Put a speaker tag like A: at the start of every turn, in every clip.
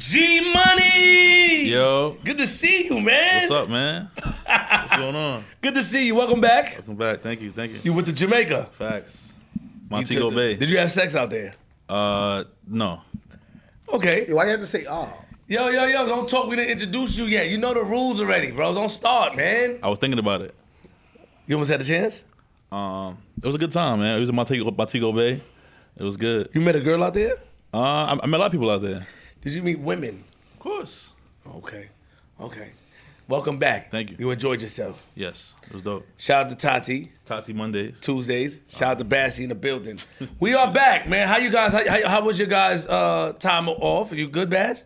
A: G Money.
B: Yo,
A: Good to see you, man.
B: what's up, man? What's going on?
A: Good to see you. Welcome back.
B: Welcome back. Thank you. Thank you.
A: You went to Jamaica.
B: Facts.
A: You
B: Montego
A: took the-
B: Bay.
A: Did you have sex out there?
B: Uh, no.
A: Okay.
C: Why you have to say oh?
A: Yo, yo, yo, don't talk. We didn't introduce you yet. You know the rules already, bro. Don't start, man.
B: I was thinking about it.
A: You almost had a chance?
B: Um, it was a good time, man. It was in Montego, Montego Bay. It was good.
A: You met a girl out there?
B: Uh, I, I met a lot of people out there.
A: Did you meet women?
B: Of course.
A: Okay. Okay. Welcome back.
B: Thank you.
A: You enjoyed yourself.
B: Yes, it was dope.
A: Shout out to Tati.
B: Tati Mondays.
A: Tuesdays. Shout out to Bassie in the building. We are back, man. How you guys? How, how, how was your guys' uh, time off? Are you good, Bass?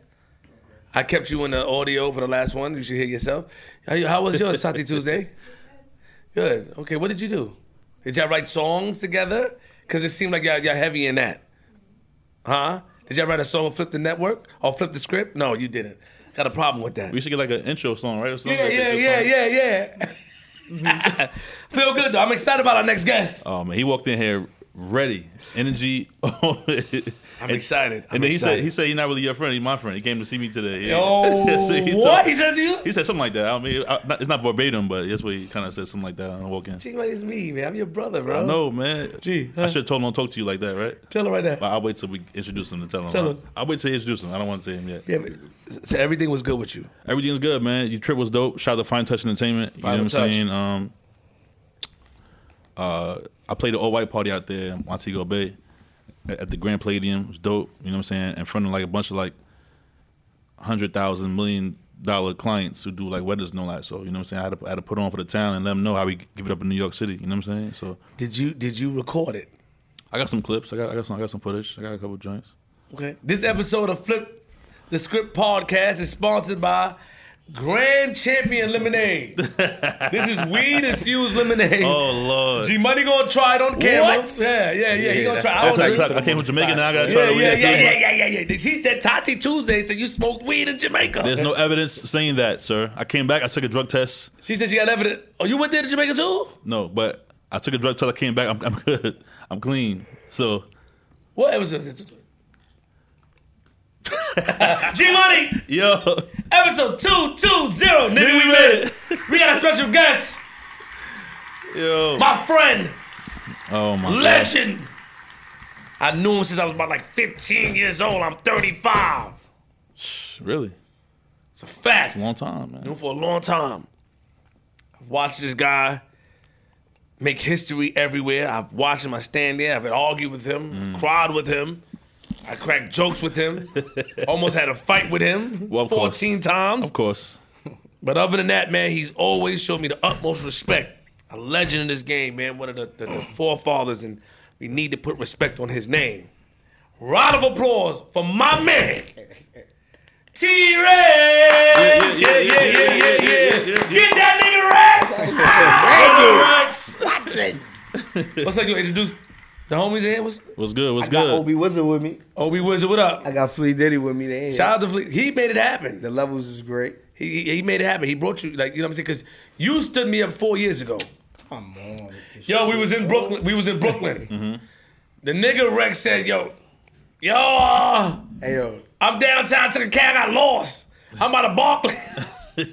A: I kept you in the audio for the last one. You should hear yourself. How, you- how was yours, Tati Tuesday? Good. Okay. What did you do? Did y'all write songs together? Cause it seemed like y'all, y'all heavy in that. Huh? Did y'all write a song, flip the network, or flip the script? No, you didn't. Got a problem with that.
B: We should get like an intro song, right? Or something.
A: Yeah,
B: Like,
A: yeah,
B: a good
A: yeah,
B: song.
A: yeah, yeah. Feel good though. I'm excited about our next guest.
B: Oh man, he walked in here ready, energy. I'm
A: I'm excited. I'm
B: and then he
A: excited.
B: said, he said, "You're not really your friend. He's my friend. He came to see me today." Yeah.
A: Yo,
B: So he
A: what
B: told-
A: he said to you?
B: He said something like that. I mean, I, not, it's not verbatim, but that's what he kind of said something like that on the walk in.
A: Ching, it's me, man. I'm your brother, bro.
B: No, man.
A: Gee,
B: I
A: huh?
B: should have told him don't talk to you like that, right?
A: tell him right now.
B: But I'll wait till we introduce him to tell him.
A: Tell him.
B: I'll wait till introduce him. I don't want to say him yet.
A: Yeah, but, so everything was good with you.
B: Everything's good, man. Your trip was dope. Shout out to Fine Touch Entertainment. You
A: Fine
B: know what I'm
A: Touch.
B: saying? Um, uh, I played an all white party out there in Montego Bay at at the Grand Palladium. It was dope. You know what I'm saying? In front of like a bunch of like hundred thousand million dollar clients who do like weddings and all that. So you know what I'm saying? I had, to, I had to put on for the town and let them know how we give it up in New York City. You know what I'm saying? So
A: Did you did you record it?
B: I got some clips. I got I got some I got some footage. I got a couple joints.
A: Okay. This episode of Flip the Script Podcast is sponsored by Grand Champion Lemonade. this is weed infused lemonade.
B: Oh. lord.
A: G Money gonna try it on camera. Yeah, yeah, yeah. He gonna try. I don't drink.
B: I came from Jamaica now. I gotta
A: Yeah,
B: try to
A: yeah,
B: yeah,
A: yeah, yeah, yeah, yeah, yeah. She said Tati Tuesday said you smoked weed in Jamaica.
B: There's no evidence saying that, sir. I came back. I took a drug test.
A: she said she got evidence. Oh, you went there to Jamaica too?
B: No, but I took a drug test. I came back. I'm, I'm good. I'm clean. So
A: What episode is it? G Money,
B: yo,
A: episode 220. Nigga, we made it. We got a special guest,
B: yo.
A: my friend,
B: Oh my god.
A: legend. I knew him since I was about like 15 years old. I'm 35.
B: Really?
A: It's a fact.
B: Long time,
A: Knew
B: man.
A: him for a long time. I've watched this guy make history everywhere. I've watched him. I stand there. I've argued with him,
B: Mm.
A: cried with him. I cracked jokes with him. Almost had a fight with him
B: Well, of course.
A: 14 times.
B: Of course.
A: But other than that, man, he's always showed me the utmost respect. A legend in this game, man. One of the, the, the forefathers, and we need to put respect on his name. Round of applause for my man, T. Rex. Yeah, yeah, yeah, yeah, yeah, Get that nigga Rex. Ah,
C: Watson.
A: Rex. What's up? You introduce the homies in here? What's
B: What's good? What's
C: Got
B: good?
C: Obi Wizard with me.
A: Obi Wizard? What up?
C: I got Flea Diddy with me. They ain't-
A: Shout out to Fleet. He made it happen.
C: The levels is great.
A: He, he, he made it happen. He brought you like you know what I'm saying? Because you stood me up four years ago.
C: Come on. with this
A: Yo, we was in Brooklyn. We was in Brooklyn.
C: Mm-hmm.
A: The nigga Rex said, "Yo, yo, uh,
C: shit. Hey, yo.
A: I'm downtown. Took a cab. Got lost. I'm out of Barclay.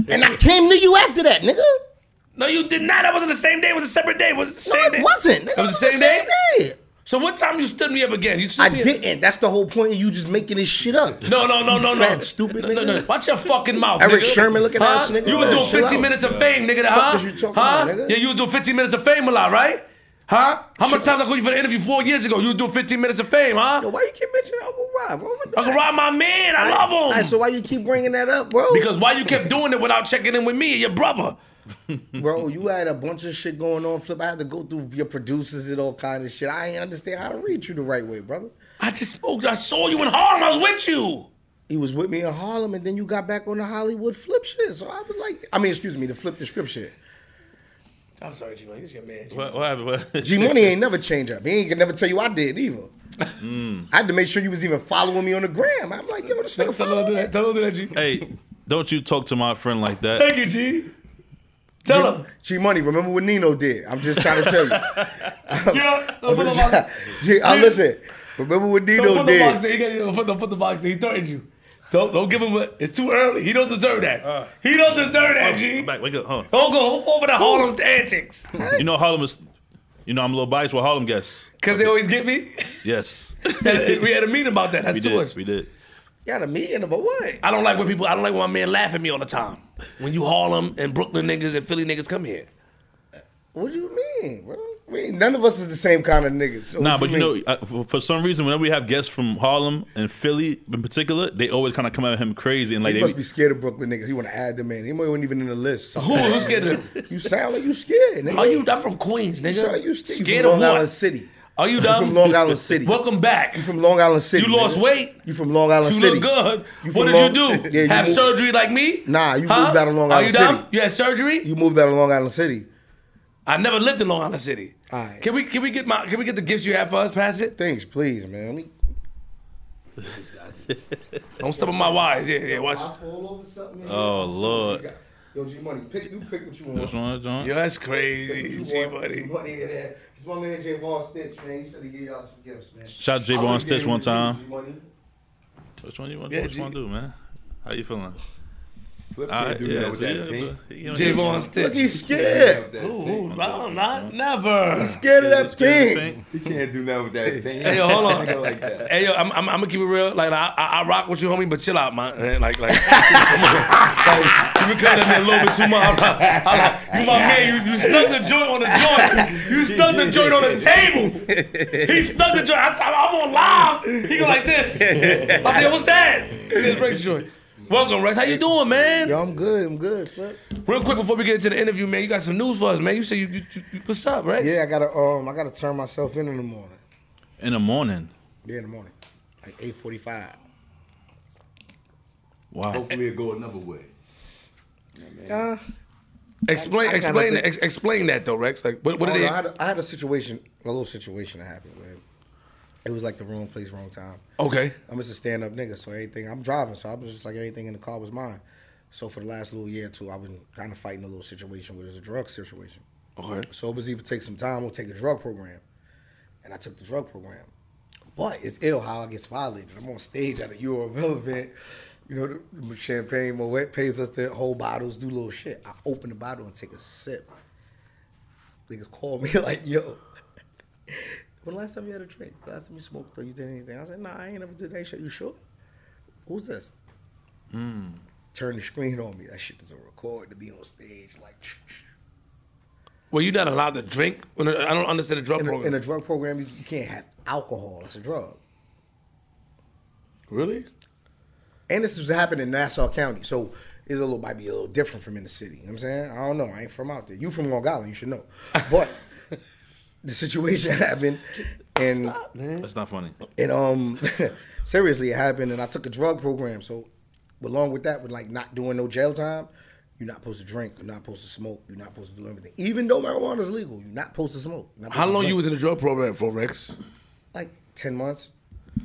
C: And I came to you after that, nigga.
A: no, you did not. That wasn't the same day. It was a separate day. It was the
C: No,
A: same day.
C: it wasn't. nigga.
A: It was the same day.
C: day.
A: So what time you stood me up again? You stood
C: I
A: me Up.
C: didn't. That's the whole point of you just making this shit up.
A: No, no, no, no, no.
C: Fat, stupid
A: No, no, no.
C: nigga.
A: Watch your fucking mouth,
C: Eric
A: nigga.
C: Sherman looking
A: huh?
C: ass nigga.
A: You were
C: Man,
A: doing
C: chill
A: 15
C: out.
A: minutes of fame, nigga. huh?
C: was you talking
A: huh?
C: about, nigga?
A: Yeah, you was doing 15 minutes of fame a lot, right? Huh? How much times I called you for the interview four years ago? You was doing 15 minutes of fame, huh?
C: Yo, why you keep mentioning Uncle Rob? bro? What the-
A: I can ride my man. I love him.
C: All right, so why you keep bringing that up, bro?
A: because why you kept doing it without checking in with me and your brother?
C: bro, you had a bunch of shit going on. Flip, I had to go through your producers and all kind of shit. I ain't understand how to read you the right way, brother.
A: I just spoke. I saw you in Harlem. I was with you.
C: You was with me in Harlem, and then you got back on the Hollywood flip shit. So I was like, I mean, excuse me, the flip the script shit.
A: I'm sorry, G Money. He's your man.
B: What, what happened? What?
C: G Money ain't never change up. He ain't gonna never tell you I did either. I had to make sure you was even following me on the gram. I'm like, yo, this
A: Mm. Tell
C: nigga
A: him
C: follow
A: do
C: me.
A: that. Tell him do that, G.
B: hey, don't you talk to my friend like that?
A: Thank you, G. Tell him.
C: G Money, remember what Nino did? I'm just trying to tell you.
A: Yeah. Don't put the box.
C: G, I listen. Remember what
A: Don't
C: Nino
A: put the box
C: did?
A: there. He got- Don't put- don't put the box there. He threatened you. Don't don't give him. A, it's too early. He don't deserve that. he don't deserve that, G.
B: I'm back, wake up. Hold on.
A: Don't go over to Harlem antics
B: You know Harlem is. You know I'm a little biased with Harlem guests.
A: because they always get me.
B: Yes,
A: we had a meeting about that. That's
B: we
A: too
B: did.
A: much.
B: We did.
C: You had a meeting about what?
A: I don't like when people. I don't like when my men laugh at me all the time. When you Harlem and Brooklyn niggas and Philly niggas come here.
C: What do you mean, bro? We ain't, none of us is the same kind of niggas. So
B: Nah,
C: what
B: but you know,
C: mean?
B: uh, for, for some reason, whenever we have guests from Harlem and Philly in particular, they always kind of come at him crazy and like
C: he
B: they
C: must be scared of Brooklyn niggas. He want to add them in. He wasn't even in the list.
A: Who? Who's scared of them?
C: You sound like you scared. Nigga.
A: Are you? I'm from Queens,
C: You sound
A: nigga.
C: like you scared,
A: scared
C: you from
A: of
C: Long
A: what?
C: Island City.
A: Are you
C: You from
A: dumb?
C: Long Island City.
A: Welcome back.
C: You from Long Island City.
A: You lost
C: nigga.
A: weight.
C: You from Long Island
A: You
C: City.
A: look good.
C: You
A: what
C: from
A: did
C: Long-
A: you do?
C: Yeah, you
A: Have
C: moved-
A: surgery like me?
C: Nah, you moved out of Long
A: Are
C: Island
A: you dumb?
C: City.
A: You had surgery?
C: You moved out of Long Island City.
A: I never lived in Long Island City.
C: Alright.
A: Can we can we get my can we get the gifts you have for us? Pass it.
C: Thanks, please, man. Let me
A: Don't step on my wires. Yeah, yeah. Watch.
C: fall over something. man.
B: Oh,
C: Something
B: Lord.
C: you got. Yo, G Money, pick you pick what you
B: Which one, John?
A: Yo, that's
C: Pick
A: crazy,
C: what
A: G
C: you want.
A: buddy.
C: Money in there. It's my man J Vaughn Stitch, man. He said to give y'all some gifts, man.
B: Shout out to J
C: I
B: Bone
C: would've
B: Stitch
C: gave
B: one
C: you the
B: time.
C: G Money.
B: Which one you want?
A: Yeah,
B: which
A: G.
B: one do, man? How you feeling?
D: Flip
B: All
D: can't
B: right,
D: do that with
B: so
D: that
B: yeah,
D: pink.
B: but, you know,
A: J
B: he's-
A: Vaughn
C: Look,
A: Stitch.
C: he's
D: He can't do nothing
C: scared.
D: with that
A: Ooh,
D: pink.
A: ooh, no, not never.
C: Scared of
B: he's
C: that
B: scared of
C: pink.
D: He can't do nothing with that thing.
A: Hey, yo, hold on.
D: He don't like that.
A: Hey yo, I'm, I'm, I'm gonna keep it real. Like I, I, I rock with you, homie, but chill out, man. Eh, Like like, like you been coming at me a little bit too much. I, I, like, you my man. You, you stuck the joint on the joint. You stuck the joint on the table. He stuck the joint. I, I, I'm on live. He go like this. I said, what's that? He said, break the joint. Welcome, Rex. How you doing, man?
C: Yo, I'm good. I'm good, Flip.
A: Real quick before we get into the interview, man, you got some news for us, man. You said you, you, you, you what's up, Rex?
C: Yeah, I gotta um, I gotta turn myself in in the morning.
B: In the morning.
C: Yeah, in the morning, like eight forty-five.
B: Wow.
D: Hopefully it'll go another way.
C: Uh,
A: Explain,
C: I- I kinda
A: explain,
C: think-
A: ex- explain that though, Rex. Like, what, what
C: I,
A: are
C: don't
A: they?
C: know, I, had a, I had a situation, a little situation that happened. Where it was like the wrong place, wrong time.
A: Okay.
C: I'm just a stand up nigga, so everything I'm driving, so I was just like everything in the car was mine. So for the last little year or two, I've been kind of fighting a little situation where there's a drug situation.
A: Okay.
C: So it was either take some time or take a drug program, and I took the drug program. But it's ill how I gets violated. I'm on stage at a Euro relevant. You know, the champagne Moet pays us the whole bottles, do little shit. I open the bottle and take a sip. Niggas call me like, yo. When last time you had a drink? Last time you smoked or you did anything? I said, nah, I ain't never did that shit. You sure? Who's this? Turn the screen on me. That shit doesn't record to be on stage. Like,
A: Well, you're not allowed to drink. When- I don't understand the drug
C: in a,
A: program.
C: in a drug program, you, you can't have alcohol. It's a drug.
A: really?
C: And this was happening in Nassau County, so it's a little might be a little different from in the city. You know what I'm saying? I don't know. I ain't from out there. You from Long Island, you should know. But the situation happened, and
B: That's not funny.
C: and um, seriously, it happened, and I took a drug program. So, along with that, with like not doing no jail time, you're not supposed to drink, you're not supposed to smoke, you're not supposed to do everything. Even though marijuana is legal, you're not supposed to smoke. You're not
A: How
C: supposed to
A: long
C: drink.
A: you was in the drug program for, Rex?
C: Like ten months.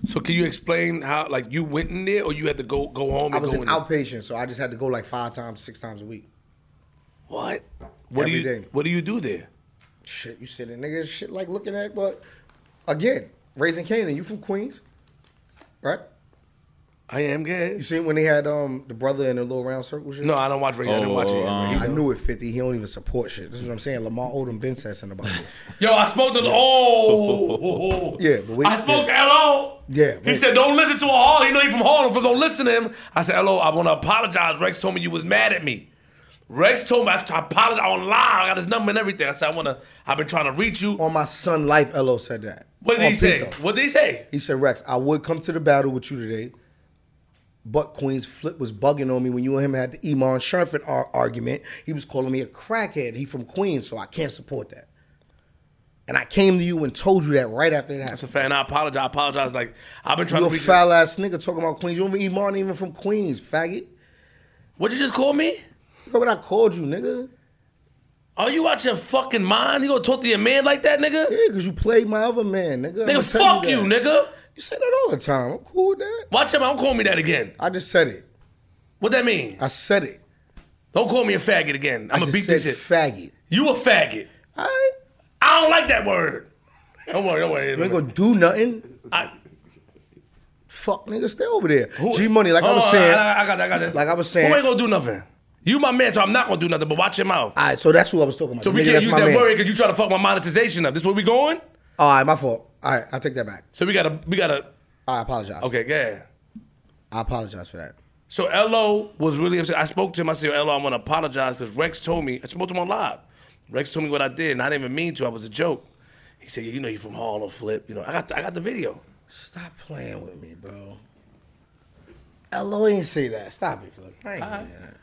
A: So can you explain how, like, you went in there, or you had to go go home? And
C: I was
A: go
C: an
A: in there?
C: outpatient, so I just had to go like five times, six times a week.
A: What? What do
C: Every
A: you
C: day.
A: What do you do there?
C: Shit, you sitting nigga shit like looking at but again, raising Canaan, you from Queens? Right?
A: I am gay.
C: You seen when they had um the brother in the little round circle shit?
A: No, I don't watch radio. I didn't
B: Oh,
A: watch it.
B: um,
C: I knew it, 50. He don't even support shit. This is what I'm saying. Lamar Odom been testing about this.
A: Yo, I smoked the oh.
C: Yeah, but we-
A: I smoked LO.
C: Yeah,
A: He
C: but-
A: said, "Don't listen to a Hall. He know you from Harlem, so don't listen to him." I said, "LO, I want to apologize. Rex told me you was mad at me. Rex told me I, I apologized on live. I got his number and everything. I said, I want to. I've been trying to reach you.
C: On my son life, LO said that.
A: What did
C: On
A: he say?
C: Pico.
A: What did he say?
C: He said, Rex, I would come to the battle with you today. But Queens Flip was bugging on me when you and him had the Iman Sharford ar- argument. He was calling me a crackhead. He from Queens, so I can't support that. And I came to you and told you that right after it happened.
A: That's a fan. I apologize. I apologize. Like I've been trying
C: You a
A: to reach.
C: foul ass nigga talking about Queens. You don't even Iman even from Queens, faggot.
A: What you just call me?
C: Look what I called you, nigga.
A: Are you out your fucking mind? You gonna talk to your man like that, nigga?
C: Yeah, cause you played my other man, nigga. I'ma
A: Nigga,
C: tell
A: fuck you,
C: that.
A: nigga.
C: You say that all the time. I'm cool with that.
A: Watch him. Don't call me that again.
C: I just said it.
A: What that mean?
C: I said it.
A: Don't call me a faggot again.
C: I
A: I'm gonna
C: just
A: beat
C: said
A: this shit.
C: Faggot.
A: you a faggot.
C: All right.
A: I don't like that word. Don't worry. Don't worry.
C: You ain't gonna do nothing.
A: I,
C: fuck niggas stay over there.
A: Who- Oh,
C: G Money, like I
A: Hold
C: was
A: on,
C: saying.
A: I, I got that. I got this.
C: Like I was saying-
A: who ain't gonna do nothing? You my man, so I'm not gonna do nothing. But watch your mouth.
C: all right, so that's who I was talking about.
A: So we
C: Nigga,
A: can't
C: that's
A: use
C: my
A: that
C: man.
A: word because you try to fuck my monetization up. This where we going?
C: All right, my fault. All right, I'll take that back.
A: So we gotta, we gotta.
C: I apologize.
A: Okay, yeah.
C: I apologize for that.
A: So Lo was really upset. I spoke to him. I said, Lo, I'm gonna apologize because Rex told me. I spoke to him on live. Rex told me what I did, and I didn't even mean to. I was a joke. He said, "Yeah, you know, you from Harlem, Flip. You know, I got, the, I got the video.
C: Stop playing with me, bro. Lo ain't say that. Stop it, Flip. I ain't
A: All right.
C: saying that.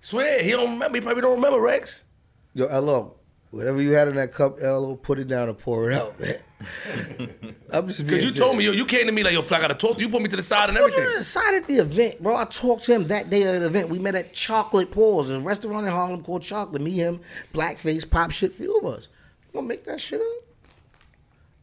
A: Swear, he don't remember. He probably don't remember Rex.
C: Yo, Lo, whatever you had in that cup, Lo, put it down and pour it out, man. I'm just
A: Because you told me, yo, you came to me like, yo, Fly, I gotta talk. to You You put me to the side and
C: I put you
A: everything.
C: to the side at the event, bro. I talked to him that day at an event. We met at Chocolate Paws, a restaurant in Harlem called Chocolate. Me, him, blackface, pop shit, few of us. You gonna make that shit up?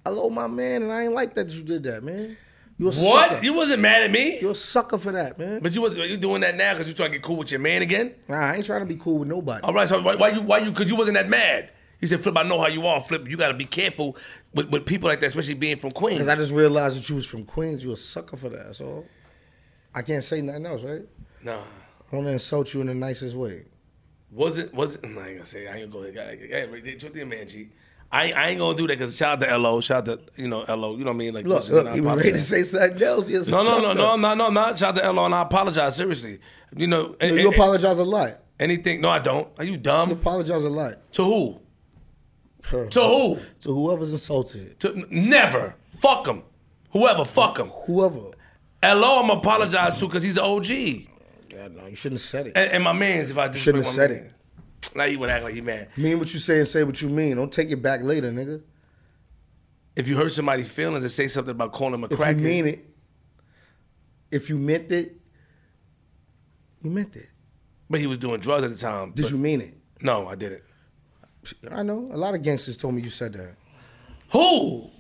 C: I love my man, and I ain't like that you did that, man. You a
A: What?
C: sucker.
A: You wasn't mad at me,
C: You're a sucker for that, man.
A: but you was you doing that now because you trying to get cool with your man again.
C: Nah, I ain't trying to be cool with nobody.
A: All right, so why, why you why you because you wasn't that mad. He said, Flip, I know how you are. Flip, you gotta be careful with, with people like that, especially being from Queens.
C: Because I just realized that you was from Queens. You're a sucker for that, that's all. I can't say nothing else, right?
A: nah.
C: I want to insult you in the nicest way.
A: Wasn't wasn't I ain't gonna say I ain't gonna go yeah, yeah, truth in man G. I, I ain't gonna do that because shout out to LO, shout out to you know LO, you know what I mean? Like
C: Look,
A: listen,
C: look,
A: I
C: he was ready to
A: apologize.
C: say something else. You're a
A: No, no, no,
C: sucker.
A: no, no, no, no. Shout out to LO and I apologize seriously. You know, a-
C: You
A: a-
C: apologize a lot.
A: anything? No, I don't. Are you
C: You
A: dumb?
C: apologize a lot.
A: To who?
C: To
A: To who?
C: To whoever's insulted.
A: To n- never. Fuck him. Whoever. Fuck him.
C: Whoever.
A: LO, I'm apologize to because he's an OG.
C: Yeah, no, you shouldn't have said it.
A: And, and my man's, if I just
C: Shouldn't have said
A: it. Now you would act like he mad.
C: Mean what you say and say what you mean. Don't take it back later, nigga.
A: If you hurt somebody's feelings and say something about calling him a
C: If
A: crackhead,
C: you mean it, if you meant it, you meant it.
A: but he was doing drugs at the time.
C: Did
A: but-
C: you mean it?
A: No, I didn't.
C: I know. A lot of gangsters told me you said that.
A: Who? Who?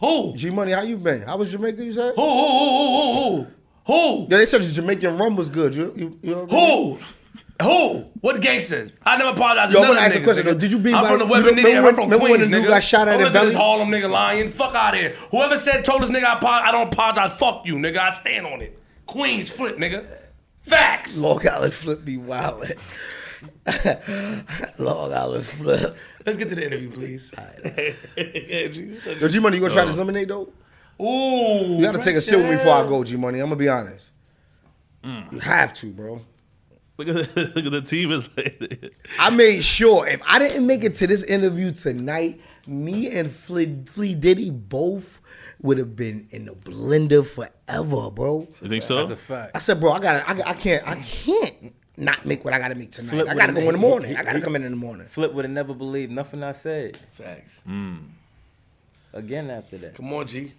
A: Who?
C: G Money, how you been? How was Jamaica? You said?
A: Who? Who? Who? Who? Who? Who?
C: Yeah, they said the Jamaican rum was good. You, you, you already-
A: Who? Who? What gangsters? I never apologize. to
C: Yo, I
A: none
C: wanna
A: of
C: ask
A: them
C: a
A: niggas,
C: question,
A: nigga.
C: though. Did you beat
A: I'm
C: my-
A: from the
C: you
A: Webber
C: remember
A: nigga. I'm
C: when-
A: from
C: remember
A: Queens,
C: when the dude
A: nigga.
C: got shot at
A: Don't
C: in
A: listen to this
C: Belly?
A: Harlem nigga lying. Fuck out of here. Whoever said told this nigga I, apo- I don't apologize. Fuck you, nigga. I stand on it. Queens flip, nigga. Facts.
C: Long Island Flip be wild. Long Island Flip.
A: Let's get to the interview, please. Yeah, G, you said-
C: Yo, G Money, you gonna try this lemonade though?
A: Ooh,
C: You gotta take a sip before I go, G Money. I'm gonna be honest. You have to, bro.
B: Look at the, look at the team is like.
C: I made sure if I didn't make it to this interview tonight, me and Flea, Flea Diddy both would have been in the blender forever, bro.
B: You think so?
C: I said, bro, I gotta, I, I can't, I can't not make what I gotta make tonight.
E: Flip
C: I gotta go
E: with it.
C: in the morning. I gotta come in in the morning.
E: Flip would have never believed nothing I said
D: Facts.
E: again after that.
A: Come on, G.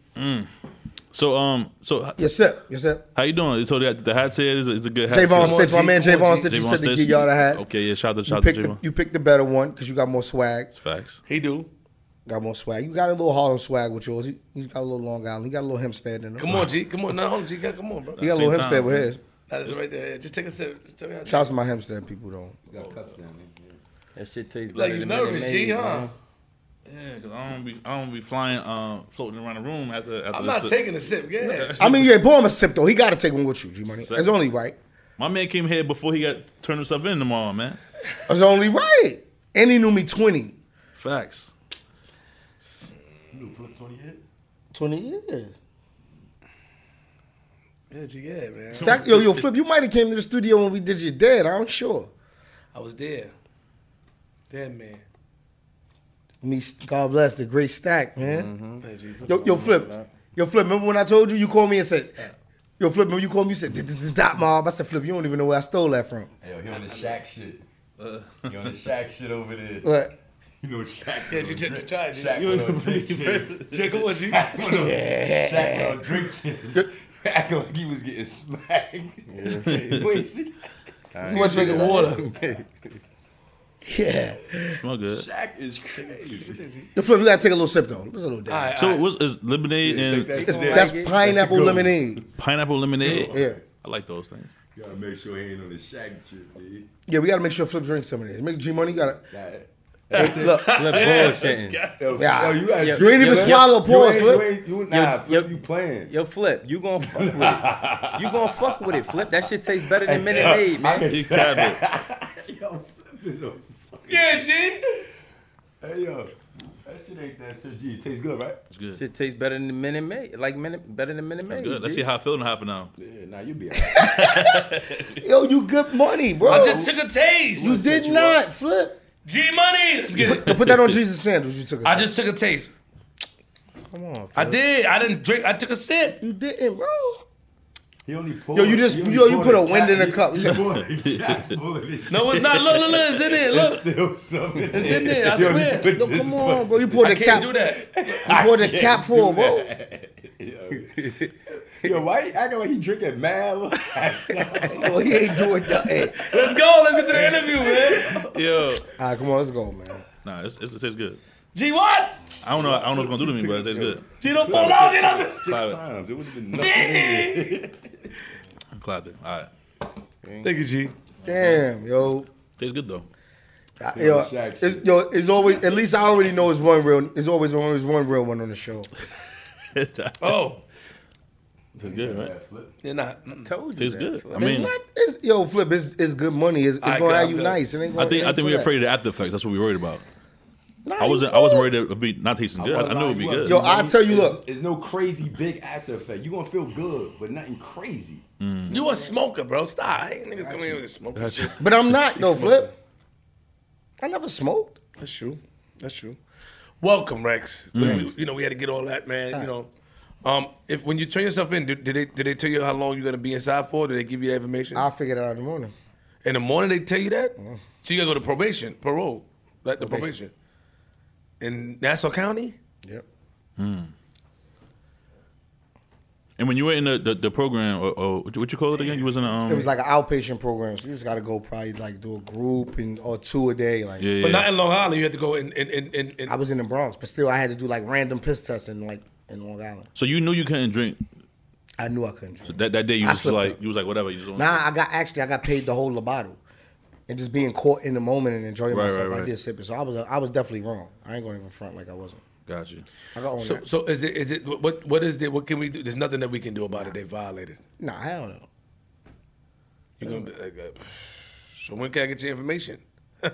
B: So um, so h-
C: Yes, sir. Yes, sir.
B: how you doing? So the, the hat said is a, is a good hat.
C: Javon
B: set.
C: Stitch, my man
A: Come on,
C: Javon
A: G.
C: Stitch, you
B: Javon
C: said to
B: Stitch.
C: give y'all the hat.
B: Okay, yeah. Shout out,
C: You
B: shout out
C: picked,
B: to
C: the,
B: Javon.
C: you picked the better one because you got more swag.
B: Facts.
A: He do.
C: Got more swag. You got a little Harlem swag with yours. He, he's got a little Long Island. He got a little Hempstead in him.
A: Come on, G. Come on, no, G. Come on, bro.
C: He got a
B: Same
C: little Hempstead
B: time,
C: with
B: man.
C: his.
A: That is right there. Just take a sip. Just Tell me how.
C: Shout out to my Hempstead people though.
D: You got cups down there.
E: That shit tastes better
A: Like you
E: than Minute
A: nervous,
E: Maid,
A: G, huh?
E: man.
B: Yeah, cause I don't be I don't be flying um floating around the room after after
A: I'm
B: this
A: not
B: sit.
A: taking a sip. Yeah.
C: I mean, yeah, boy, I'm a sip though. He got to take one with you, G Money.
B: Sip.
C: It's only right.
B: My man came here before he got turned himself in tomorrow, man.
C: It's only right. And he knew me 20.
B: Facts.
D: You knew Flip 28?
C: 20 years.
A: Yeah, G. Yeah, man.
C: Stack, yo, yo, Flip, you might have came to the studio when we did your dad. I'm sure.
A: I was there. Dead man.
C: Me, God bless the great Stack, man.
A: Yeah, G.
C: Mm-hmm. Yo, yo, Flip. Yo, Flip, remember when I told you? You called me and said, Yo, Flip, remember you called me? You said, "D- d- d- Dot Mob. I said, Flip, you don't even know where I stole that from.
D: Yo, he on the Shaq shit. He on the Shaq shit over there.
C: But,
D: You know Shaq.
A: Yeah,
D: with
A: you
D: them
A: try-
D: drink-
A: try it, G.
D: Shaq
A: You
D: with them drink chips.
A: G. Come on, G.
D: Shaq with them- Shaq with them drink chips. Acting like he was getting smacked. You ain't see
C: you want to drink the water? yeah.
B: Smell good.
D: Shaq is crazy.
C: Yo, Flip, you got to take a little sip, though. Just a little
A: All
C: dab.
A: right,
B: So
A: all right.
B: what's is lemonade and
C: It's-
D: Yeah.
C: That's
E: Like it?
C: pineapple lemonade.
B: pineapple lemonade?
C: Yeah.
B: I like those things.
D: Gotta make sure he ain't on the Shaq shit, dude.
C: Yeah, we got to make sure Flip drinks some of this. Make G Money got to.
D: That,
C: Look,
E: Flip bullshitting.
D: Yo,
C: Yeah.
D: yo, you, gotta
E: You
D: drink,
C: ain't even
D: yo.
C: swallow,
D: You
C: pause,
D: ain't-
C: Flip.
D: You, ain't, you, nah,
E: Yo,
D: Flip,
E: yo.
D: you playing.
E: Yo, Flip, you gonna fuck with it. You gonna fuck with it, Flip. That shit tastes better than Minute
D: Hey,
E: Maid, man.
B: He capped it.
D: Yo, Flip is on.
A: Yeah, G.
D: Hey, yo. That shit ain't that shit. Geez, tastes good, right?
B: It's good.
E: Shit tastes better than Minute Maid. Like minute, better than Minute
B: It's
E: Maid.
B: good. Let's
E: G.
B: see how I feel in half an hour.
D: Yeah, nah, you be all right.
C: yo, you good money, bro.
A: I just took a taste.
C: you did not flip.
A: G Money. Let's get it.
C: Put that on Jesus sandals. You took. A
A: I
C: sip.
A: just took a taste.
C: come on. Flip.
A: I did. I didn't drink. I took a sip.
C: You didn't, bro.
D: He only poured.
C: Yo, you just-
D: he only
C: yo, you
D: poured
C: put a wind in a
D: cap-
C: cup.
D: He, he poured a cap full of this
A: No, it's not. Look, look, look. It's in there.
D: There's
A: Look.
D: still something in
A: in there, I
D: Yo, you
A: swear.
D: put
C: Yo,
D: this
C: come on,
D: much-
C: bro. You poured
A: I
C: a cap.
A: can't do that.
C: You poured a cap full,
D: do
C: bro.
D: Yo, why he acting like he drinking mad? Yo,
C: Yo, he ain't doing nothing.
A: Let's go. Let's get to the interview, man.
B: Yo.
C: All right, come on, let's go, man.
B: Nah, it's, it's, it tastes good.
A: G what?
B: I don't know. I don't know what's gonna do to me, but it tastes good.
A: G don't fall out. G don't.
D: six
B: Private.
D: times. It would have been nothing. in
A: G.
B: Clapped it. All right.
A: Thank you, G.
C: Damn, yo.
B: Tastes good though.
C: I- Uh, Yo,
D: Shaq
C: it's,
D: shit.
C: yo, it's always at least I already know it's one real. It's always always one real one on the show.
A: Oh,
B: Tastes good, right?
D: there. Flip.
A: you're not. Mm.
E: Told you.
B: Tastes
E: that,
B: good.
E: Flip.
B: I
C: it's
B: mean,
C: not. It's, yo, flip. It's, it's good money. It's, it's
A: All right,
C: gonna
A: good,
C: have
A: I'm
C: you
A: good.
C: nice. It ain't
B: I
C: gonna,
B: think I think we're afraid of the after effects. That's what we're worried about. I wasn't I wasn't worried that it would be not tasting good. I, knew it would be good.
C: Yo, I tell you, look.
D: There's no crazy big after effect. You gonna feel good, but nothing crazy.
A: You a smoker, bro. Stop. I ain't niggas coming here with smoking shit.
C: But I'm not no
A: smoking.
C: flip. I never smoked.
A: That's true. That's true. Welcome, Rex. We- we- you know, we had to get all that, man.
C: Ah.
A: You know, um, if when you turn yourself in, did, did they did they tell you how long you're gonna be inside for? Did they give you that information?
C: I'll figure that out in the morning.
A: in the morning, they tell you that. So you gotta go to probation, parole, like the probation.
C: Mm. Probation.
A: In Nassau County,
C: Yep.
B: And when you were in the, the, the program, or, or what you- what you call it again? You was in the um.
C: It was like an outpatient program, so you just gotta go probably like do a group and or two a day. Like
B: yeah, yeah.
A: but not in Long Island. You had to go in in in in. in
C: I was in the Bronx, but still I had to do like random piss testing like in Long Island.
B: so you knew you couldn't drink
C: I knew I couldn't. Drink.
B: that, that day. You
C: I
B: was
C: slipped
B: like
C: up.
B: you was like whatever. You just want
C: Nah, I got actually I got paid the whole bottle, and just being caught in the moment and enjoying
B: Right,
C: myself.
B: right,
C: I
B: right.
C: did sip it, so I was I was definitely wrong. I ain't going to front like I wasn't.
B: got you.
C: I got on
A: so
C: that.
A: so is it is it what what is it? What can we do? There's nothing that we can do about it. They violated.
C: Nah, hell no.
A: You're gonna be like, uh, so when can I get your information? you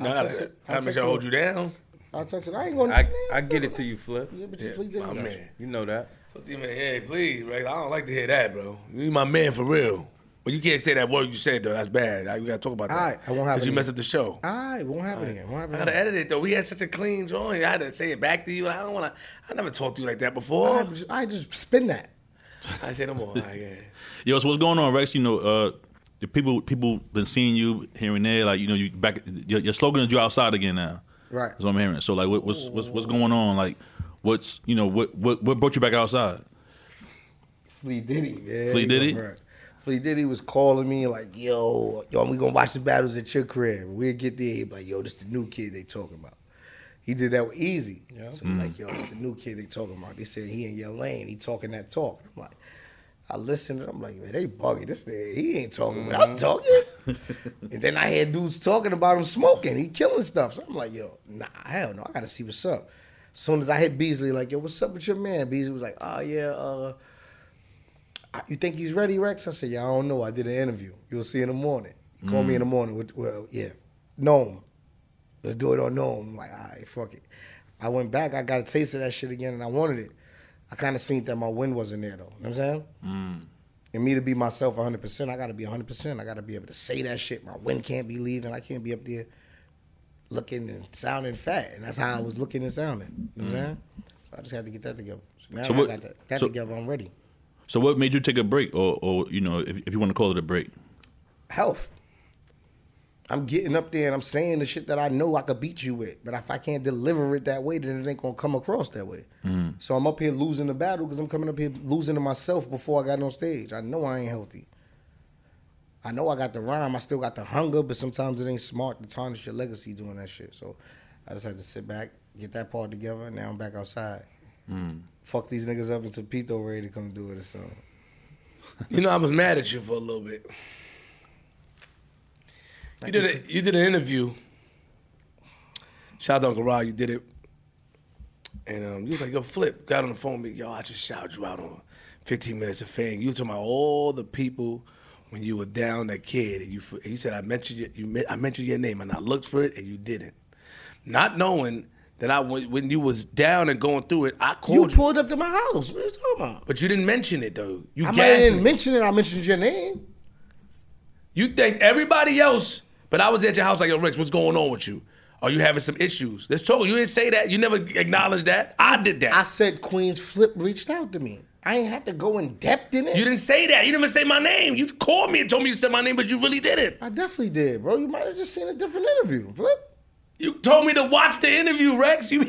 A: know,
C: I'll
A: I,
C: text
A: I,
C: it.
A: I,
C: I'll
A: make
C: text
A: sure I
C: it.
A: hold you down.
C: I texted. I ain't going.
E: I, I get it to you, Flip.
C: Yeah, but you
A: Yeah,
C: sleep in
A: my
C: it.
A: man.
E: You know that.
A: So the man, hey, please, right? I don't like to hear that, bro. You my man for real. But you can't say that word you said though. That's bad. I, we gotta talk about that.
C: All right, I won't have
A: Cause you
C: it
A: mess
C: again.
A: up the show.
C: All right, won't happen again. Won't happen
A: I gotta
C: again.
A: edit it though. We had such a clean drawing. I had to say it back to you. I don't wanna. I never talked to you like that
C: All
A: before.
C: right, just- all right, just spin that.
A: I said no more. All right, yeah.
B: Yo, so what's going on, Rex? You know, uh, the people people been seeing you here and there. Like you know, you back. Your, your slogan is you outside again now.
C: Right.
B: That's what I'm hearing. So like, what, what's what's what's going on? Like, what's you know what what what brought you back outside?
C: Flea Diddy. Yeah,
B: Flea
C: you
B: Diddy?
C: right. Flea Diddy was calling me like, yo, yo, we gonna watch the battles at your crib. We'll get there. He be like, yo, this the new kid they talking about. He did that with Easy. So he
B: Mm.
C: like, yo, this the new kid they talking about. They said he in your lane. He talking that talk. I'm like, I listened and I'm like, man, they bugging. This nigga, he ain't talking what I'm talking. and then I had dudes talking about him smoking. He killing stuff. So I'm like, yo, nah, hell no. I gotta see what's up. soon as I hit Beasley, like, yo, what's up with your man? Beasley was like, oh yeah, uh, I- you think he's ready, Rex? I said, yeah, I don't know. I did an interview. You'll see in the morning. He called
B: Mm.
C: me in the morning. With, well, yeah, Gnome. Let's do it on Gnome. I'm like, all right, fuck it. I went back. I got a taste of that shit again, and I wanted it. I kind of seen that my win wasn't there, though. You know what I'm saying?
B: Mm.
C: And me to be myself 100%, I got to be 100%. I got to be able to say that shit. My win can't be leaving. I can't be up there looking and sounding fat. And that's how I was looking and sounding. You know what I'm saying? So I just had to get that together. So now
B: Mm. So
C: that
B: what-
C: I got that, that
B: so-
C: together, I'm ready.
B: So what made you take a break, or or you know, if, if you want to call it a break?
C: health. I'm getting up there and I'm saying the shit that I know I could beat you with, but if I can't deliver it that way, then it ain't gonna come across that way. So I'm up here losing the battle because I'm coming up here losing to myself before I got on stage. I know I ain't healthy. I know I got the rhyme, I still got the hunger, but sometimes it ain't smart to tarnish your legacy doing that shit. So I just had to sit back, get that part together, and now I'm back outside. Fuck these niggas up until Pito ready to come do it or something.
A: You know, I was mad at you for a little bit. You did a, you did an interview, Shout out to Uncle Rod, you did it. And um, you was like, yo, Flip, got on the phone with me, yo, I just shouted you out on 15 Minutes of Fame. You was talking about all the people when you were down that kid, and you, f- and you said, I mentioned, your, you, men- I mentioned your name, and I looked for it, and you didn't. Not knowing that I, w- when you was down and going through it, I
C: You
A: called you.
C: pulled up to my house. What are you talking about?
A: but you didn't mention it, though. You
C: I might have
A: gassed
C: didn't
A: me.
C: mention it. I mentioned your name.
A: You think everybody else, but I was at your house like, yo, Rich, what's going on with you? Are you having some issues? Let's talk. You didn't say that. You never acknowledged that. I did that.
C: I said Queens Flip reached out to me. I ain't had to go in depth in it.
A: you didn't say that. You didn't even say my name. You called me and told me you said my name, but you really didn't.
C: I definitely did, bro. You might have just seen a different interview, Flip.
A: You told me to watch the interview, Rex. You,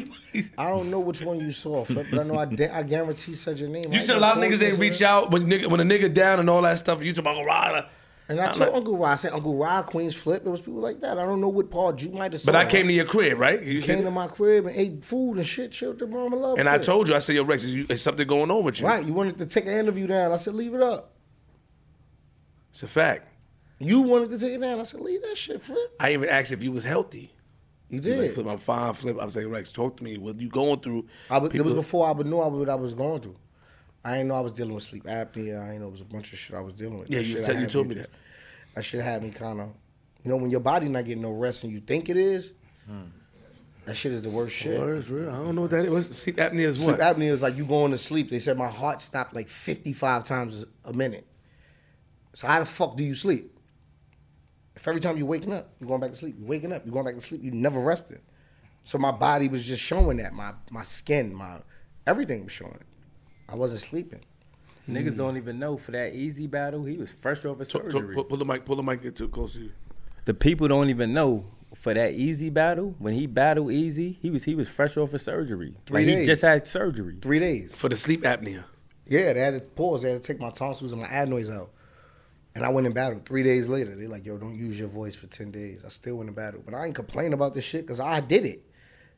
C: I don't know which one you saw, Flip, but I know I, de- I guarantee said your name.
A: you said a lot of niggas ain't reach out when nigga, when a nigga down and all that stuff. You talking about Rada.
C: And I
A: Not
C: told
A: like-
C: Uncle Rod, I said Uncle Rod, Queens Flip. There was people like that. I don't know what Paul you might have.
A: But
C: saw.
A: I came to your crib, right? You
C: came
A: did-
C: to my crib and ate food and shit, chilled the mama love.
A: and I
C: crib.
A: told you, I said, yo, Rex, is, you, is something going on with you?
C: right, you wanted to take an interview down. I said leave it up.
A: It's a fact.
C: You wanted to take it down. I said leave that shit, Flip.
A: I even asked if you was healthy.
C: You
A: He was
C: did.
A: Like, Flip, I'm fine. Flip, I'm saying, Rex, talk to me. What you going through?
C: I was, it was
A: People-
C: before I would know I was- what I was going through. I didn't know I was dealing with sleep apnea. I didn't know it was a bunch of shit I was dealing with.
A: Yeah,
C: That
A: you
C: shit
A: tell-
C: I
A: you
C: had
A: told me that.
C: That shit had me kind of, you know, when your body not getting no rest and you think it is,
A: Hmm.
C: that shit is the worst shit.
A: Words, real. I don't know what that is. What's sleep apnea is
C: Sleep
A: what?
C: apnea is like you going to sleep. They said my heart stopped like 55 times a minute. So how the fuck do you sleep? If every time you're waking up, you're going back to sleep. You're waking up, you're going back to sleep. You never rested. So my body was just showing that. My my skin, my everything was showing it. I wasn't sleeping.
A: Hmm.
E: Niggas don't even know for that easy battle. He was fresh off a
A: Talk- talk-
E: surgery.
A: pull, pull the mic. Pull the mic. Get too close to you.
E: The people don't even know for that easy battle. When he battled easy, he was he was fresh off a surgery.
C: Three
E: like he
C: days.
E: just had surgery.
C: Three days.
A: For the sleep apnea.
C: Yeah, they had to pause. They had to take my tonsils and my adenoids out. And I went in battle three days later. They're like, yo, don't use your voice for 10 days. I still went in battle. But I ain't complain about this shit because I did it.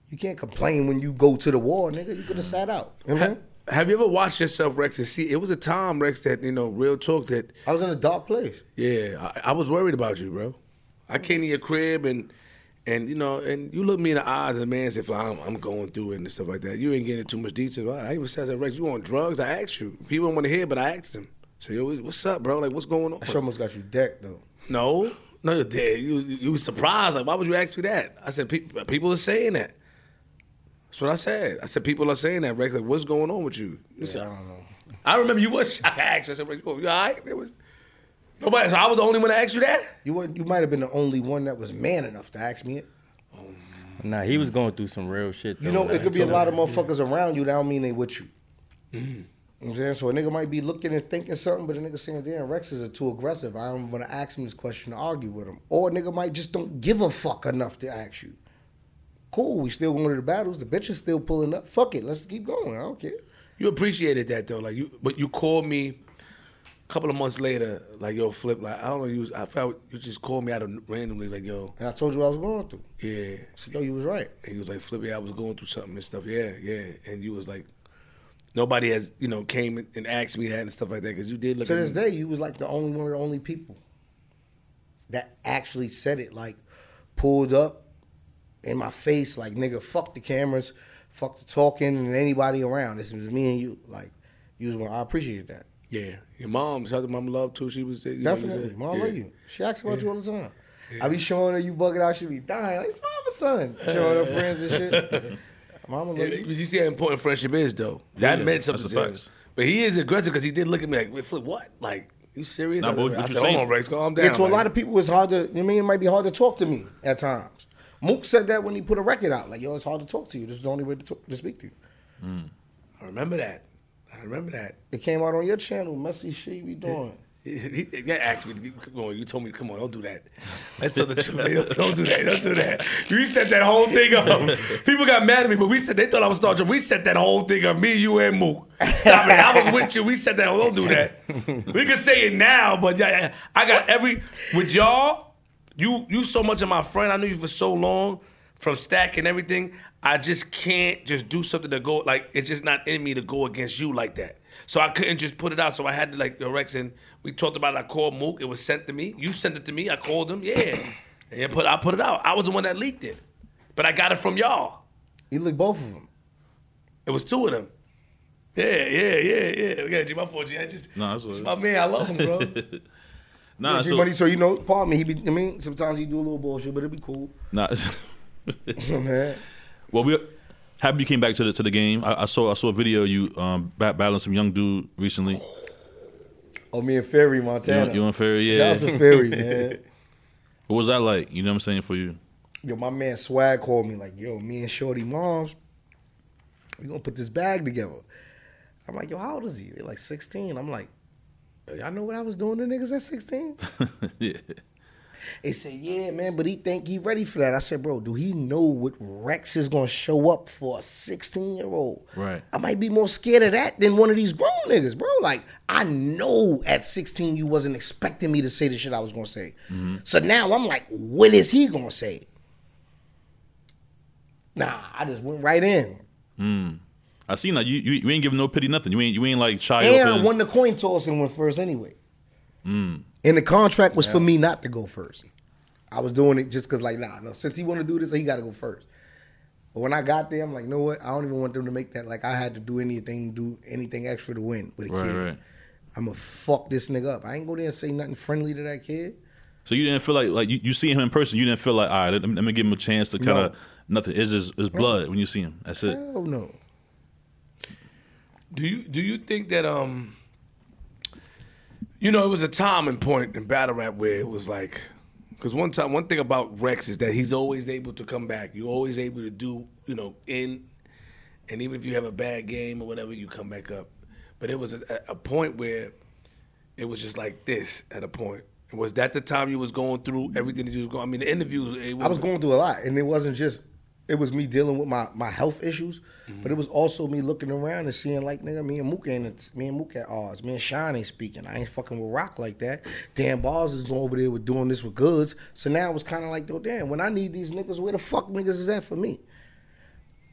C: You can't complain when you go to the war, nigga. You could have sat out. You know what I'm
A: Ha-
C: saying?
A: have you ever watched yourself, Rex, and see? It was a time, Rex, that you know, real talk. That
C: I was in a dark place.
A: yeah, I, I was worried about you, bro. I came to your crib and and you know, and you looked me in the eyes, and man said, "I'm, I'm going through it and stuff like that." You ain't getting too much detail. I, I even said, I said, "Rex, you on drugs?" I asked you. He didn't want to hear, but I asked him. So yo, what's up, bro? Like, what's going on?
C: I sure almost got you decked, though.
A: No, no, you did. You you was surprised. Like, why would you ask me that? I said, "Pe- people are saying that. That's what I said. I said, people are saying that, Rex. Like, what's going on with you? You said, I don't know. I remember you was shocked. I asked you, I said, Rex, you all right? It was, nobody, so I was the only one to ask you that?
C: You were, you might have been the only one that was man enough to ask me it.
E: Nah, he was going through some real shit. Though,
C: Mm. You know,
E: like,
C: it could be a lot of motherfuckers around you that don't mean they with you. You know what I'm saying? So a nigga might be looking and thinking something, but a nigga saying, damn, Rexes are too aggressive. I don't want to ask him this question to argue with him. Or a nigga might just don't give a fuck enough to ask you. Cool, we still going to the battles. The bitch is still pulling up. Fuck it, let's keep going. I don't care.
A: You appreciated that though, like you. But you called me a couple of months later, like yo, flip. Like I don't know, you. was- I felt you just called me out of randomly, like yo,
C: And I told you what I was going through.
A: yeah.
C: So, yo, you was right.
A: And he was like, Flippy, I was going through something and stuff. Yeah, yeah. And you was like, nobody has, you know, came and asked me that and stuff like that because you did look
C: To
A: at
C: this
A: me.
C: day, you was like the only one of the only people that actually said it, like pulled up in my face, like nigga, fuck the cameras, fuck the talking and anybody around. This was me and you. Like, you was one I appreciated that.
A: Yeah. Your mom, shout out to Mom Love too. She was, you know, you
C: Definitely.
A: said-
C: Mom
A: yeah.
C: love you. She asks about you all the time. I be showing her you bugging out, she be dying. Like, it's my son. Showing her friends and shit. Mama love
A: Yeah,
C: you.
A: but you see how important friendship is, though. That
B: Yeah,
A: meant
B: that's
A: something
B: a
A: to him.
B: fact.
A: But he is aggressive because he did look at me like, "Wait, Flip, what? Like, you serious?
B: Nah,
A: I,
B: but what
A: I
B: you
A: said,
B: saying?
A: hold on, Rex, calm down.
C: Yeah, to a
A: like,
C: lot of people, it's hard to. You mean it might be hard to talk to me at times. Mook said that when he put a record out, like, "Yo, it's hard to talk to you. This is the only way to, talk, to speak to you."
A: I remember that. I remember that.
C: It came out on your channel, messy shit you be doing.
A: He, he, he asked me, to keep going. You told me, come on, don't do that. Let's tell the truth. Don't, don't do that. Don't do that. You set that whole thing up. People got mad at me, but we said they thought I was Star Trek. We set that whole thing up. Me, you, and Mook. Stop it. I was with you. We said that. Don't do that. We can say it now, but yeah, yeah, I got every with y'all. You you so much of my friend. I knew you for so long, from Stack and everything. I just can't just do something to go like it's just not in me to go against you like that. So I couldn't just put it out. So I had to like yo, Rex and we talked about. It. I called Mook. It was sent to me. You sent it to me. I called him. Yeah, and I put I put it out. I was the one that leaked it. but I got it from y'all.
C: He licked both of them.
A: It was two of them. Yeah, yeah, yeah, yeah. We got G. My fault, G. I just,
B: Nah, that's what-
A: it's my man. I love him, bro.
B: Nah,
C: G
B: so,
C: money, so you know, pardon me. He be, I mean, sometimes he do a little bullshit, but it be cool.
B: nah.
C: Man.
B: well, we happy you came back to the to the game. I, I saw I saw a video of you um bat, battling some young dude recently.
C: Oh, me and Ferry
B: You,
C: Montana.
B: and- you and Ferry, yeah.
C: Shout out to Ferry, man.
B: What was that like? You know what I'm saying for you?
C: Yo, my man Swag called me like, yo, me and Shorty moms, we gonna put this bag together. I'm like, yo, how old is he? They're like 16. I'm like, yo, y'all know what I was doing to niggas at 16?
B: yeah.
C: They said, yeah, man, but he think he ready for that. I said, bro, do he know what Rex is gonna show up for a 16 year old?
B: Right.
C: I might be more scared of that than one of these grown niggas, bro. Like, I know at 16 you wasn't expecting me to say the shit I was gonna say. So now I'm like, what is he gonna say? Nah, I just went right in.
B: I seen that you, you you ain't giving no pity nothing. You ain't you ain't like shy
C: and
B: off
C: I
B: and-
C: won the coin toss and went first anyway.
B: Mm.
C: And the contract was for me not to go first. I was doing it just because, like, nah, no, since he want to do this, he got to go first. But when I got there, I'm like, you know what? I don't even want them to make that. Like, I had to do anything, do anything extra to win with a
B: Right,
C: kid.
B: right.
C: I'm going to fuck this nigga up. I ain't go there and say nothing friendly to that kid.
B: So you didn't feel like like you, you see him in person. You didn't feel like all right. Let me, let me give him a chance to kind of nothing. It's just it's blood when you see him. That's it.
C: Hell no.
A: Do you do you think that um you know it was a time and point in battle rap where it was like because one time one thing about Rex is that he's always able to come back. You're always able to do you know in and even if you have a bad game or whatever, you come back up. But it was a, a point where it was just like this at a point. Was that the time you was going through everything that you was going? I mean, the interviews. It
C: I was going through a lot, and it wasn't just it was me dealing with my my health issues, but it was also me looking around and seeing like nigga, me and Mook ain't at- me and Mook at odds. Me and Sean ain't speaking. I ain't fucking with Rock like that. Dan Balls is going over there with doing this with goods. So now it was kind of like, though, damn, when I need these niggas, where the fuck niggas is at for me?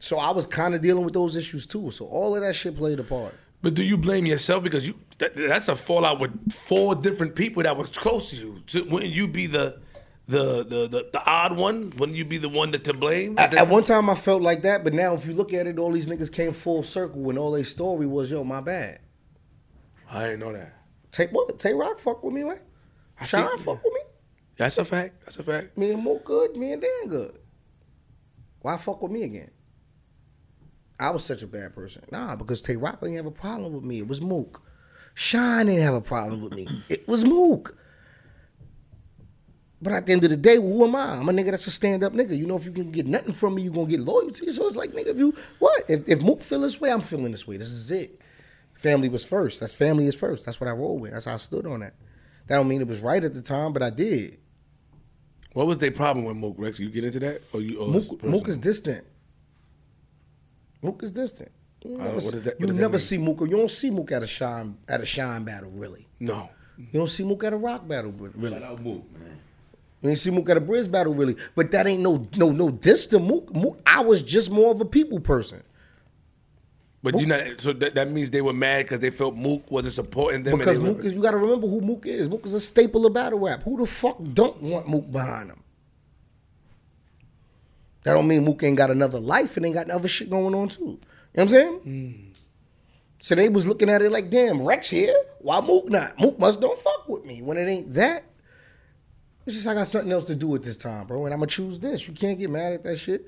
C: So I was kind of dealing with those issues too. So all of that shit played a part.
A: But do you blame yourself because you that, that's a fallout with four different people that were close to you? So wouldn't you be the the the the, the odd one? Wouldn't you be the one that to blame?
C: At, at one time, I felt like that, but now if you look at it, all these niggas came full circle, and all their story was, yo, my bad.
A: I didn't know that.
C: Tay what? Tay Rock fuck with me, right?
A: I see-
C: Sean fuck with me.
A: That's a fact. That's a fact.
C: Me and Mo good, me and Dan good. Why fuck with me again? I was such a bad person. Nah, because Tay Rock didn't have a problem with me. It was Mook. Sean didn't have a problem with me. It was Mook. But at the end of the day, who am I? I'm a nigga that's a stand up nigga. You know, if you can get nothing from me, you're gonna get loyalty. So it's like, nigga, if you what? If, if Mook feel this way, I'm feeling this way. This is it. Family was first. That's family is first. That's what I rolled with. That's how I stood on that. That don't mean it was right at the time, but I did.
A: What was their problem with Mook Rex? You get into that or you? Or it's
C: Mook,
A: personal?
C: Mook is distant. Mook is distant. You
A: I
C: never,
A: don't- what
C: see-
A: does that- what
C: you
A: does that
C: never
A: mean?
C: see Mook. You don't see Mook at a shine at a shine battle, really.
A: no.
C: You don't see Mook at a rock battle, re- really.
D: Shout out Mook, man.
C: You ain't see Mook at a bridge battle, really. But that ain't no no no distant Mook. Mook I was just more of a people person
A: But you not so that, that means they were mad because they felt Mook wasn't supporting them.
C: because
A: and they
C: Mook
A: were,
C: is. You got to remember who Mook is. Mook is a staple of battle rap. Who the fuck don't want Mook behind him? That don't mean Mook ain't got another life and ain't got other shit going on too. You know what I'm saying? So they was looking at it like, damn, Rex here. Why Mook not? Mook must don't fuck with me when it ain't that. It's just I got something else to do at this time, bro. And I'ma choose this. You can't get mad at that shit.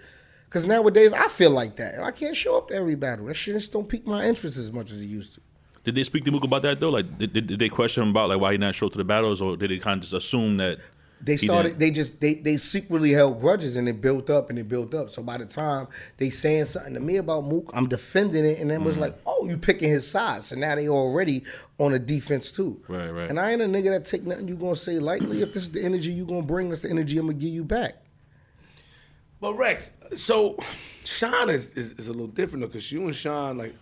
C: Cause nowadays I feel like that. I can't show up to every battle. That shit just don't pique my interest as much as it used to.
B: Did they speak to Mook about that though? Like, did, did, did they question him about like why he not show up to the battles, or did they kind of just assume that
C: They
B: he
C: started.
B: didn't?
C: They just they they secretly held grudges and it built up and it built up. So by the time they saying something to me about Mook, I'm defending it, and then
B: Mm-hmm.
C: was like, "Oh, you picking his side." So now they already on a defense too.
B: Right, right.
C: And I ain't a nigga that take nothing you gonna say lightly. if this is the energy you gonna bring, that's the energy I'm gonna give you back.
A: But Rex, so Sean is, is, is a little different though, because you and Sean, like,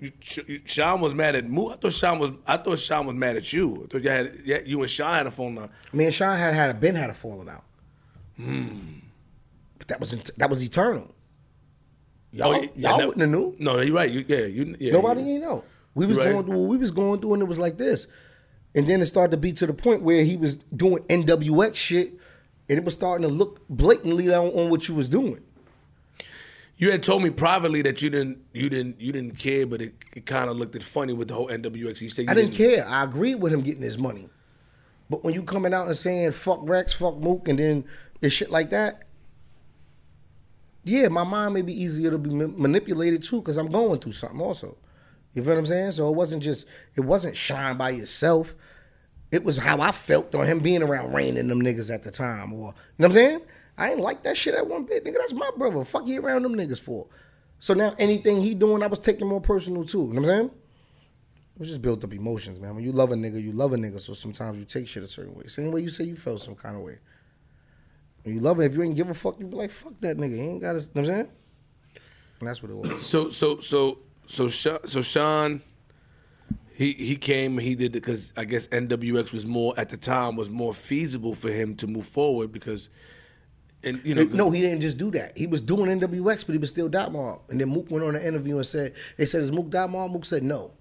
A: you, you, Sean was mad at Mook. I thought Sean was, I thought Sean was mad at you. I thought you had, yeah, you and Sean had a phone line.
C: Me and Sean had had been had a falling out.
B: Hmm.
C: But that was that was eternal. Y'all,
A: Oh, yeah, yeah,
C: y'all
A: no-
C: wouldn't have knew.
A: No, you're right. You, yeah, you, yeah,
C: Nobody
A: you-
C: ain't know. We was
A: Right.
C: going through what we was going through, and it was like this. And then it started to be to the point where he was doing NWX shit, and it was starting to look blatantly on, on what you was doing.
A: you had told me privately that you didn't you didn't you didn't care, but it, it kind of looked funny with the whole NWX. You said you
C: I didn't care. I agreed with him getting his money. But when you coming out and saying fuck Rex, fuck Mook, and then it's shit like that, yeah, my mind may be easier to be ma- manipulated too because I'm going through something also. You feel what I'm saying? So it wasn't just it wasn't shine by yourself. It was how I felt on him being around Rain and them niggas at the time, or you know what I'm saying? I ain't like that shit at one bit, nigga. That's my brother. Fuck you around them niggas for. So now anything he doing, I was taking more personal too. You know what I'm saying? It was just built up emotions, man. When you love a nigga, you love a nigga. So sometimes you take shit a certain way. Same way you say you felt some kind of way. When you love it, if you ain't give a fuck, you be like, fuck that nigga. He ain't got his, you know what I'm saying? And that's what it was.
A: So so so so Sha- so Sean, he he came and he did it because I guess NWX was more at the time was more feasible for him to move forward because, and you know
C: no, he didn't just do that. He was doing NWX, but he was still Dot Mob. And then Mook went on an interview and said, they said, is Mook Dot Mob? Mook said, no.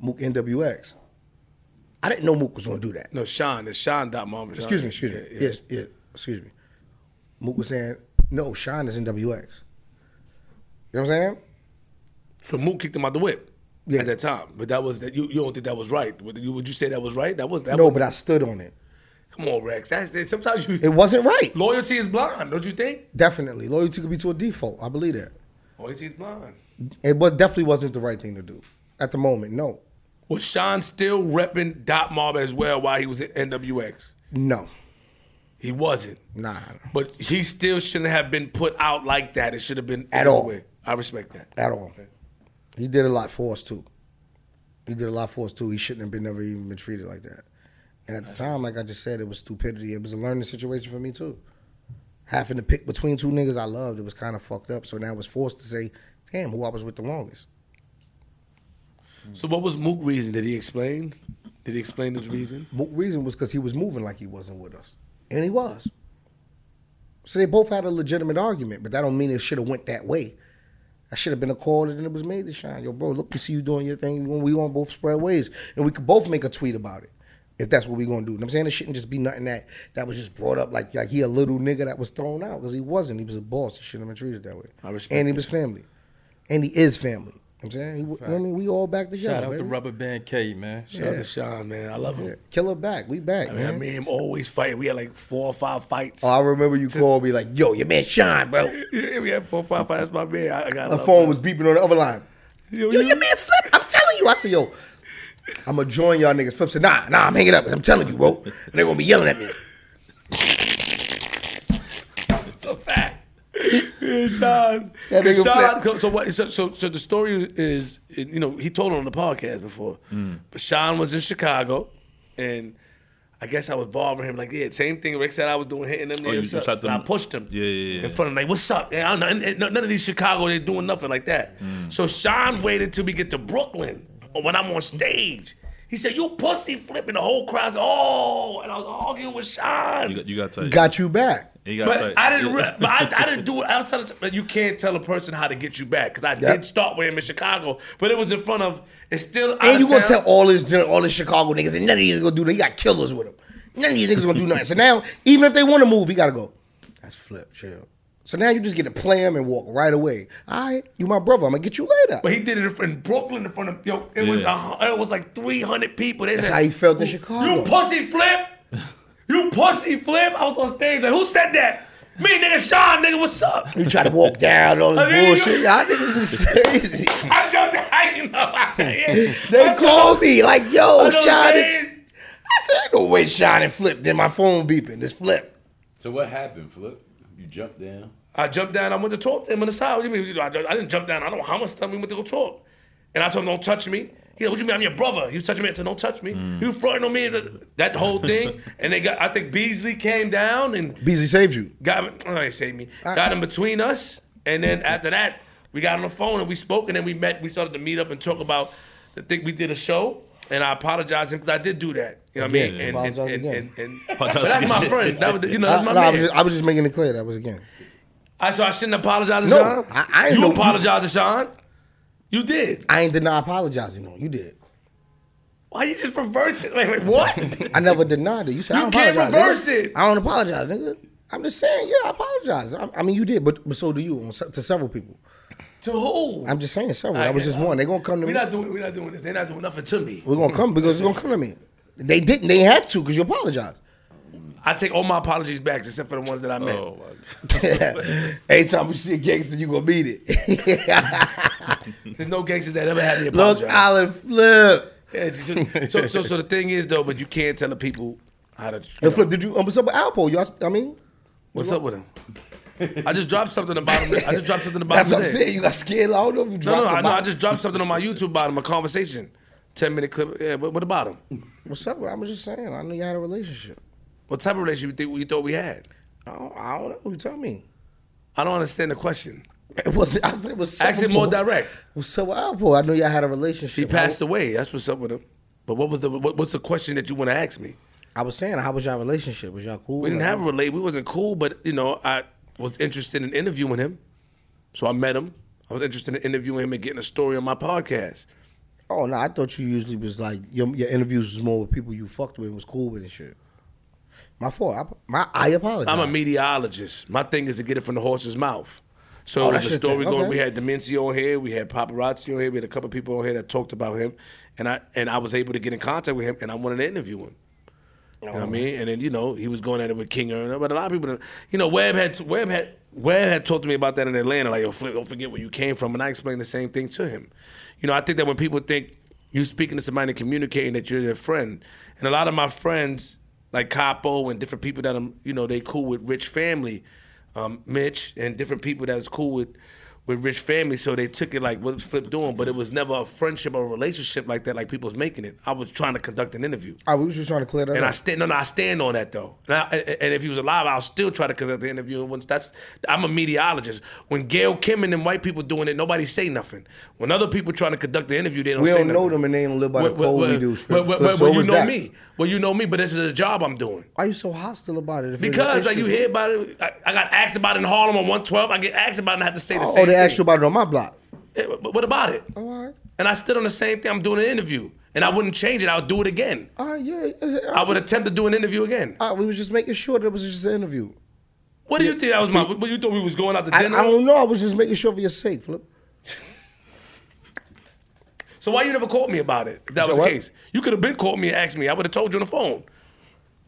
C: Mook NWX. I didn't know Mook was going to do that.
A: no Sean it's Sean dot mom.
C: Excuse me, excuse me. Yes, yes, excuse me. Mook was saying, no, Sean is NWX. You know what I'm saying?
A: So Mook kicked him out the whip.
C: Yeah.
A: At that time, but that was that you, you don't think that was right? Would you, would you say that was right? That was that.
C: No,
A: was-
C: but I stood on it.
A: come on, Rex. That's that, sometimes you
C: It wasn't right.
A: loyalty is blind, don't you think?
C: Definitely. Loyalty could be to a default. I believe that.
A: Loyalty is blind.
C: It was definitely wasn't the right thing to do at the moment. No.
A: Was Sean still repping Dot Mob as well while he was at NWX?
C: No.
A: He wasn't.
C: Nah.
A: But he still shouldn't have been put out like that. It should have been
C: At
A: another
C: all.
A: way. I respect that.
C: At all. He did a lot for us too. He did a lot for us too. He shouldn't have been never even been treated like that. And at the time, like I just said, it was stupidity. It was a learning situation for me too. Having to pick between two niggas I loved, it was kind of fucked up. So now I was forced to say, damn, who I was with the longest.
A: So what was Mook reason? Did he explain? Did he explain his reason?
C: Mo- reason was because he was moving like he wasn't with us, and he was. So they both had a legitimate argument, but that don't mean it should have went that way. That should have been a call, and it was made to shine. Yo, bro, look, we see you doing your thing. When we on both spread ways, and we could both make a tweet about it, if that's what we gonna do. You know what I'm saying it shouldn't just be nothing that that was just brought up like like he a little nigga that was thrown out because he wasn't. He was a boss. He shouldn't have been treated that way.
A: I respect
C: And he
A: that.
C: was family, and he is family. You know what I'm saying, he, you know what I mean, we all back together.
E: Shout out to
C: baby.
E: Rubber Band K, man.
A: Shout out to Sean, man. I love him.
C: Yeah. Killer back, we back.
A: I mean,
C: man.
A: me and him always fight. We had like four or five fights.
C: Oh, I remember you called me like, "Yo, your man Sean, bro."
A: yeah, we had four or five fights. My man, I, I got
C: The phone was beeping on the other line.
A: Yo,
C: Yo,
A: yo.
C: your man Flip. I'm telling you, I said, "Yo, I'm gonna join y'all niggas." Flip said, "Nah, nah, I'm hanging up. I'm telling you, bro." And they gonna be yelling at me.
A: so fat. Yeah, Sean.
C: That nigga
A: Sean
C: flat.
A: so, so what? So, so, so the story is, you know, he told it on the podcast before.
B: Mm.
A: But Sean was in Chicago, and I guess I was bothering him. Like, yeah, same thing. Rick said I was doing hitting them.
B: Oh,
A: yeah,
B: you
A: what's up?
B: slapped
A: And I
B: them.
A: pushed him.
B: Yeah, yeah, yeah.
A: In front of him, like, what's up? Yeah, I don't know. And- and none of these Chicago, they doing nothing like that.
B: Mm.
A: So Sean waited till we get to Brooklyn or when I'm on stage. He said, "You pussy flipping." The whole crowd's oh, and I was arguing with Sean.
B: You got, you got tight.
C: Got you back.
B: He got
A: But
B: tight.
A: I didn't. Re- but I, I didn't do it outside. Of, but you can't tell a person how to get you back because I did start with him in Chicago, but it was in front of. It's still. Out
C: And
A: of
C: you gonna
A: town.
C: tell all this all this Chicago niggas, and none of these gonna do that. You got killers with them. None of these niggas gonna do nothing. So now, even if they want to move, he gotta go. That's Flip. Chill. So now you just get to play him and walk right away. All right, you my brother. I'm gonna get you later.
A: But he did it in front- in Brooklyn in front of yo. It was
B: Yeah.
A: a hun- it was like three hundred people. They
C: That's
A: said,
C: how he felt in
A: "You-
C: Chicago."
A: You pussy flip. You pussy flip. I was on stage like, who said that? Me nigga, Sean nigga, what's up?
C: You try to walk down all
A: I mean,
C: this bullshit.
A: you-
C: Y'all niggas is crazy.
A: I jumped out. You know, I,
C: They called me like, yo,
A: I jumped on
C: Sean. and-
A: stage.
C: I said, ain't no way Sean and Flip. Then my phone beeping. It's Flip.
D: So what happened, Flip? You jumped down.
A: I jumped down. I went to talk to him on the side. What do you mean? I, I didn't jump down. I don't know how much time we went to go talk. And I told him, don't touch me. He said, what you mean? I'm your brother. He was touching me. I said, don't touch me. He was flirting on me. That whole thing. and they got, I think Beasley came down and
C: Beasley saved you.
A: got him, I ain't say me, got him between us. And then after that, we got on the phone and we spoke and then we met, we started to meet up and talk about the thing. We did a show. And I apologized to him because I did do that. You know what I mean?
B: Again,
A: And, and,
C: apologize
A: and,
C: again.
A: and- and- but that's my friend. That was, you know,
C: I,
A: that's my
C: no, I,
A: man.
C: was just, I was just making it clear that was again.
A: I so I shouldn't apologize to
C: No,
A: Sean.
C: I- I ain't
A: you
C: know-
A: apologize to Sean. You did.
C: I ain't deny apologizing no. You did.
A: Why you just reverse it? Wait, wait, what?
C: I never denied it. You said I
A: You
C: don't
A: can't
C: apologize.
A: reverse
C: nigga.
A: it.
C: I don't apologize, nigga. I'm just saying, yeah, I apologize. I, I mean, you did, but, but so do you on se- to several people.
A: To who?
C: I'm just saying several. That was just one. They gonna come to
A: We're
C: me.
A: not doing. We're not doing this. They're not doing nothing to me.
C: We're gonna come because it's gonna come to me. They didn't. They have to because you apologize.
A: I take all my apologies back, except for the ones that I meant.
B: Oh, my God.
C: Anytime you see a gangster, you gonna beat it.
A: There's no gangsters that ever had me apologize.
C: Look, Island flip.
A: Yeah, you just- so, so, so the thing is though, but you can't tell the people how to.
C: And flip, did you? Um, what's up with Alpo? Y'all, I mean,
A: What's up with him? I just dropped something about him. I just dropped something about
C: that's
A: him.
C: what I'm saying. You got scared. I don't know if you
A: No,
C: dropped
A: no,
C: the
A: I, no, I
C: bomb.
A: just dropped something on my YouTube about him, a conversation, ten minute clip. Yeah, what, what about him?
C: What's up? with- I'm just saying. I knew you had a relationship.
A: What type of relationship you think you thought we had?
C: I don't, I don't know. You tell me.
A: I don't understand the question.
C: It was. I said, what's up?
A: Ask it
C: with
A: more
C: Paul?
A: direct.
C: What's up with Alpo? I knew y'all had a relationship.
A: He passed
C: I,
A: away. That's what's up with him. But what was the what, what's the question that you want to ask me?
C: I was saying, how was y'all relationship? Was y'all cool?
A: We didn't
C: Like,
A: have a relate. We wasn't cool, but you know, I was interested in interviewing him, so I met him. I was interested in interviewing him and getting a story on my podcast.
C: Oh no, I thought you usually was like your, your interviews was more with people you fucked with and was cool with and shit. My fault. I, my I apologize.
A: I'm a meteorologist. My thing is to get it from the horse's mouth. So
C: Oh,
A: it was a
C: that's your
A: story
C: thing.
A: going.
C: Okay.
A: We had Demencio on here. We had paparazzi on here. We had a couple people on here that talked about him, and I and I was able to get in contact with him, and I wanted to interview him. You know what I mean? And then you know he was going at it with King Erna, but a lot of people, don't- you know, Webb had Webb had Webb had talked to me about that in Atlanta. Like, yo, Flip, don't forget where you came from, and I explained the same thing to him. You know, I think that when people think you speaking to somebody and communicating that you're their friend, and a lot of my friends like Capo and different people that I'm, you know, they cool with rich family, um, Mitch and different people that was cool with with rich family, so they took it like what Flip doing, but it was never a friendship or a relationship like that, like people's making it. I was trying to conduct an interview.
C: All right, we was just trying to clear that
A: And I
C: up.
A: stand, no, no, I stand on that though. And, I, and- and if he was alive, I'll still try to conduct the interview. And once that's, I'm a meteorologist. When Gail Kim and them white people doing it, nobody say nothing. When other people trying to conduct the interview, they don't.
C: we
A: say
C: don't know
A: nothing.
C: them and they don't live by the
A: Well, well,
C: code we
A: well,
C: do.
A: well, well,
C: Flip,
A: well,
C: so
A: well, you
C: was
A: know
C: that.
A: me. Well, you know me, but this is a job I'm doing.
C: Why you so hostile about it? if it's an
A: Because like you
C: issue?
A: hear about it, I, I got asked about it in Harlem on 112. I get asked about it and I have to say the
C: Oh,
A: same.
C: they
A: thing.
C: asked you about it on my block.
A: Yeah, But what about it?
C: Oh, all right.
A: And I stood on the same thing. I'm doing an interview, and I wouldn't change it. I would do it again.
C: All right, yeah. yeah, yeah.
A: I would attempt to do an interview again.
C: All right, we was just making sure that it was just an interview.
A: What do you think that was my? What you thought we was going out to
C: I, I
A: dinner?
C: don't know. I was just making sure for your sake, Flip.
A: so why you never called me about it? If that
C: So
A: was the
C: what?
A: case, you could have been called me and asked me. I would have told you on the phone.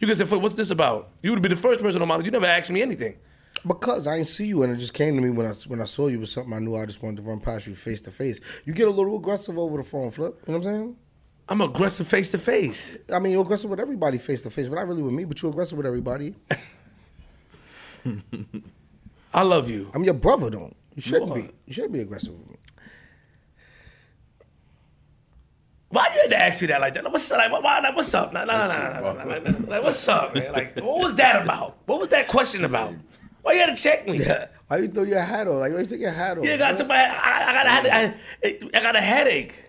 A: You could have said, "Fuck, "What's this about?" You would have been the first person on my. You never asked me anything.
C: Because I didn't see you, and it just came to me when I when I saw you was something I knew I just wanted to run past you face to face. You get a little aggressive over the phone, Flip. You know what I'm saying?
A: I'm aggressive face to face.
C: I mean, you're aggressive with everybody face to face, but not really with me. But you're aggressive with everybody.
A: I love you.
C: I'm your brother, though. You shouldn't
A: are.
C: be. You shouldn't be aggressive with me.
A: Why you had to ask me that like that? Like, What's up? Like, why, like, what's up? Nah, nah, nah, nah, nah, nah, nah, nah, nah. Like, what's up, man? Like, what was that about? What was that question about? Why you had to check me?
C: Why you throw your hat on? Like, why you take your hat off?
A: Yeah, I got to my. I, I got a headache. I, I got a headache.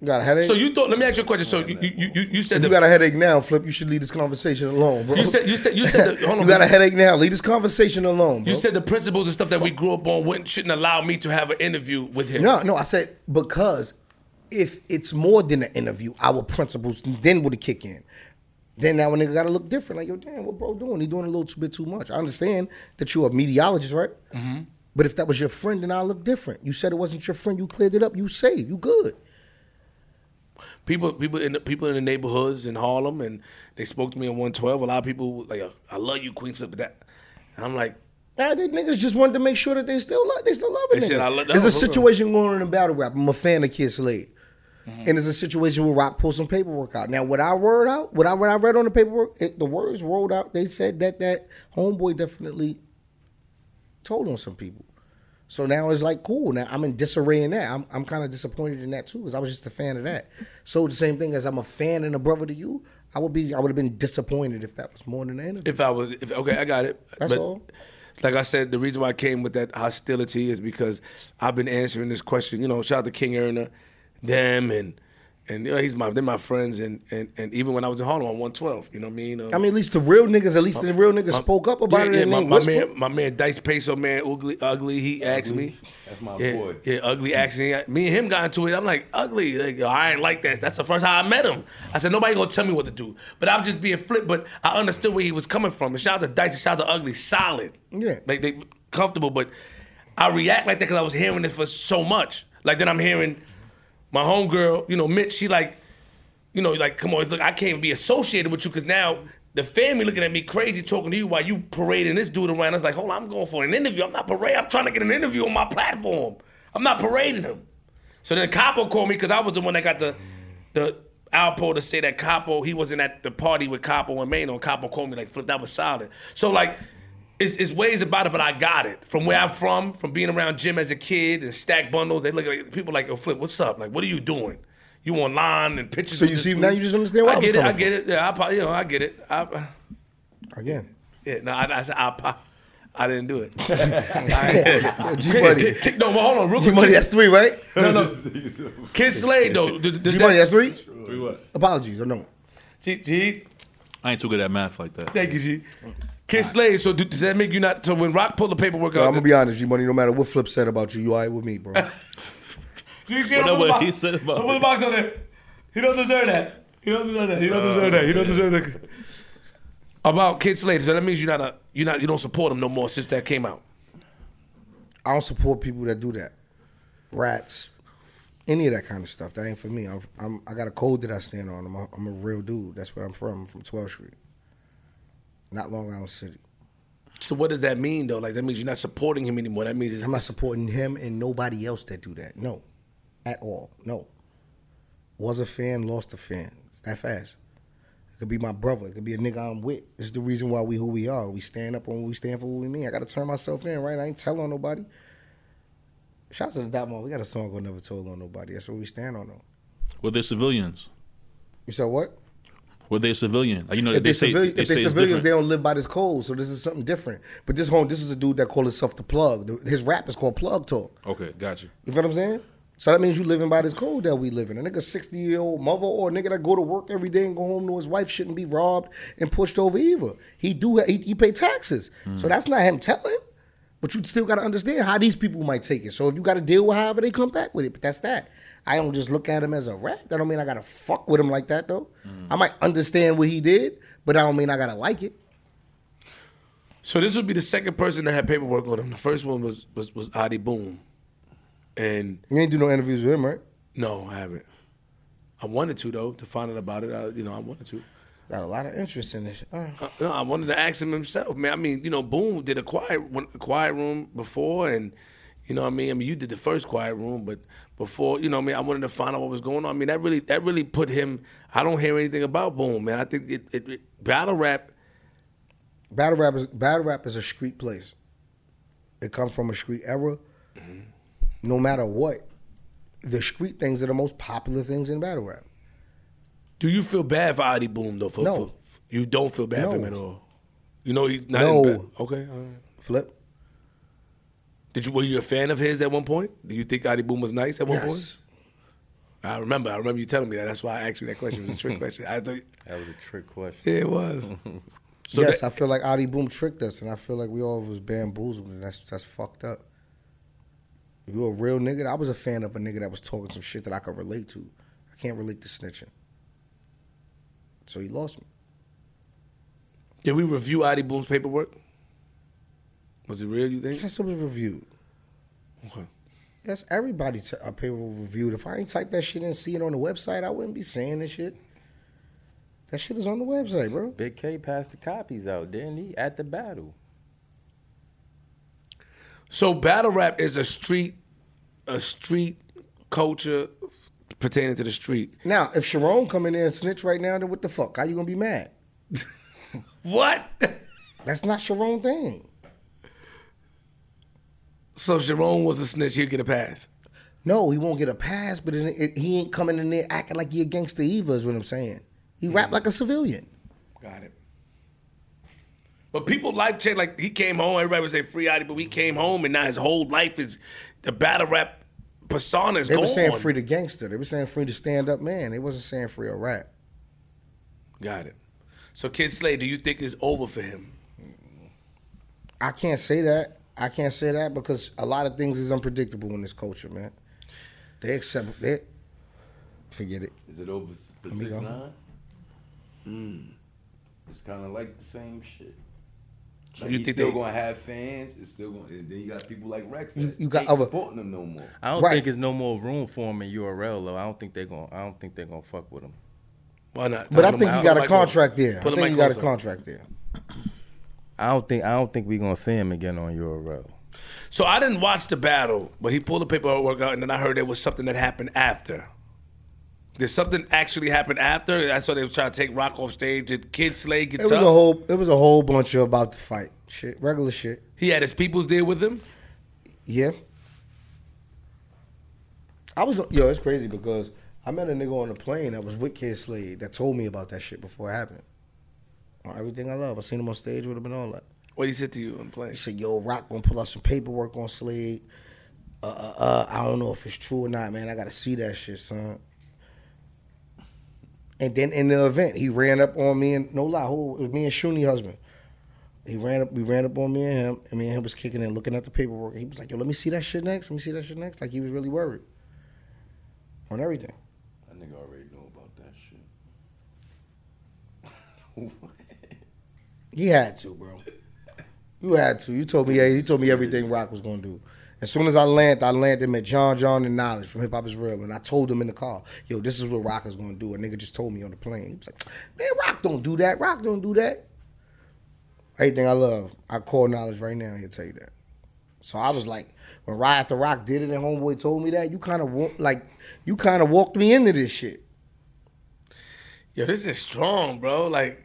C: You got a headache.
A: So you thought? Let me ask you a question. So you you you, you said
C: If you
A: the
C: got a headache now, Flip. You should leave this conversation alone, bro.
A: You said you said you said the, hold on.
C: you got a headache now. Leave this conversation alone, bro.
A: You said the principles and stuff that we grew up on wouldn't shouldn't allow me to have an interview with him.
C: no, no. I said because if it's more than an interview, our principles then would kick in. Then now a nigga gotta look different. Like, yo, damn, what bro doing? He doing a little too, bit too much. I understand that you're a meteorologist, right?
A: Mm-hmm.
C: But if that was your friend, then I look different. You said it wasn't your friend. You cleared it up. You saved. You good.
A: People people in the, people in the neighborhoods in Harlem and they spoke to me in 112. A lot of people were like I love you Queen Flip but that. And I'm like
C: Nah, they niggas just wanted to make sure that they still love, they still love it.
A: They said, I
C: nigga.
A: love-
C: There's
A: no,
C: a
A: hold on.
C: situation going on in battle rap. I'm a fan of Kid Slade,
A: Mm-hmm.
C: and there's a situation where Rock pulled some paperwork out. Now, what I word out, what I what I read on the paperwork, it, the words rolled out. They said that that homeboy definitely told on some people. So now it's like cool. Now I'm in disarray in that. I'm, I'm kind of disappointed in that too, because I was just a fan of that. So the same thing as I'm a fan and a brother to you, I would be I would have been disappointed if that was more than an interview.
A: if I was if okay I got it.
C: That's all.
A: Like I said, the reason why I came with that hostility is because I've been answering this question. You know, shout out to King Erna, them and and you know, he's my they're my friends, and, and and even when I was in Harlem on 112, you know what I mean. Uh,
C: I mean, at least the real niggas, at least the real niggas
A: my-
C: spoke up about
A: yeah,
C: it.
A: Yeah,
C: and
A: my,
C: they
A: my
C: whispered.
A: man, my man, Dice Peso, man, ugly, ugly. He asked me.
D: That's my
A: yeah,
D: boy.
A: Yeah, ugly asked me. Me and him got into it. I'm like, ugly. Like, yo, I ain't like that. That's the first time I met him. I said, nobody gonna tell me what to do. But I'm just being flip. But I understood where he was coming from. And shout out to Dice and shout out to Ugly. Solid.
C: Yeah.
A: Like they comfortable, but I react like that because I was hearing this for so much. Like then I'm hearing my homegirl, you know, Mitch, she like, you know, like, come on, look, I can't be associated with you because now the family looking at me crazy talking to you while you parading this dude around. I was like, hold on, I'm going for an interview. I'm not parading. I'm trying to get an interview on my platform. I'm not parading him. So then Capo called me because I was the one that got the the Alpo to say that Capo he wasn't at the party with Capo and Mano. And Capo called me like, "Flip, that was solid." So like, it's, it's ways about it, but I got it from where I'm from, from being around Jim as a kid and stack bundles. They look at people like, "Yo, Flip, what's up? Like, what are you doing?" You online and pictures.
C: So
A: with
C: you
A: this
C: see,
A: dude.
C: now you just understand where I
A: I
C: was
A: get it. I
C: coming
A: get it. Yeah, I probably, you know, I get it. I,
C: Again.
A: yeah, no, I, I, said, I, po- I didn't do it.
C: G-Money.
A: Kick, kick, no, but hold on, real quick.
C: G-Money, that's three, right?
A: no, no. Kid Slade though. Does, does
C: G-Money, that's
A: that,
C: three?
B: Three what?
C: Apologies or no?
A: G, G,
B: I ain't too good at math like that.
A: Thank you, G. Kid Slade. So do, does that make you not? So when Rock pulled the paperwork
C: Yo,
A: out,
C: I'm gonna be honest, G Money. No matter what Flip said about you, you alright with me, bro.
A: G, G,
B: Whatever
A: don't put the
B: he
A: box-
B: said about
A: don't put the
B: it.
A: box on there. He don't deserve that. He don't deserve that. He don't deserve that. He don't deserve that. About Kid Slade. So that means you're not a you not you don't support him no more since that came out.
C: I don't support people that do that. Rats, any of that kind of stuff. That ain't for me. I'm, I'm I got a code that I stand on. I'm a, I'm a real dude. That's where I'm from. I'm from 12th Street, not Long Island City.
A: So what does that mean though? Like that means you're not supporting him anymore. That means it's
C: I'm not supporting him and nobody else that do that. No, at all. No. Was a fan, lost a fan. It's that fast. It could be my brother. It could be a nigga I'm with. It's the reason why we who we are. We stand up on what we stand for. What we mean. I got to turn myself in, right? I ain't tell on nobody. Shout out to the Dot Mall. We got a song called Never Told on Nobody. That's what we stand on. Though.
B: Were they civilians?
C: You said what?
B: Were they civilian? Like, you know,
C: if
B: they
C: they,
B: say
C: civili-
B: they
C: if
B: say
C: they
B: it's
C: civilians, they
B: different.
C: don't live by this code. So this is something different. But this home, this is a dude that called himself the plug. The- His rap is called Plug Talk.
B: Okay, got you.
C: You feel what I'm saying? So that means you living by this code that we live in. A nigga, 60 year old mother or a nigga that go to work every day and go home to his wife shouldn't be robbed and pushed over either. He do he, he pay taxes, so that's not him telling. But you still gotta understand how these people might take it. So if you gotta deal with however they come back with it, but that's that. I don't just look at him as a rat. That don't mean I gotta fuck with him like that though. I might understand what he did, but I don't mean I gotta like it.
A: So this would be the second person that had paperwork on him. The first one was was was Adi Boom, and
C: You ain't do no interviews with him, right?
A: no, I haven't. I wanted to though to find out about it. I, you know, I wanted to.
C: Got a lot of interest in this. Uh,
A: Uh, no, I wanted to ask him himself, man. I mean, you know, Boom did a quiet one- a quiet room before, and you know, what I mean, I mean, you did the first quiet room, but before, you know, what I mean, I wanted to find out what was going on. I mean, that really that really put him. I don't hear anything about Boom, man. I think it, it, it battle rap.
C: battle rap is battle rap is a street place. It comes from a street era.
A: Mm-hmm.
C: No matter what, the street things are the most popular things in battle rap.
A: Do you feel bad for Adi Boom though? For,
C: No.
A: for- you don't feel bad for him
C: No.
A: at all. You know he's not. in
C: No.
A: ba- okay. All right.
C: Flip.
A: Did you were you a fan of his at one point? Do you think Adi Boom was nice at one
C: Yes.
A: point? I remember. I remember you telling me that. That's why I asked you that question. It was a trick question. I thought
D: That was a trick question.
A: yeah, it was. So
C: yes,
A: that-
C: I feel like Adi Boom tricked us, and I feel like we all was bamboozled, and that's that's fucked up. If you a real nigga, I was a fan of a nigga that was talking some shit that I could relate to. I can't relate to snitching. So he lost me.
A: Did we review Adi Boom's paperwork? Was it real? You think?
C: Yes, it was reviewed.
A: Okay.
C: Yes, everybody t- a payroll reviewed. If I ain't type that shit and see it on the website, I wouldn't be saying this shit. That shit is on the website, bro.
E: Big K passed the copies out, didn't he? At the battle.
A: So battle rap is a street, a street culture pertaining to the street.
C: Now, if Sharon come in there and snitch right now, then what the fuck? How you gonna be mad?
A: What?
C: That's not Sharon thing.
A: so if Sharon was a snitch. He'd get a pass.
C: No, he won't get a pass, but it, it, he ain't coming in there acting like he a gangster either. Is what I'm saying. He rap like a civilian.
A: Got it. But people life change. Like he came home, everybody would say free Adi, but we came home, and now his whole life is the battle rap persona is
C: They
A: gone.
C: were saying free the gangster. They were saying free the stand up man. They wasn't saying free a rap.
A: Got it. So Kid Slade, do you think it's over for him?
C: I can't say that. I can't say that because a lot of things is unpredictable in this culture, man. They accept they forget it.
D: Is it over s- for
C: Let me
D: six
C: go.
D: nine? Mm. It's kind of like the same shit.
A: So
D: Like
A: you
D: he's
A: think
D: still
A: they-
D: gonna have fans? It's still gonna. And then you got people like Rex.
C: You-
D: That
C: you got
D: ain't
C: other-
D: supporting them no more.
E: I don't
C: Right.
E: think there's no more room for him in URL though. I don't think they're gonna. I don't think they're gonna fuck with him.
A: Why not?
C: But I
A: Pull
C: think
A: the
C: he
A: mic- pull
C: got a
A: the mic
C: contract
A: closer.
C: there. I
A: Pull the
C: think
A: mic
C: he got a
A: closer.
C: contract there.
E: I don't think. I don't think we're gonna see him again on URL.
A: So I didn't watch the battle, but he pulled the paperwork out, and then I heard there was something that happened after. Did something actually happen after? I saw they were trying to take Rock off stage. Did Kid Slade get
C: It was a
A: tough?
C: whole it was a whole bunch of about the fight. Shit. Regular shit.
A: he had his peoples there with him.
C: Yeah. I was yo, it's crazy because I met a nigga on the plane that was with Kid Slade that told me about that shit before it happened. On everything I love. I seen him on stage with him and all that.
A: What he said to you and play?
C: He said, "Yo, Rock gonna pull up some paperwork on Slade. Uh, uh, uh, I don't know if it's true or not, man. I gotta see that shit, son." And then in the event, he ran up on me and no lie, who it was me and Shuni husband. He ran up, we ran up on me and him, and me and him was kicking and looking at the paperwork. He was like, "Yo, let me see that shit next. Let me see that shit next." Like he was really worried on everything.
D: That nigga already know about that shit.
C: You had to, bro. You had to. You told me. Yeah, he told me everything Rock was gonna do. As soon as I landed, I landed at John John and Knowledge from Hip Hop Is Real, and I told him in the car, "Yo, this is what Rock is gonna do." A nigga just told me on the plane. He was like, "Man, Rock don't do that. Rock don't do that." Everything I love, I call Knowledge right now. He'll tell you that. So I was like, when Ride After Rock did it, and Homeboy told me that, you kind of wa- like, you kind of walked me into this shit.
A: Yo, this is strong, bro. Like,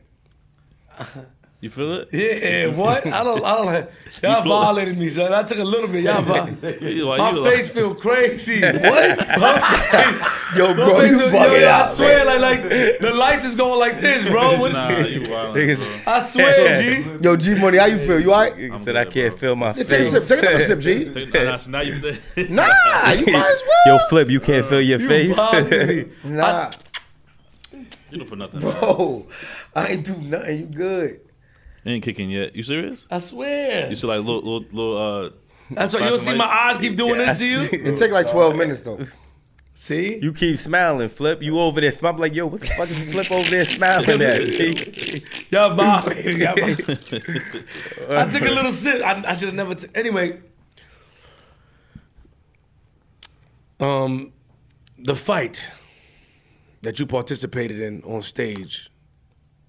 B: You feel it?
A: yeah, what? I don't, I don't. Y'all
B: float.
A: violated me, son. I took a little bit. Y'all violated.
B: You like-
A: My
B: you like-
A: face feel crazy. What?
C: Yo, bro, you bugging
A: yo, I
C: out,
A: swear, like, like the lights is going like this, bro. What-
B: Nah, you wild. bro.
A: I swear, G.
C: Yo, G Money, how you feel? You all right?
E: He
B: I'm
E: said, "I
B: good,
E: can't
B: bro.
E: feel my
C: Yeah, take a
E: face."
C: sip. Take another sip, G.
B: Take- nah, nah, so now you. Nah,
C: Nah, you might as
E: Yo,
C: well.
E: flip. You can't feel your
A: You
E: face.
A: bothered me.
C: nah,
B: you don't for nothing.
C: bro, I ain't do nothing. You good?
B: It ain't kicking yet. You serious?
A: I swear.
B: You see like little little little. Uh,
A: That's why you don't see my eyes keep doing this to you.
C: It take like twelve minutes though.
A: See?
E: You keep smiling, Flip. You over there. I'm like, yo, what the fuck is Flip over there smiling at?
A: Y'all violated. Y'all violated. I took a little sip. I, I should have never. T- anyway, um, the fight that you participated in on stage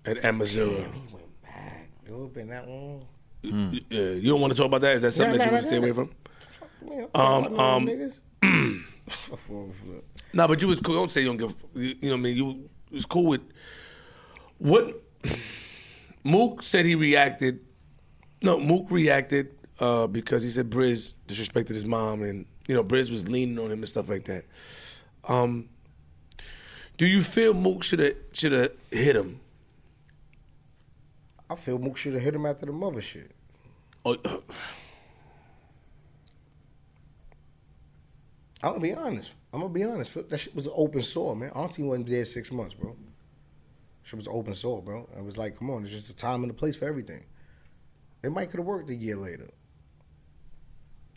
A: at Amazura.
C: went back. Yo, been that long.
A: Y- yeah, you don't want to talk about that. Is that something
C: Nah,
A: that you
C: nah,
A: want to stay
C: nah,
A: away
C: nah.
A: from?
C: Man,
A: Um,
C: fuck
A: um,
C: niggas. Fuck all flip.
A: No, but you was cool. Don't say you don't give. a f- You, you know what I mean? You was cool with what Mook said. He reacted. No, Mook reacted uh, because he said Briz disrespected his mom, and you know Briz was leaning on him and stuff like that. Um, do you feel Mook should have should have hit him?
C: I feel Mook should have hit him after the mother shit.
A: Or,
C: I'm gonna be honest. I'm gonna be honest. Flip, that shit was an open sore, man. Auntie wasn't dead six months, bro. She was an open sore, bro. I was like, come on, it's just a time and a place for everything. It might could have worked a year later.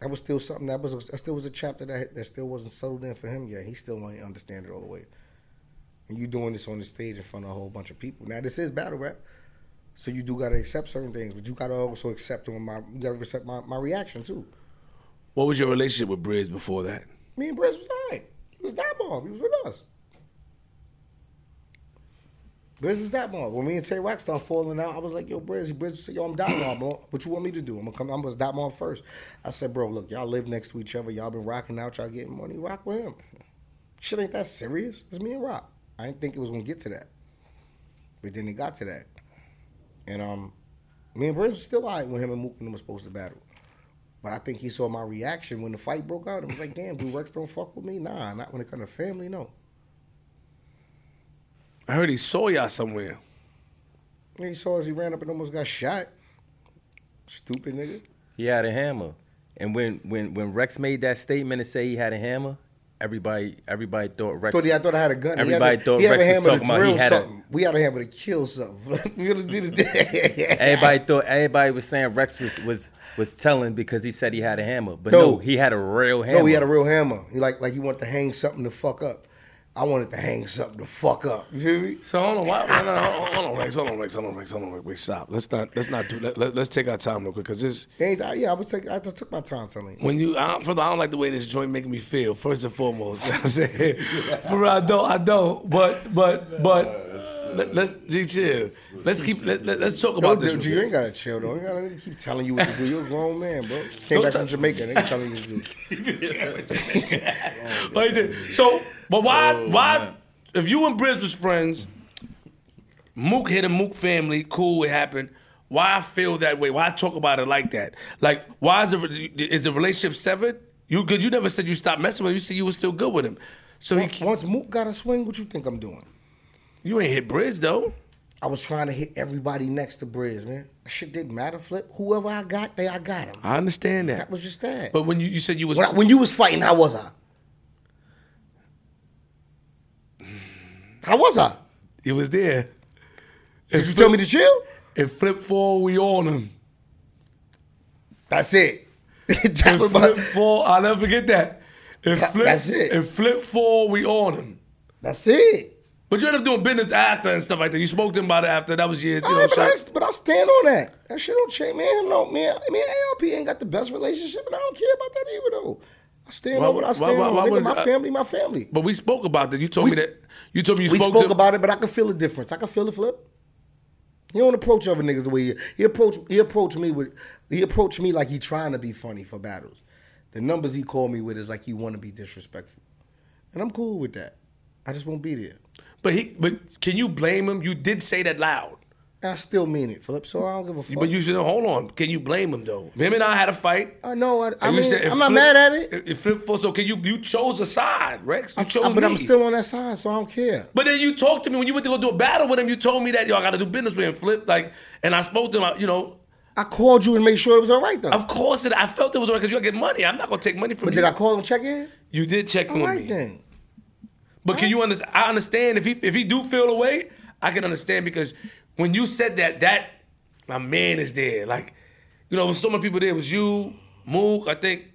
C: That was still something that was that still was a chapter that that still wasn't settled in for him yet. He still won't understand it all the way. And you doing this on the stage in front of a whole bunch of people. Now this is battle rap. So you do gotta accept certain things, but you gotta also accept when my you gotta accept my, my reaction too.
A: what was your relationship with Briz before that?
C: Me and Briz was all right. He was that mob. He was with us. Briz is that mob. When me and Tay Rock started falling out, I was like, yo, Briz, Briz said, yo, I'm that mob, bro. What you want me to do? I'm gonna come, I'm gonna that mob first. I said, bro, look, y'all live next to each other. Y'all been rocking out. Y'all getting money. Rock with him. Shit ain't that serious. It's me and Rock. I didn't think it was gonna get to that. But then it got to that. And um, me and Briz was still all right when him and Mook and them was supposed to battle. But I think he saw my reaction when the fight broke out and was like, damn, do Rex don't fuck with me? Nah, not when it comes to family, no.
A: I heard he saw y'all somewhere.
C: And he saw as he ran up and almost got shot. Stupid nigga.
E: He had a hammer. And when, when, when Rex made that statement and said he had a hammer, everybody everybody thought Rex.
C: Thought he, I thought I had a gun. He had
E: Everybody
C: a-
E: thought
C: he had a
E: Rex was
C: hammer to
E: talking about he
C: drill
E: had a-
C: something. We had a hammer to kill something. We really did it.
E: Everybody thought everybody was saying Rex was was was telling because he said he had a hammer, but
C: No.
E: no, he had a real hammer.
C: No, he had a real hammer. He like like you want to hang something to fuck up. I wanted to hang something to fuck up. You feel me?
A: So hold on, why, no, no, no, hold on, hold on, Rex, hold on, Rex, hold on, Rex, hold on, Rex, wait, stop. Let's not, let's not do. Let, let, let's take our time real quick, cause this
C: And I, yeah, I was taking, I just took my time telling you.
A: when you, I don't, first of all, I don't like the way this joint making me feel. First and foremost, I'm saying, for real, I don't, I don't, but, but, but, let, let's G chill. Let's keep, let, let, let's talk
C: No,
A: about this.
C: dude,
A: real
C: you ain't
A: quick.
C: gotta chill though. You gotta nigga keep telling you what to do. You're a grown man, bro. Came back from Jamaica. They telling you what to do.
A: Like I Oh, said, so, but why, why, if you and Briz was friends, Mook hit a Mook family, cool, it happened. Why I feel that way? Why I talk about it like that? Like, why is the is the relationship severed? You because you never said you stopped messing with him. You said you were still good with him. So
C: Once,
A: he,
C: once Mook got a swing, what you think I'm doing?
A: you ain't hit Briz though.
C: I was trying to hit everybody next to Briz, man. Shit didn't matter. Flip, whoever I got, they I got him.
A: I understand that.
C: That was just that.
A: But when you, you said you was
C: when, I- when you was fighting, how was I? How was I?
A: you was there.
C: Did you tell me to chill?
A: If flip four, we on him.
C: That's it. Tell
A: If
C: about-
A: flip four, I'll never forget that. If
C: That-
A: flip,
C: that's it.
A: If flip four, we on him.
C: That's it.
A: But you end up doing business after and stuff like that. You spoke to him about it after. That was years. You know
C: Alright,
A: what
C: but,
A: I'm
C: I,
A: saying?
C: but I stand on that. That shit don't change. Man, him no, man, I mean, ALP ain't got the best relationship, and I don't care about that either, though. I stand
A: Why
C: on
A: would-
C: what I
A: why-
C: stand
A: why-
C: on.
A: why
C: Nigga,
A: would-
C: my
A: I-
C: family, my family.
A: But we spoke about that. You told
C: We-
A: me that. You told me you
C: we
A: spoke,
C: spoke
A: to,
C: about it, but I can feel the difference. I can feel the flip. He don't approach other niggas the way he, he approach. He approached me with he approached me like he trying to be funny for battles. The numbers he called me with is like you want to be disrespectful, and I'm cool with that. I just won't be there,
A: But he. But can you blame him? You did say that loud.
C: and I still mean it, Philip. So I don't give a fuck.
A: But you should hold on. Can you blame him though? Him and I had a fight.
C: I know. I, I
A: And you
C: mean,
A: said if
C: I'm not
A: Flip-
C: mad at it,
A: If flip four, so can you? You chose a side, Rex. You chose
C: but
A: me.
C: I'm still on that side, so I don't care.
A: But then you talked to me when you went to go do a battle with him. You told me that yo, I got to do business with him. Flip like, and I spoke to him. I- You know,
C: I called you and made sure it was all right, though.
A: of course, it, I felt it was alright because you gotta get money. I'm not gonna take money from
C: but
A: you.
C: did I call and check in?
A: you did check
C: All
A: in
C: right
A: with me.
C: then.
A: But can you understand? I understand if he if he do feel away, I can understand because when you said that, that my man is there. Like, you know, with so many people there. It was you, Mook. I think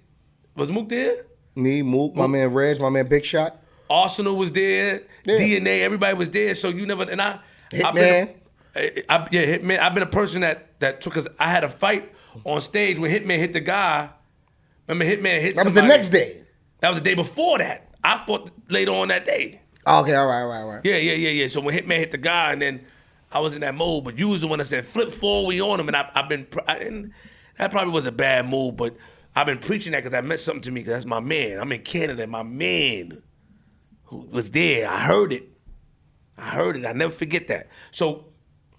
A: was Mook there.
C: Me, Mook, my man Reg, my man Big Shot,
A: Arsenal was there.
C: Yeah.
A: DNA. Everybody was there. So you never and I. I've been
C: Hitman.
A: a- I, I, yeah, Hitman. I've been a person that that took us. I had a fight on stage when Hitman hit the guy. Remember, Hitman hit.
C: That was the
A: somebody.
C: next day.
A: That was the day before that. I fought later on that day.
C: Oh, okay, all right, all right, all right.
A: Yeah, yeah, yeah, yeah. So when Hitman hit the guy, and then I was in that mode, but you was the one that said flip forward we on him, and I, I've been pr- I, and that probably was a bad move, but I've been preaching that because that meant something to me because that's my man. I'm in Canada, my man who was there. I heard it, I heard it. I never forget that. So.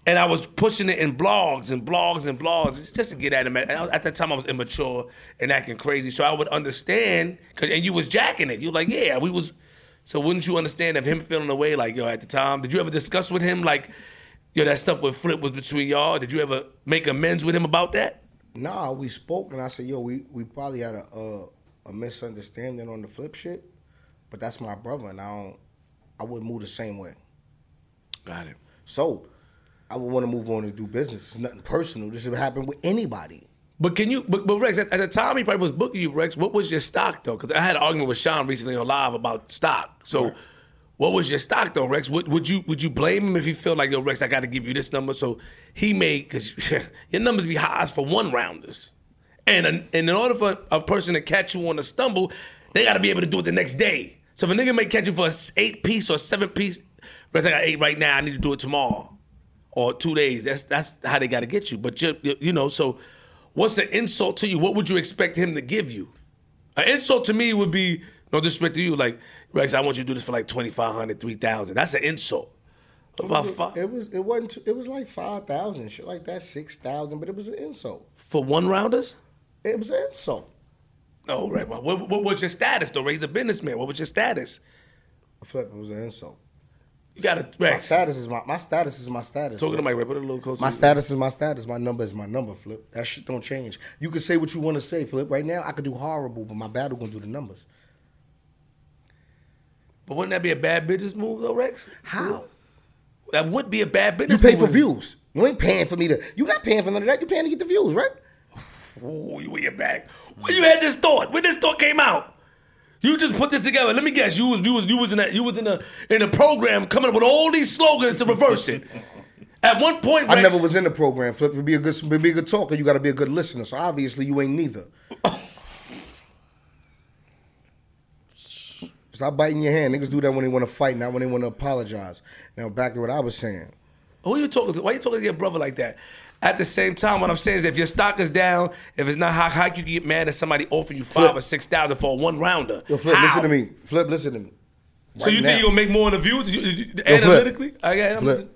A: And I was pushing it in blogs and blogs and blogs just to get at him. At at that time, I was immature and acting crazy, so I would understand. 'cause- and you was jacking it. You like, yeah, we was so wouldn't you understand if him feeling away like yo at the time? Did you ever discuss with him like yo that stuff with Flip was between y'all? Did you ever make amends with him about that?
C: Nah, we spoke and I said, yo, we, we probably had a, uh a misunderstanding on the flip shit, but that's my brother and I don't, I wouldn't move the same way.
A: Got it.
C: So I would want to move on and do business. It's nothing personal. This would happen with anybody.
A: But can you? But, but Rex, at, at the time he probably was booking you. Rex, what was your stock though? Because I had an argument with Sean recently on live about stock. So, what was your stock though, Rex? Would, would you would you blame him if he felt like yo, Rex, I got to give you this number? So he made because your numbers be highs for one rounders, and and in order for a person to catch you on a stumble, they got to be able to do it the next day. So if a nigga may catch you for a s- eight piece or seven piece, Rex, I got eight right now. I need to do it tomorrow or two days. That's that's how they got to get you. But you you know, so what's the insult to you? What would you expect him to give you? An insult to me would be no disrespect to you, like Rex. I want you to do this for like 2500 3000 That's an insult. What About five,
C: It was it wasn't too- it was like five thousand shit like that six thousand but it was an insult
A: for one rounders.
C: it was an insult
A: No, right. Well, what, what was your status though? He's a businessman. What was your status?
C: flip it was an insult
A: You got to
C: my
A: Rex.
C: status is my my status is my status
A: Talking to
C: Flip.
A: Mike, right? Put a little closer.
C: my status is my status my number is my number flip that shit don't change you can say what you want to say flip right now I could do horrible but my battle gonna do the numbers
A: But wouldn't that be a bad business move though, Rex?
C: How?
A: That would be a bad
C: You
A: business.
C: pay for
A: move.
C: views. You ain't paying for me to. You not paying for none of that. You paying to get the views, right?
A: Ooh, you your back. When you had this thought, when this thought came out, you just put this together. Let me guess, you was you was you was in that you was in a in a program coming up with all these slogans to reverse it. At one point, Rex,
C: I never was in the program. Flip, to be a good, to be a good talker, you got to be a good listener. So obviously, you ain't neither. Stop biting your hand. Niggas do that when they want to fight, not when they want to apologize. Now back to what I was saying.
A: Who you talking to? Why you talking to your brother like that? At the same time, what I'm saying is, if your stock is down, if it's not high, how can you get mad at somebody offering you five
C: Flip.
A: or six thousand for a one rounder?
C: Yo, Flip,
A: How?
C: listen to me. Flip, listen to me.
A: So
C: Right
A: you
C: now.
A: think you gonna make more in the view you- you-
C: Flip.
A: analytically? I got. I'm
C: Flip.
A: listening.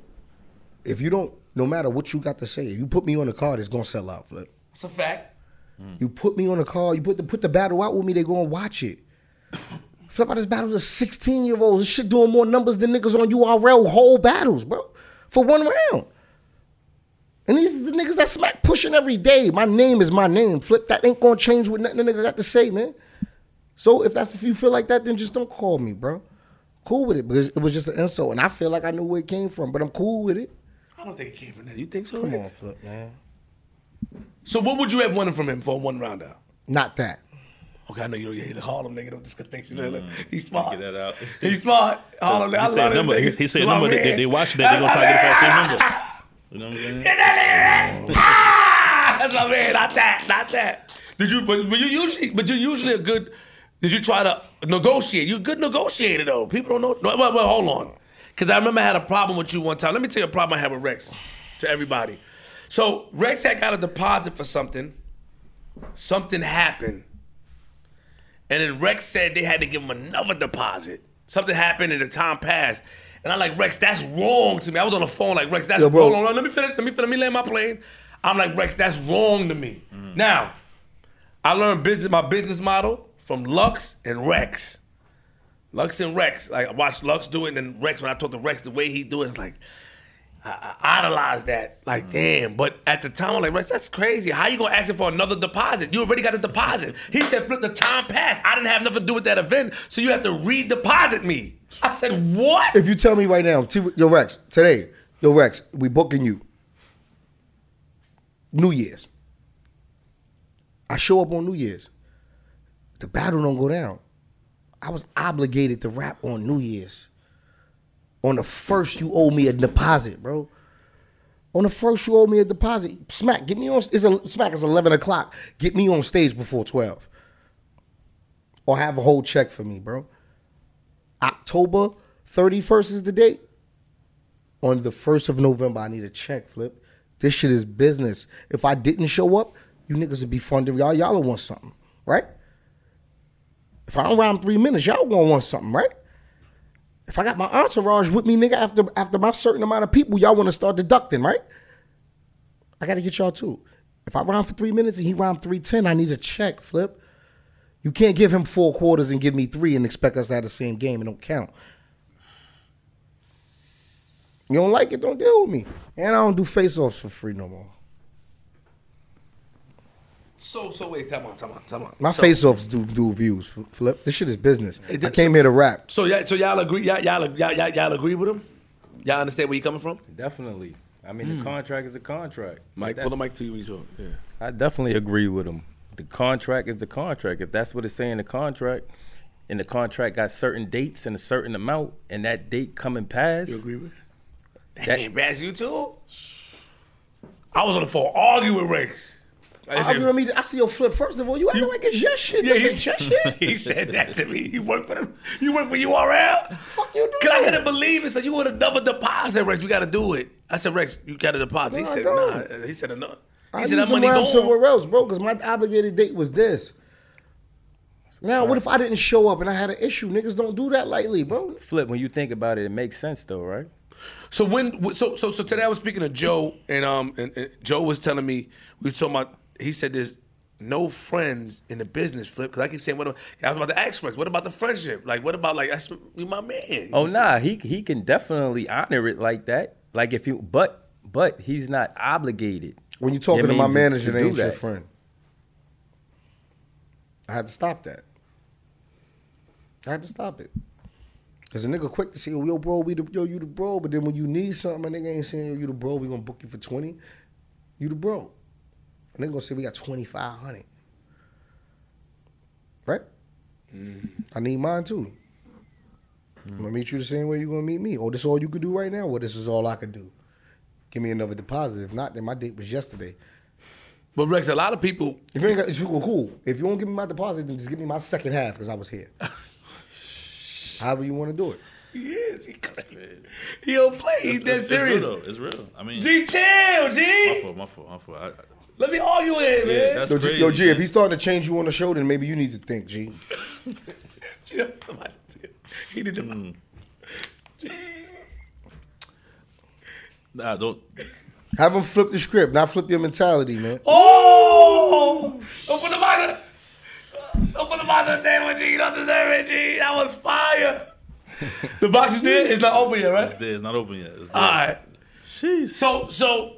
C: If you don't, no matter what you got to say, if you put me on the card, it's gonna sell out, Flip.
A: It's a fact.
C: You put me on the call. You put the put the battle out with me. They gonna watch it. Flip out this battle to sixteen year olds. This shit doing more numbers than niggas on URL whole battles, bro, for one round. And these are the niggas that smack pushing every day. My name is my name. Flip that ain't gonna change with nothing the nigga got to say, man. So if that's if you feel like that, then just don't call me, bro. Cool with it because it was just an insult, and I feel like I knew where it came from, but I'm cool with it.
A: I don't think it came from that. You think so?
C: Come
A: Rex?
C: on, Flip, man.
A: So what would you have wanted from him for a one rounder?
C: Not that.
A: Okay, I know you don't hear the Harlem nigga don't discuss things. Look, look, He's smart.
B: Get Mm, that out.
A: He's smart. Harlem,
B: He
A: I
B: said
A: love this
B: number. He,
A: nigga.
B: he said
A: My
B: number. They,
A: man.
B: they watch that. They gonna try to get the first number. You know what I'm saying?
A: Get that nigga, Rex. Ah! That's my man. Not that. Not that. Did you? But, but you usually. But you're usually a good. Did you try to negotiate? You're a good negotiator though. People don't know. No, well, well, hold on. Because I remember I had a problem with you one time. Let me tell you a problem I had with Rex. To everybody. So Rex had got a deposit for something. Something happened. And then Rex said they had to give him another deposit. Something happened and the time passed. And I'm like, Rex, that's wrong to me. I was on the phone like, Rex, that's
C: Yo, bro.
A: wrong. Hold on, let me finish. Let me finish. Let me land my plane. I'm like, Rex, that's wrong to me. Now, I learned business, my business model from Lux and Rex. Lux and Rex. Like I watched Lux do it, and then Rex. When I talked to Rex, the way he do it is like I, I idolize that. Like damn. But at the time, I'm like Rex, that's crazy. How you gonna ask him for another deposit? You already got the deposit. He said, "Flip the time passed. I didn't have nothing to do with that event, so you have to redeposit me." I said, "What?"
C: If you tell me right now, T- yo Rex, today, yo Rex, we booking you. New Year's. I show up on New Year's. The battle don't go down. I was obligated to rap on New Year's. On the first, you owe me a deposit, bro. On the first, you owe me a deposit. Smack, get me on. It's a, smack. It's eleven o'clock. Get me on stage before twelve, or have a whole check for me, bro. October 31st is the date. On the 1st of November, I need a check, Flip. This shit is business. If I didn't show up, you niggas would be funding. Y'all, y'all would want something, right? If I don't rhyme three minutes, y'all gonna want something, right? If I got my entourage with me, nigga, after after my certain amount of people, y'all wanna start deducting, right? I gotta get y'all too. If I rhyme for three minutes and he rhyme 310, I need a check, Flip. You can't give him four quarters and give me three and expect us to have the same game. It don't count. You don't like it, don't deal with me. And I don't do face offs for free no more.
A: So so wait, time on, time on, time on.
C: My
A: so,
C: face offs do do views. Flip, this shit is business.
A: It
C: I
A: did-
C: came here to rap.
A: So y'all, so y'all agree? Y'all, y'all, y'all, y'all, y'all agree with him? Y'all understand where you coming from?
E: Definitely. I mean, the contract is a contract.
A: Hmm. Mike,
E: That's-
A: pull the mic to you when you talk. Yeah.
E: I definitely agree with him. The contract is the contract. If that's what it's saying, the contract, and the contract got certain dates and a certain amount, and that date coming past,
A: You agree with? That,
E: That-
A: ain't bad. You too. I was on the phone arguing with Rex. I
C: I,
A: said-
C: agree with me. I see your flip. First of all, you acting like it's your shit.
A: yeah,
C: Yeah,
A: he
C: this ain't your
A: said,
C: shit.
A: he said that to me. You work for them. You work for URL.
C: Fuck you
A: Cause I
C: doing?
A: couldn't believe it. So you want another deposit, Rex? We got to do it. I said, Rex, you got a deposit. he
C: No, I
A: said,
C: don't.
A: Nah. He said, No. He
C: I
A: said, that
C: used to
A: money
C: rhyme
A: gone.
C: somewhere else, bro, because my obligated date was this. Now, what if I didn't show up and I had an issue? Niggas don't do that lightly, bro.
E: flip. When you think about it, it makes sense though, right?
A: So when so so so today I was speaking to Joe and um and, and Joe was telling me we was talking about he said there's no friends in the business flip because I keep saying what about, I was about to ask first what about the friendship like what about like that's you my man
E: Oh nah, he he can definitely honor it like that. Like if you, but but he's not obligated.
C: When you talking to my
E: means
C: manager,
E: to
C: they
E: do
C: ain't your
E: that.
C: friend. I had to stop that. I had to stop it. Cause a nigga quick to say, yo, bro, we the, yo, you the bro. But then when you need something, a nigga ain't saying, yo, you the bro. We gonna book you for twenty. You the bro. And they gonna say we got twenty five hundred. Right?
E: Mm-hmm.
C: I need mine too. I'm gonna meet you the same way you gonna meet me. Oh, this all you could do right now. Well, this is all I could do. Give me another deposit. If not, then my date was yesterday.
A: But Rex, a lot of people
C: If you ain't got, if you well, cool. If you don't give me my deposit, then just give me my second half because I was here. However you want to do it.
A: He is. He, he don't play. He's that
B: it's, it's
A: serious.
B: real, though. It's real. I mean,
A: G, chill,
B: my
A: G.
B: fault, my fault, my fault. I, I,
A: Let me argue with him,
B: yeah,
A: man.
B: that's
C: Yo,
B: crazy.
C: G, yo, G, if
B: man.
C: he's starting to change you on the show, then maybe you need to think, G.
A: He did the.
B: Mm. nah, don't.
C: Have him flip the script, not flip your mentality, man.
A: Oh! Open the mic. Open the box on the table, G. You don't deserve it, G. That was fire. the box is there. It's not open yet, right?
B: It's there. It's not open yet. It's there.
A: All right. So, so.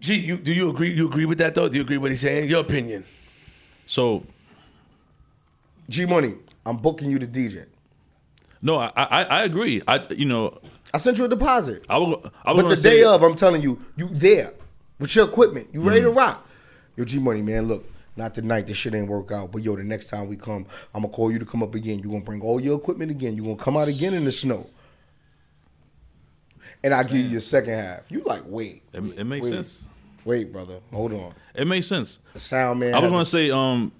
A: G, you, do you agree? You agree with that though? Do you agree with what he's saying? Your opinion.
B: So
C: G Money, I'm booking you to DJ.
B: no, I, I I agree. I you know
C: I sent you a deposit.
B: I was I was
C: But
B: gonna
C: the
B: say,
C: day of, I'm telling you, you there with your equipment. You
B: Mm.
C: ready to rock. Yo, G Money, man, look, not tonight. This shit ain't work out. But yo, the next time we come, I'm going to call you to come up again. You're going to bring all your equipment again. You're going to come out again in the snow. And I give you your second half. You like, wait.
B: It, it makes
C: wait,
B: sense.
C: Wait, brother. Hold on.
B: It makes sense.
C: The sound man.
B: I was
C: had
B: gonna say, um,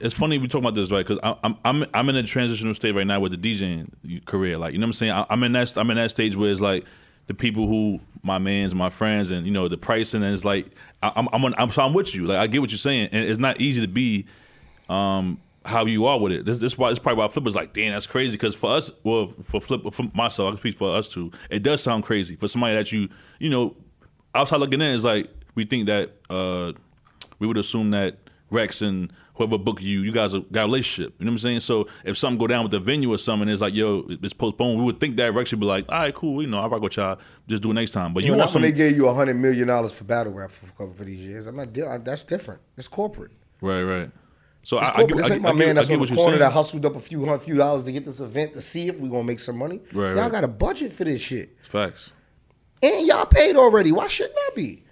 B: it's funny we talking about this, right? Because I'm I'm I'm in a transitional state right now with the DJing career. Like you know what I'm saying? I, I'm in that I'm in that stage where it's like the people who my man's my friends and you know the pricing and it's like I, I'm I'm, on, I'm so I'm with you. Like I get what you're saying, and it's not easy to be. Um, how you are with it. This, this why this probably why Flip was like, damn, that's crazy. Because for us, well, for Flip, for myself, I can speak for us too. It does sound crazy for somebody that you, you know, outside looking in. It's like we think that uh, we would assume that Rex and whoever booked you, you guys got a relationship. You know what I'm saying? So if something go down with the venue or something, it's like, yo, it's postponed. We would think that Rex would be like, all right, cool, you know, I rock with y'all. Just do it next time. But you want
C: Yo, not
B: some,
C: when they gave you a hundred million dollars for battle rap for, for, for these years. I'm not dealing. That's different. It's corporate.
B: right, right. So
C: It's
B: I, I,
C: corporate.
B: get, I,
C: this
B: get-
C: ain't my
B: I
C: man
B: get, I
C: that's
B: get
C: on
B: what
C: the
B: you're
C: corner
B: saying.
C: that hustled up a few hundred few dollars to get this event to see if we gonna make some money.
B: Right,
C: y'all
B: right.
C: got a budget for this shit,
B: Facts.
C: and y'all paid already. Why shouldn't I be?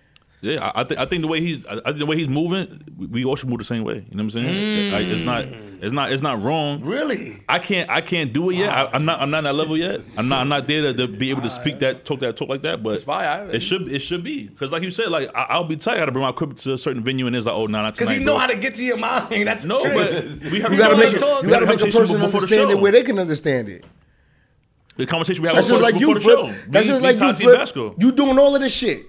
B: Yeah, I, I think I think the way he's I I think the way he's moving, we- we all should move the same way. You know what I'm saying? Like, it's not it's not it's not wrong.
A: Really?
B: I can't I can't do it yet. I, I'm not I'm not in that level yet. I'm not I'm not there to, to be able to speak that talk that talk like that. But
A: It's fire.
B: it should it should be because like you said, like I, I'll be tight. I got to bring my equipment to a certain venue and it's like oh no, nah, not
A: Because
B: tonight.
A: you know
B: bro.
A: how to get to your mind. That's
B: no,
A: the
B: but
A: trick.
B: we have
C: You
B: we
C: gotta
B: have
C: make
B: a
C: it.
A: talk.
C: You gotta make a
B: conversation
C: person
B: before the
C: understand it
B: show.
C: where they can understand it.
B: The conversation we have
C: That's just
B: before,
C: like you
B: before the
C: flip.
B: show.
C: That's
B: Me-
C: just
B: me,
C: like you
B: Tati
C: flip.
B: Vasco.
C: You doing all of this shit.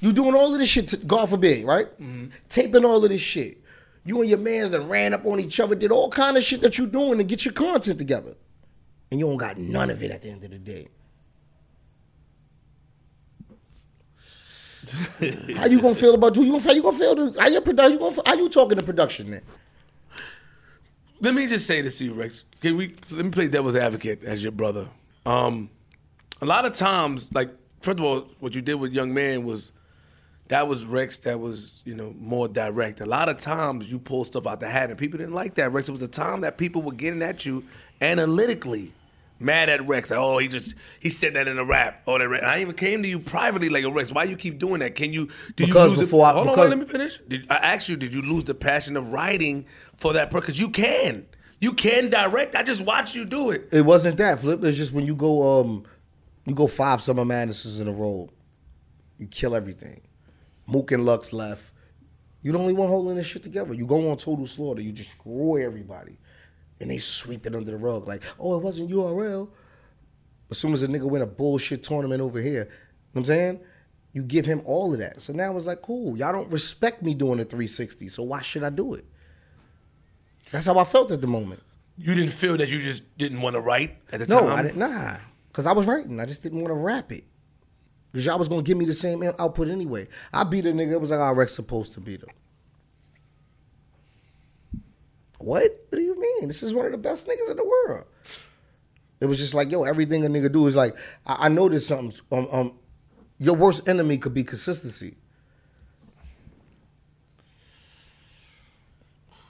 C: You doing all of this shit. To, God forbid, right?
B: Mm-hmm.
C: Taping all of this shit. You and your man's that ran up on each other, did all kind of shit that you doing to get your content together, and you don't got none of it at the end of the day. how you gonna feel about who you gonna feel? You gonna feel? The, how you produ- You gonna? How you talking to production then?
A: Let me just say this to you, Rex. Can we let me play devil's advocate as your brother? Um, a lot of times, like first of all, what you did with Young Man was that was Rex. That was you know more direct. A lot of times you pull stuff out the hat, and people didn't like that. Rex. It was a time that people were getting at you analytically, mad at Rex. Like, oh, he just he said that in a rap. Oh, that. Rex. And I even came to you privately, like, "Yo, Rex, why you keep doing that? Can you do
C: Because
A: you lose
C: before
A: the,
C: I-
A: hold on,
C: because-
A: wait, let me finish. Did, I asked you, did you lose the passion of writing for that? Because you can, you can direct. I just watch you do it.
C: It wasn't that flip. It's just when you go um, you go five summer madnesses in a row, you kill everything. Mook and Lux left. You the only one holding this shit together. You go on total slaughter. You destroy everybody, and they sweep it under the rug like, oh, it wasn't URL. As soon as a nigga win a bullshit tournament over here, you know what I'm saying? You give him all of that. So now it's like, cool, y'all don't respect me doing a 360, so why should I do it? That's how I felt at the moment.
A: You didn't feel that you just didn't want to write at the
C: No,
A: time.
C: I didn't. Nah, because I was writing. I just didn't want to rap it. Cause y'all was gonna give me the same output anyway. I beat a nigga. It was like, I Rex supposed to beat him. What? What do you mean? This is one of the best niggas in the world. It was just like, yo, everything a nigga do is like, I, I noticed something. Um, um, your worst enemy could be consistency.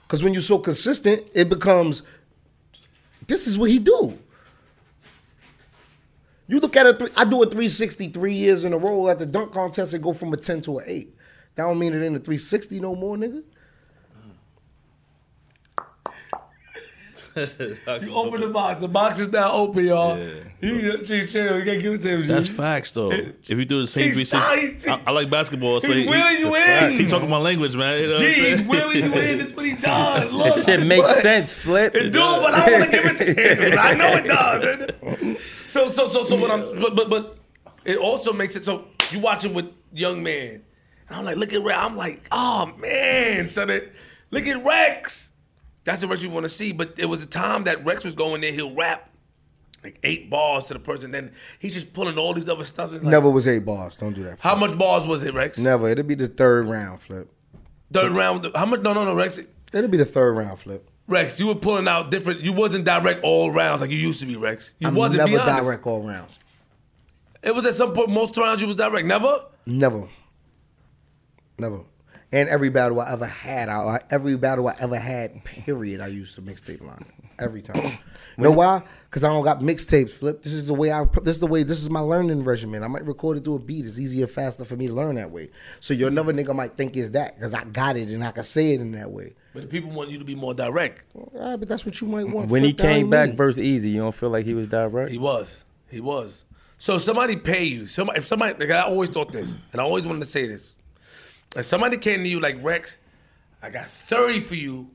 C: Cause when you're so consistent, it becomes
F: This is what he do. You look at a three, I do a 360 three years in a row at the dunk contest and go from a 10 to an 8. That don't mean it ain't a 360 no more, nigga.
A: You open the box. The box is now open, y'all.
B: Yeah.
A: You, you chill. You can't give it to him. G.
B: That's facts, though. If you do the same
A: He's-
B: 360, I, I like basketball. So
A: he's
B: he,
A: willing you in.
B: He talking my language, man. You know what I'm
A: Gee,
B: saying?
A: he's willing to win. That's what he does.
C: Oh,
A: Look,
E: That shit makes sense, Flip.
A: It do, but I want to give it to him. I know it does. So, so, so, so, what I'm, but, but, but, it also makes it so you watching with young man, and I'm like, look at Rex. I'm like, oh man, so that look at Rex. That's the Rex you want to see. But there was a time that Rex was going there. He'll rap like eight bars to the person. Then he's just pulling all these other stuff. It's like,
C: Never was eight bars. Don't do that.
A: How much bars was it, Rex?
C: Never. It'll be the third round flip.
A: Third round. How much? No, no, no, Rex.
C: It'll be the third round flip.
A: Rex, you were pulling out different. You wasn't direct all rounds like you used to be, Rex. You
C: I'm
A: wasn't.
C: never
A: Be honest.
C: direct all rounds.
A: It was at some point. Most rounds you was direct. Never.
C: Never. Never. And every battle I ever had, I, every battle I ever had, period, I used to mixtape line every time. know why? Because I don't got mixtapes. Flip. This is the way I. This is the way. This is my learning regimen. I might record it to a beat. It's easier, faster for me to learn that way. So your another nigga might think it's that because I got it and I can say it in that way.
A: But the people want you to be more direct.
C: All right, but that's what you might want.
E: When he
C: Flip, that
E: came
C: ain't
E: back
C: me.
E: versus Easy, you don't feel like he was direct?
A: He was. He was. So if somebody pay you. Somebody. If somebody. Like I always thought this, and I always wanted to say this. If somebody came to you like Rex, I got thirty for you,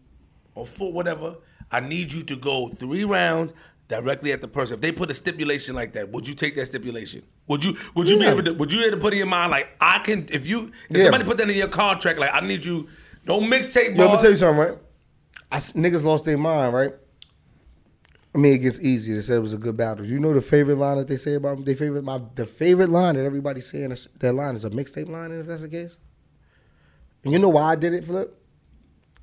A: or four, whatever. I need you to go three rounds directly at the person. If they put a stipulation like that, would you take that stipulation? Would you would you
C: Yeah.
A: be able to would you be able to put in your mind like I can if you if
C: Yeah.
A: somebody put that in your contract like I need you no mixtape
C: Yo, let me
A: bars.
C: tell you something, right? I s niggas lost their mind, right? I mean, it gets easy. They said it was a good battle. You know the favorite line that they say about their favorite my the favorite line that everybody's saying is that line is a mixtape line, and if that's the case. And you know why I did it, Flip?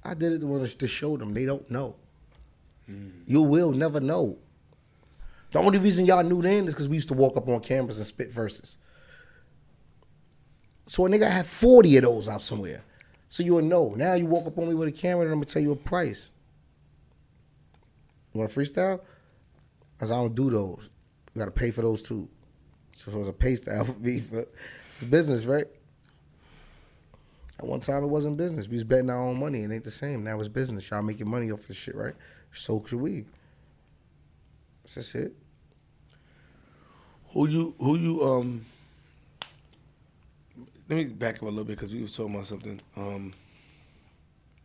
C: I did it to, to show them they don't know. You will never know. The only reason y'all knew then is because we used to walk up on cameras and spit verses. So a nigga had 40 of those out somewhere. So you would know. Now you walk up on me with a camera and I'm gonna tell you a price. You wanna freestyle? Because I don't do those. You gotta pay for those too. So, so it's a pay style for me. For, it's business, right? At one time it wasn't business. We was betting our own money. It ain't the same. Now it's business. Y'all making money off this shit, right? Soak your weed. That's just it.
A: Who you who you um let me back up a little bit because we was talking about something. Um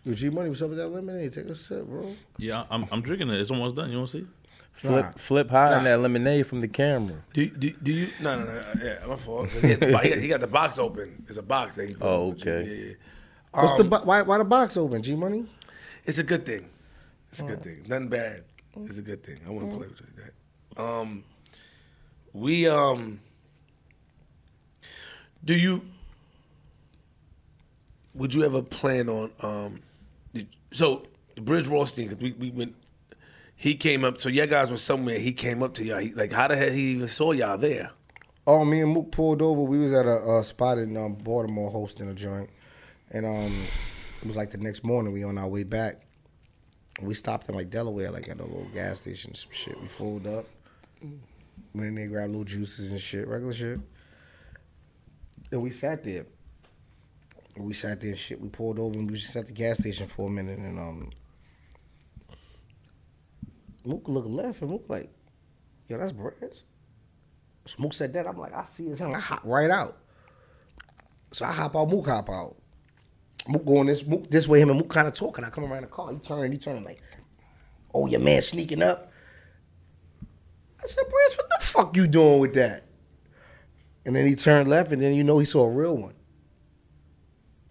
C: Yo, G Money, what's up with that lemonade? Take a sip, bro.
B: Yeah, I'm, I'm drinking it. It's almost done. You want to see?
E: Flip,
C: Nah.
E: flip high in that lemonade from the camera.
A: do, do, do you no no no yeah my fault 'Cause he, had the, bo- he, he got the box open it's a box that he
E: Oh, okay.
A: yeah, yeah. Um,
C: What's the bo- why, why the box open, G Money?
A: it's a good thing it's a good thing nothing bad it's a good thing I wouldn't play with that um we um do you would you ever plan on um did, so the Bridge Rothstein because we, we went he came up so y'all guys were somewhere he came up to y'all he, like how the hell he even saw y'all there
C: Oh, me and Mook pulled over. We was at a, uh spot in um, Baltimore hosting a joint, and um, it was like the next morning. We on our way back. We stopped in like Delaware, like at a little gas station, some shit. We fooled up. Went in there, grabbed little juices and shit, regular shit. And we sat there. And We sat there and shit. We pulled over and we just sat at the gas station for a minute, and um, Mook looked left and Mook like, yo, that's Brez. Smook said that. I'm like, I see his hand. I hop right out. So I hop out, Mook hop out. Mook going this Mook this way, him and Mook kind of talking. I come around the car. He turned, he turned like, oh, your man sneaking up. I said, Brez, what the fuck you doing with that? And then he turned left, and then you know he saw a real one.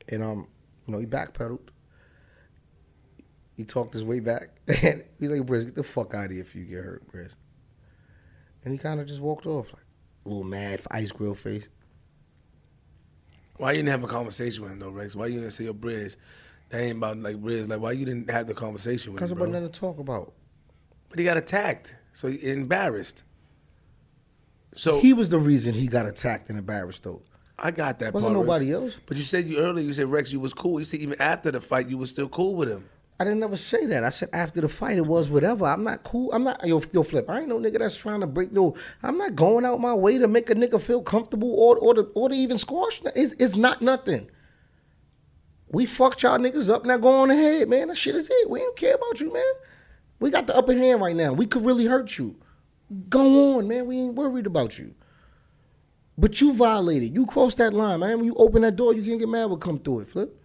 C: And um, you know, he backpedaled. He talked his way back. And he's like, Briz, get the fuck out of here if you get hurt, Briz. And he kind of just walked off, like a little mad, ice grill face.
A: why you didn't have a conversation with him though Rex why you didn't say your Bridge that ain't about like Bridge like why you didn't have the conversation with
C: Cause
A: him
C: about
A: bro?
C: nothing to talk about.
A: but he got attacked so he embarrassed so
C: He was the reason he got attacked and embarrassed, though.
A: I got that.
C: Wasn't
A: part,
C: nobody
A: Rex.
C: else.
A: But you said you earlier. You said Rex, you was cool. You said even after the fight, you was still cool with him.
C: I didn't never say that. I said after the fight, it was whatever. I'm not cool. I'm not yo, yo flip. I ain't no nigga that's trying to break no. I'm not going out my way to make a nigga feel comfortable or or to, or to even squash. It's, it's not nothing. We fucked y'all niggas up. Now go on ahead, man. That shit is it. We don't care about you, man. We got the upper hand right now. We could really hurt you. Go on, man. We ain't worried about you. But you violated. You crossed that line, man. When you open that door, you can't get mad. What come through it, flip?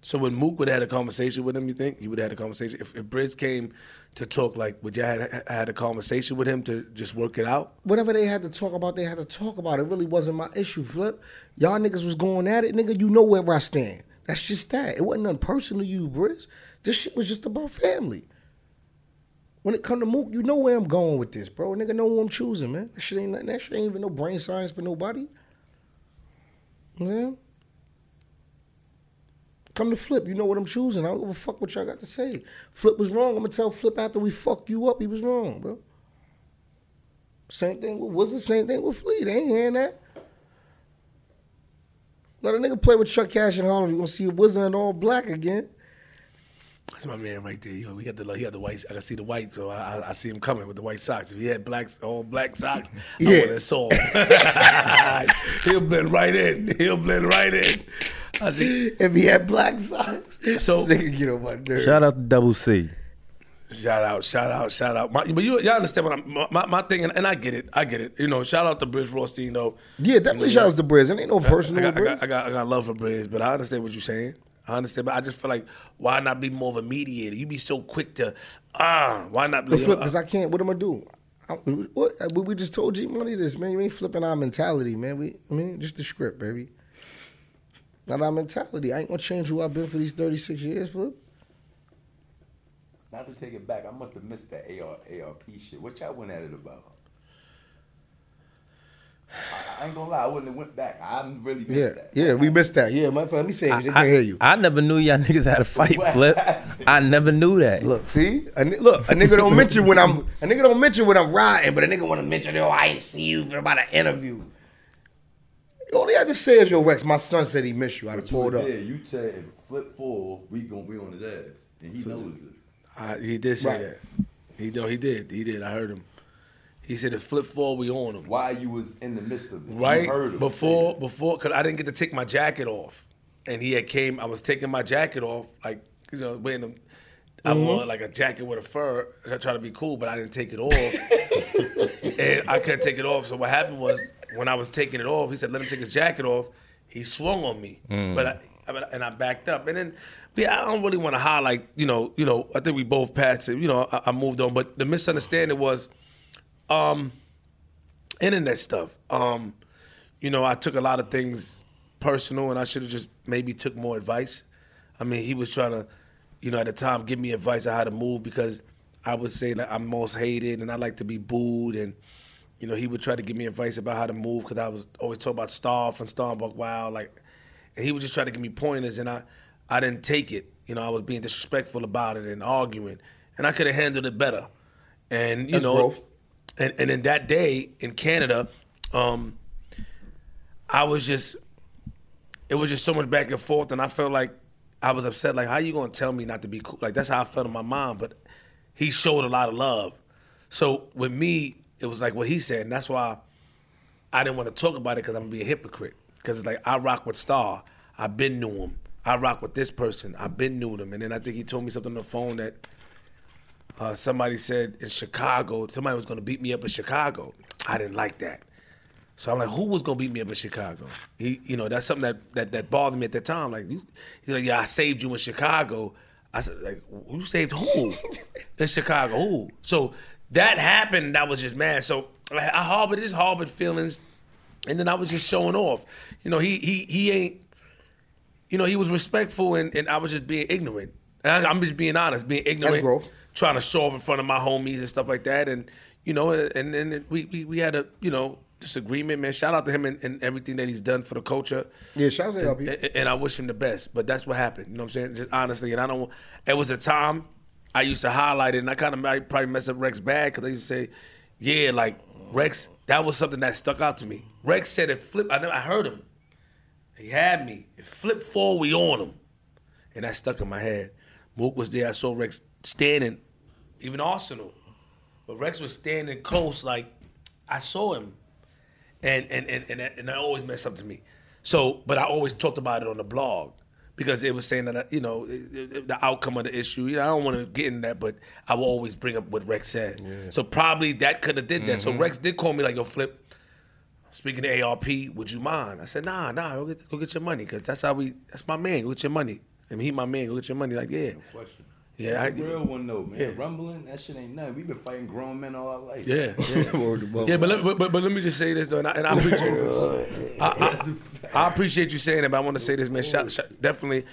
A: So when Mook would have had a conversation with him, you think he would have had a conversation? If, if Briz came to talk, like, would you had had a conversation with him to just work it out?
C: whatever they had to talk about, they had to talk about. It really wasn't my issue, Flip. Y'all niggas was going at it, nigga. You know where I stand. That's just that. It wasn't nothing personal to you, Briz. This shit was just about family. When it come to Mook, you know where I'm going with this, bro. Nigga know who I'm choosing, man. That shit ain't nothing. That shit ain't even no brain science for nobody. Yeah. Come to Flip, you know what I'm choosing. I don't give a fuck what y'all got to say. Flip was wrong. I'm gonna tell Flip after we fuck you up, he was wrong, bro. Same thing with Wizard, same thing with Flea. They ain't hearing that. Let a nigga play with Chuck Cash in Harlem. you gonna see a Wizard in all black again.
A: That's my man right there. Yo, we got the like, he had the white. I can see the white, so I, I, I see him coming with the white socks. If he had black, all black socks, I
C: Yeah.
A: would have saw him. He'll blend right in. He'll blend right in. I see.
C: If he had black socks,
A: So-
C: this nigga get on my nerves.
E: Shout out to Double C.
A: Shout out, shout out, shout out. My, but you, y'all understand what I'm, my, my, my thing, and, and I get it, I get it. You know, shout out to Bridge Rothstein though.
C: Yeah, definitely shout out to Briz. It ain't no personal,
A: I got, I,
C: Briz.
A: got, I, got, I got love for Bridge, but I understand what you're saying. I understand, but I just feel like why not be more of a mediator? You be so quick to ah, why not?
C: But flip, because I can't. What am I do? I, what, we- we just told G Money this, man. You ain't flipping our mentality, man. We, I mean, just the script, baby. Not our mentality. I ain't gonna change who I've been for these thirty six years, flip.
D: Not to take it back, I must have missed that AR, ARP shit. What y'all went at it about? I, I ain't gonna lie, I wouldn't have went back. I really missed
C: Yeah,
D: that.
C: yeah, we missed that. Yeah, my let me say, it, they
E: I,
C: can't hear you.
E: I never knew y'all niggas had a fight, Flip. I never knew that.
C: Look, see, a, ni- look, a nigga don't mention when I'm a nigga don't mention when I'm riding, but a nigga want to mention, yo, I ain't see you for about an interview. All he had to say is, yo, Rex, my son said he missed you. I done
D: But you were
C: pulled up.
D: there, you said flip four, we gon' we on his ass, and he knows it.
A: I, he did say
C: Right.
A: that. He no, he did. He did. I heard him. He said if flip four, we on him.
D: Why you was in the midst of it? You
A: Right
D: heard him.
A: before, before, because I didn't get to take my jacket off, and he had came. I was taking my jacket off, like you know, wearing them. I
D: Mm-hmm.
A: wore like a jacket with a fur. I tried to be cool, but I didn't take it off, and I couldn't take it off. So what happened was when I was taking it off, he said, "Let him take his jacket off." He swung on me,
D: Mm.
A: but I, I but- and I backed up, and then yeah, I don't really want to highlight. You know, you know, I think we both passed it. You know, I, I moved on, but the misunderstanding was internet stuff. Um, you know, I took a lot of things personal, and I should have just maybe took more advice. I mean, he was trying to, you know, at the time give me advice on how to move because I would say that I'm most hated and I like to be booed, and you know, he would try to give me advice about how to move because I was always talking about Starf and Starbuck Wow, like, and he would just try to give me pointers, and I, I didn't take it. You know, I was being disrespectful about it and arguing, and I could have handled it better. And you
C: That's
A: know,
C: growth.
A: and and then that day in Canada, um, I was just it was just so much back and forth, and I felt like I was upset. Like, how you gonna tell me not to be cool? Like that's how I felt in my mind. But he showed a lot of love, so with me, it was like what he said, and that's why I didn't want to talk about it because I'm gonna be a hypocrite. Because it's like I rock with Star, I've been knew him. I rock with this person, I've been knew them. And then I think he told me something on the phone that uh, somebody said in Chicago, somebody was gonna beat me up in Chicago. I didn't like that. So I'm like, who was gonna beat me up in Chicago? He, you know, that's something that that, that bothered me at the time. Like, you, he's like, yeah, I saved you in Chicago. I said, like, you saved who in Chicago? Who? So that happened. and I was just mad. So I, I harbored just harbored feelings, and then I was just showing off. You know, he he he ain't. You know, he was respectful, and, and I was just being ignorant. And I, I'm just being honest, being ignorant,
C: growth.
A: trying to show off in front of my homies and stuff like that. And you know, and then we, we we had a you know disagreement, man. Shout out to him and, and everything that he's done for the culture.
C: Yeah, shout out to LP.
A: And, and I wish him the best. But that's what happened. You know what I'm saying? Just honestly, and I don't. It was a time I used to highlight it, and I kind of might probably mess up Rex bad because I used to say, "Yeah, like Rex." That was something that stuck out to me. Rex said it flip. I never, I heard him. He had me. It flipped four. We on him. and that stuck in my head. Mook was there. I saw Rex standing, even Arsenal, but Rex was standing close. Like I saw him, and and and and that, and that always messed up to me. So, but I always talked about it on the blog because it was saying that uh, you know it- it- the outcome of the issue. You know, I don't want to get in that, but I will always bring up what Rex said. So probably that could have did that. So Rex did call me like, "Yo, Flip." Speaking to ARP, would you mind? I said, Nah, nah, go get, go get your money, cause that's how we. That's my man. Go get your money. I mean, he my man. Go get your money. Like, yeah,
D: Question.
A: yeah, I,
D: That's a real one though, man.
A: Yeah.
D: Rumbling, that shit ain't nothing. We've been fighting grown men all our life.
A: yeah, yeah. Yeah, but let, but, but, but let me just say this though, and I, and I appreciate I, I, I appreciate you saying it, but I want to say this, man. Shout, shout, definitely,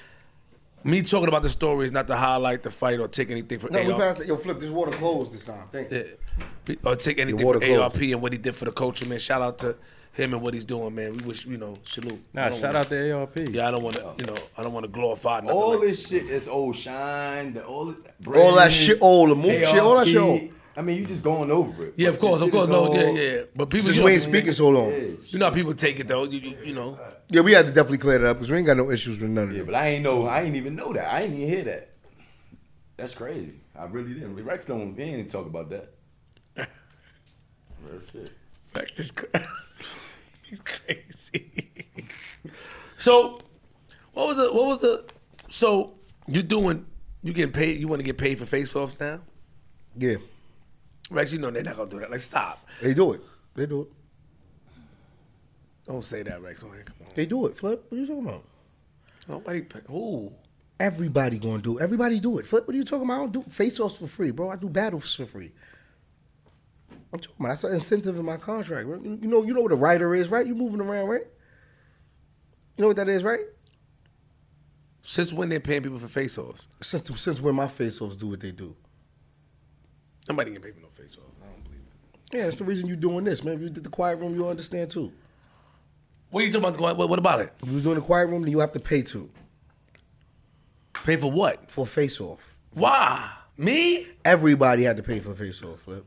A: me talking about the story is not to highlight the fight or take anything from
C: No, we
A: ARP
C: passed it. Yo, flip. This water closed this time. Thanks.
A: Yeah. or take anything
C: Your water
A: from
C: closed.
A: ARP and what he did for the culture, man. Shout out to him and what he's doing, man. We wish you know salute. I
E: Nah,
A: don't
E: shout
A: wanna-
E: out to ARP.
A: Yeah, I don't want to, you know, I don't want to glorify nothing.
D: All
A: like-
D: this shit is old shine, the old
C: All that shit old, the move shit, all that shit old.
D: I mean, you just going over it.
A: yeah, of
D: But
A: course,
D: this
A: of
D: shit
A: course,
D: is
A: no,
D: all-
A: yeah, yeah. But people,
C: Since
A: you
C: we
A: know,
C: ain't speaking so long.
D: Yeah,
A: you know, how people take it though. You, you, you know,
C: Yeah, we had to definitely clear that up because we ain't got no issues with none of
D: yeah,
C: it.
D: but I ain't know. I ain't even know that. I ain't even hear that. That's crazy. I really didn't. Rex don't. He ain't talk about that. Real shit.
A: Like this, cra- he's crazy. so, what was the? What was the? So you doing? You getting paid? You want to get paid for face offs now?
C: Yeah,
A: Rex, you know they're not gonna do that. Like, stop!
C: they do it. They do it.
A: Don't say that, Rex. Oh, come on.
C: They do it. Flip. What are you talking about?
A: Nobody. Pay. Ooh.
C: Everybody gonna do. it. Everybody do it. Flip. What are you talking about? I don't do face offs for free, bro. I do battles for free. I'm talking about that's an incentive in my contract. Bro. You you know, you know what a writer is, right? You moving around, right? You know what that is, right?
A: Since when they're paying people for face offs?
C: Since since when my face offs do what they do.
A: Nobody can pay for no face offs. I don't believe it.
C: Yeah, that's the reason you doing this, man. If you did the quiet room, you understand too.
A: What are you talking about? What, what about it?
C: If you was doing the quiet room, then you have to pay to
A: Pay for what?
C: for face off.
A: Why? Me?
C: Everybody had to pay for face off, Flip.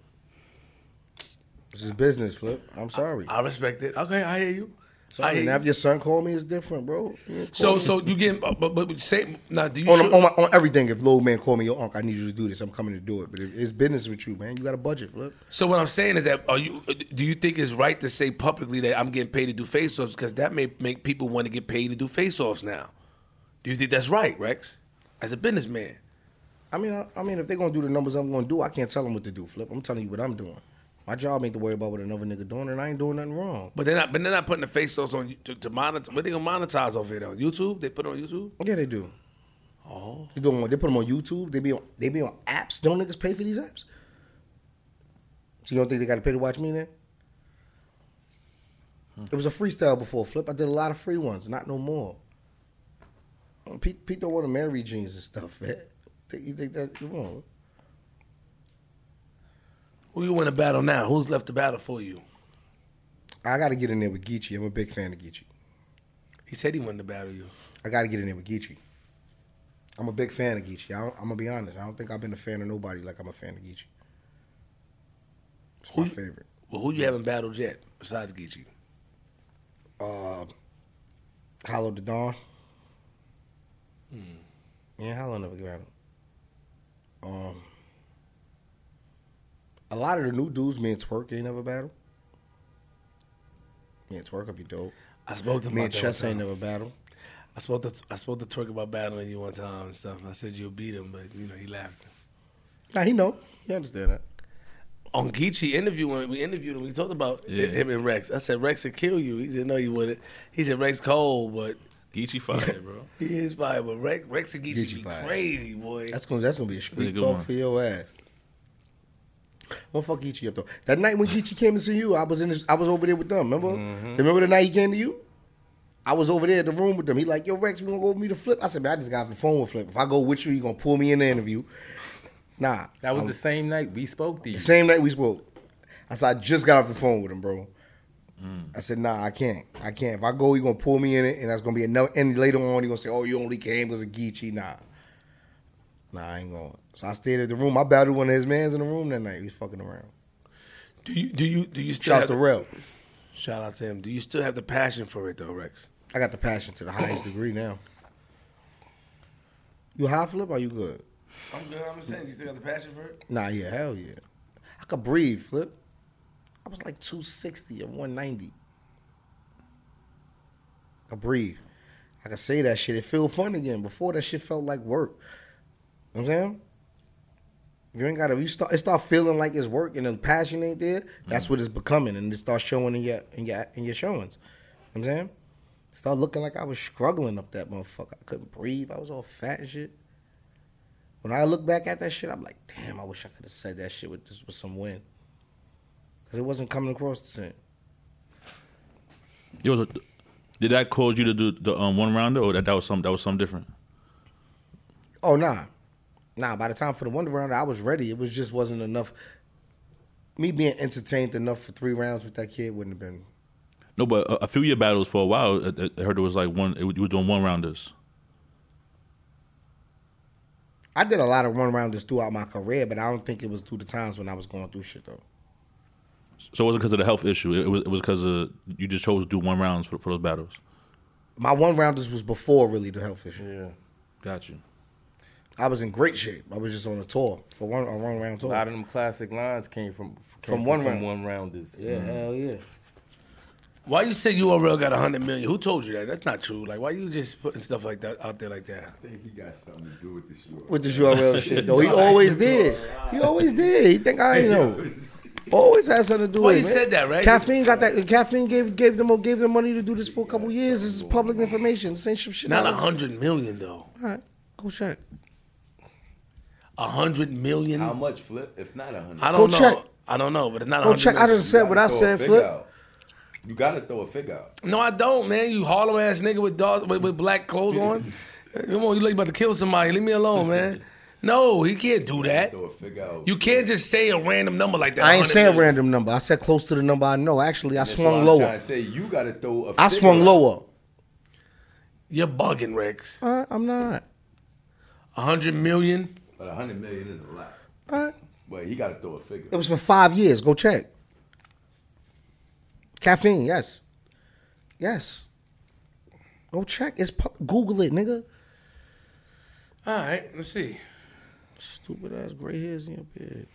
C: This is business, Flip. I'm sorry.
A: I respect it. Okay, I hear you. I
C: sorry.
A: hear
C: And
A: you.
C: have your son call me is different, bro. You ain't
A: So,
C: call me.
A: so you getting? But, but, but say now. Do you?
C: on,
A: sure-
C: on, my, on everything, if low man call me, yo, Unc, I need you to do this. I'm coming to do it. But if it's business with you, man. You got a budget, Flip.
A: So what I'm saying is that are you do you think it's right to say publicly that I'm getting paid to do face-offs because that may make people want to get paid to do face-offs now? Do you think that's right, Rex? As a businessman,
C: I mean, I, I mean, if they're gonna do the numbers I'm gonna do, I can't tell them what to do, Flip. I'm telling you what I'm doing. My job ain't to worry about what another nigga doing, and I ain't doing nothing wrong.
A: but they're not but they're not putting the face-offs on you- to, to monetize. What they gonna monetize off it on YouTube? They put it on YouTube.
C: Yeah, they do.
A: Oh,
C: They doing they put them on YouTube. They be on they be on apps. Don't niggas pay for these apps? So you don't think they got to pay to watch me then? It was a freestyle before Flip. I did a lot of free ones. Not no more. Uh, Pete, Pete don't want to marry jeans and stuff, man. Think- You think that come on?
A: who you want to battle now? Who's left to battle for you?
C: I got to get in there with Geechee. I'm a big fan of Geechee.
A: He said he wanted to battle you.
C: I got to get in there with Geechee. I'm a big fan of Geechee. I don't, I'm gonna be honest. I don't think I've been a fan of nobody like I'm a fan of Geechee. It's my
A: Who-
C: favorite.
A: Well, who you haven't battled yet besides Geechee?
C: uh, Hollow the Dawn.
A: Hmm.
C: Yeah, Hollow never got him. Um, a lot of the new dudes, me and Twerk ain't never battled. Me and Twerk would be dope.
A: I spoke to him
C: Me
A: about
C: and
A: that one
C: Chess ain't
A: time.
C: never battled.
A: I spoke to I spoke to Twerk about battling you one time and stuff. I said you'll beat him, but you know he laughed.
C: Nah, he know. He understand that.
A: on Geechee interview when we interviewed him, we talked about
B: Yeah.
A: him and Rex. I said Rex would kill you. He said no, you wouldn't. He said Rex cold, but
B: Geechee fire, bro.
A: he is fire. But Rex, Rex and Geechee
C: Geechee
A: be
C: fire.
A: crazy, boy.
C: That's gonna that's gonna be a
B: Really
C: street
B: good
C: talk
B: one.
C: for your ass. Well, fuck Geechee up though. That night when Geechee came to see you, I was in. His, I was over there with them. Remember? Remember the night he came to you? I was over there in the room with them. He like, yo, Rex, we gonna go with me to Flip. I said, man, I just got off the phone with Flip. If I go with you, you gonna pull me in the interview. Nah,
E: That was
C: I'm-
E: the same night we spoke to you.
C: the Um, same night we spoke. I said, I just got off the phone with him, bro. I said, nah, I can't. I can't. If I go, he gonna pull me in it, and that's gonna be another. And later on, he gonna say, oh, you only came because of Geechee. Nah. Nah, I ain't going. So I stayed at the room. I battled one of his mans in the room that night. He was fucking around.
A: do you do you do you still
C: Shout out
A: have
C: to
A: the-
C: Rel.
A: Shout out to him. Do you still have the passion for it though, Rex?
C: I got the passion to the highest degree now. You high flip? Are you good?
A: I'm good. I'm just saying, you still got the passion for it?
C: Nah, yeah, hell yeah. I could breathe, flip. I was like 260 or 190. I breathe. I could say that shit. It feel fun again. Before that shit felt like work. You know what I'm saying? You ain't gotta you start it start feeling like it's work and the passion ain't there, that's what it's becoming and it starts showing in your in your in your showings. You know what I'm saying? Start looking like I was struggling up that motherfucker. I couldn't breathe. I was all fat and shit. When I look back at that shit, I'm like, damn, I wish I could have said that shit with this with some win. Cause it wasn't coming across the same.
B: It was a, did that cause you to do the um, one rounder, or that, that was something that was something different?
C: Oh nah, nah. By the time for the one round, I was ready. It was just wasn't enough. Me being entertained enough for three rounds with that kid wouldn't have been.
B: No, but a, a few of your battles for a while, I, I- I heard it was like one. It, was- you were doing one rounders.
C: I did a lot of one rounders throughout my career, but I don't think it was through the times when I was going through shit though.
B: So it wasn't because of the health issue. It, it was it was because of you just chose to do one rounds for, for those battles.
C: My one rounders was before really the health issue.
E: Yeah.
B: Got you.
C: I was in great shape. I was just on a tour for one a one round
E: A
C: tour.
E: lot of them classic lines came from came
C: From one
E: from
C: round.
E: one rounders.
C: yeah, hell yeah.
A: Why you say URL got 100 million? Who told you that? That's not true. Like, why you just putting stuff like that out there like that?
D: I think he got something to do with this shit.
C: With the URL shit though, he always did. He always did. He think I ain't know. Always had something to do
A: Well,
C: with
A: you
C: it. man.
A: said that, right?
C: Caffeine got that. Caffeine gave gave them gave them money to do this for a couple years. This is public information. Same shit. shit
A: Not
C: I was-
A: 100 million, though.
C: All right, go check.
A: 100 million?
D: How much flip? If not a hundred.
A: I don't
C: Go
A: know.
C: check.
A: I don't know, but it's not
C: Go
A: 100
C: check. I
A: million.
C: just said what I said. Flip.
D: You gotta throw a figure out.
A: No, I don't, man. You Harlem ass nigga with, dog, with with black clothes on. Come on, you look about to kill somebody. Leave me alone, man. No, he can't do
C: Eh,
A: that.
D: Throw a figure out.
A: You can't just say a random number like that.
C: I ain't
A: 100
C: saying
A: million.
C: random number. I said close to the number I know. Actually, I
D: That's why
C: swung
D: I'm trying
C: lower.
D: to say you gotta throw a.
C: I
D: figure
C: swung
D: out.
C: lower.
A: You're bugging, Rex.
C: All right, I'm not.
A: 100 million?
D: But a hundred million is a lot.
C: All right.
D: But he gotta throw a figure.
C: It was for five years. Go check. Caffeine, yes, yes. Go check. It's pu- Google it, nigga.
A: All right, let's see.
C: Stupid ass gray hairs in your beard.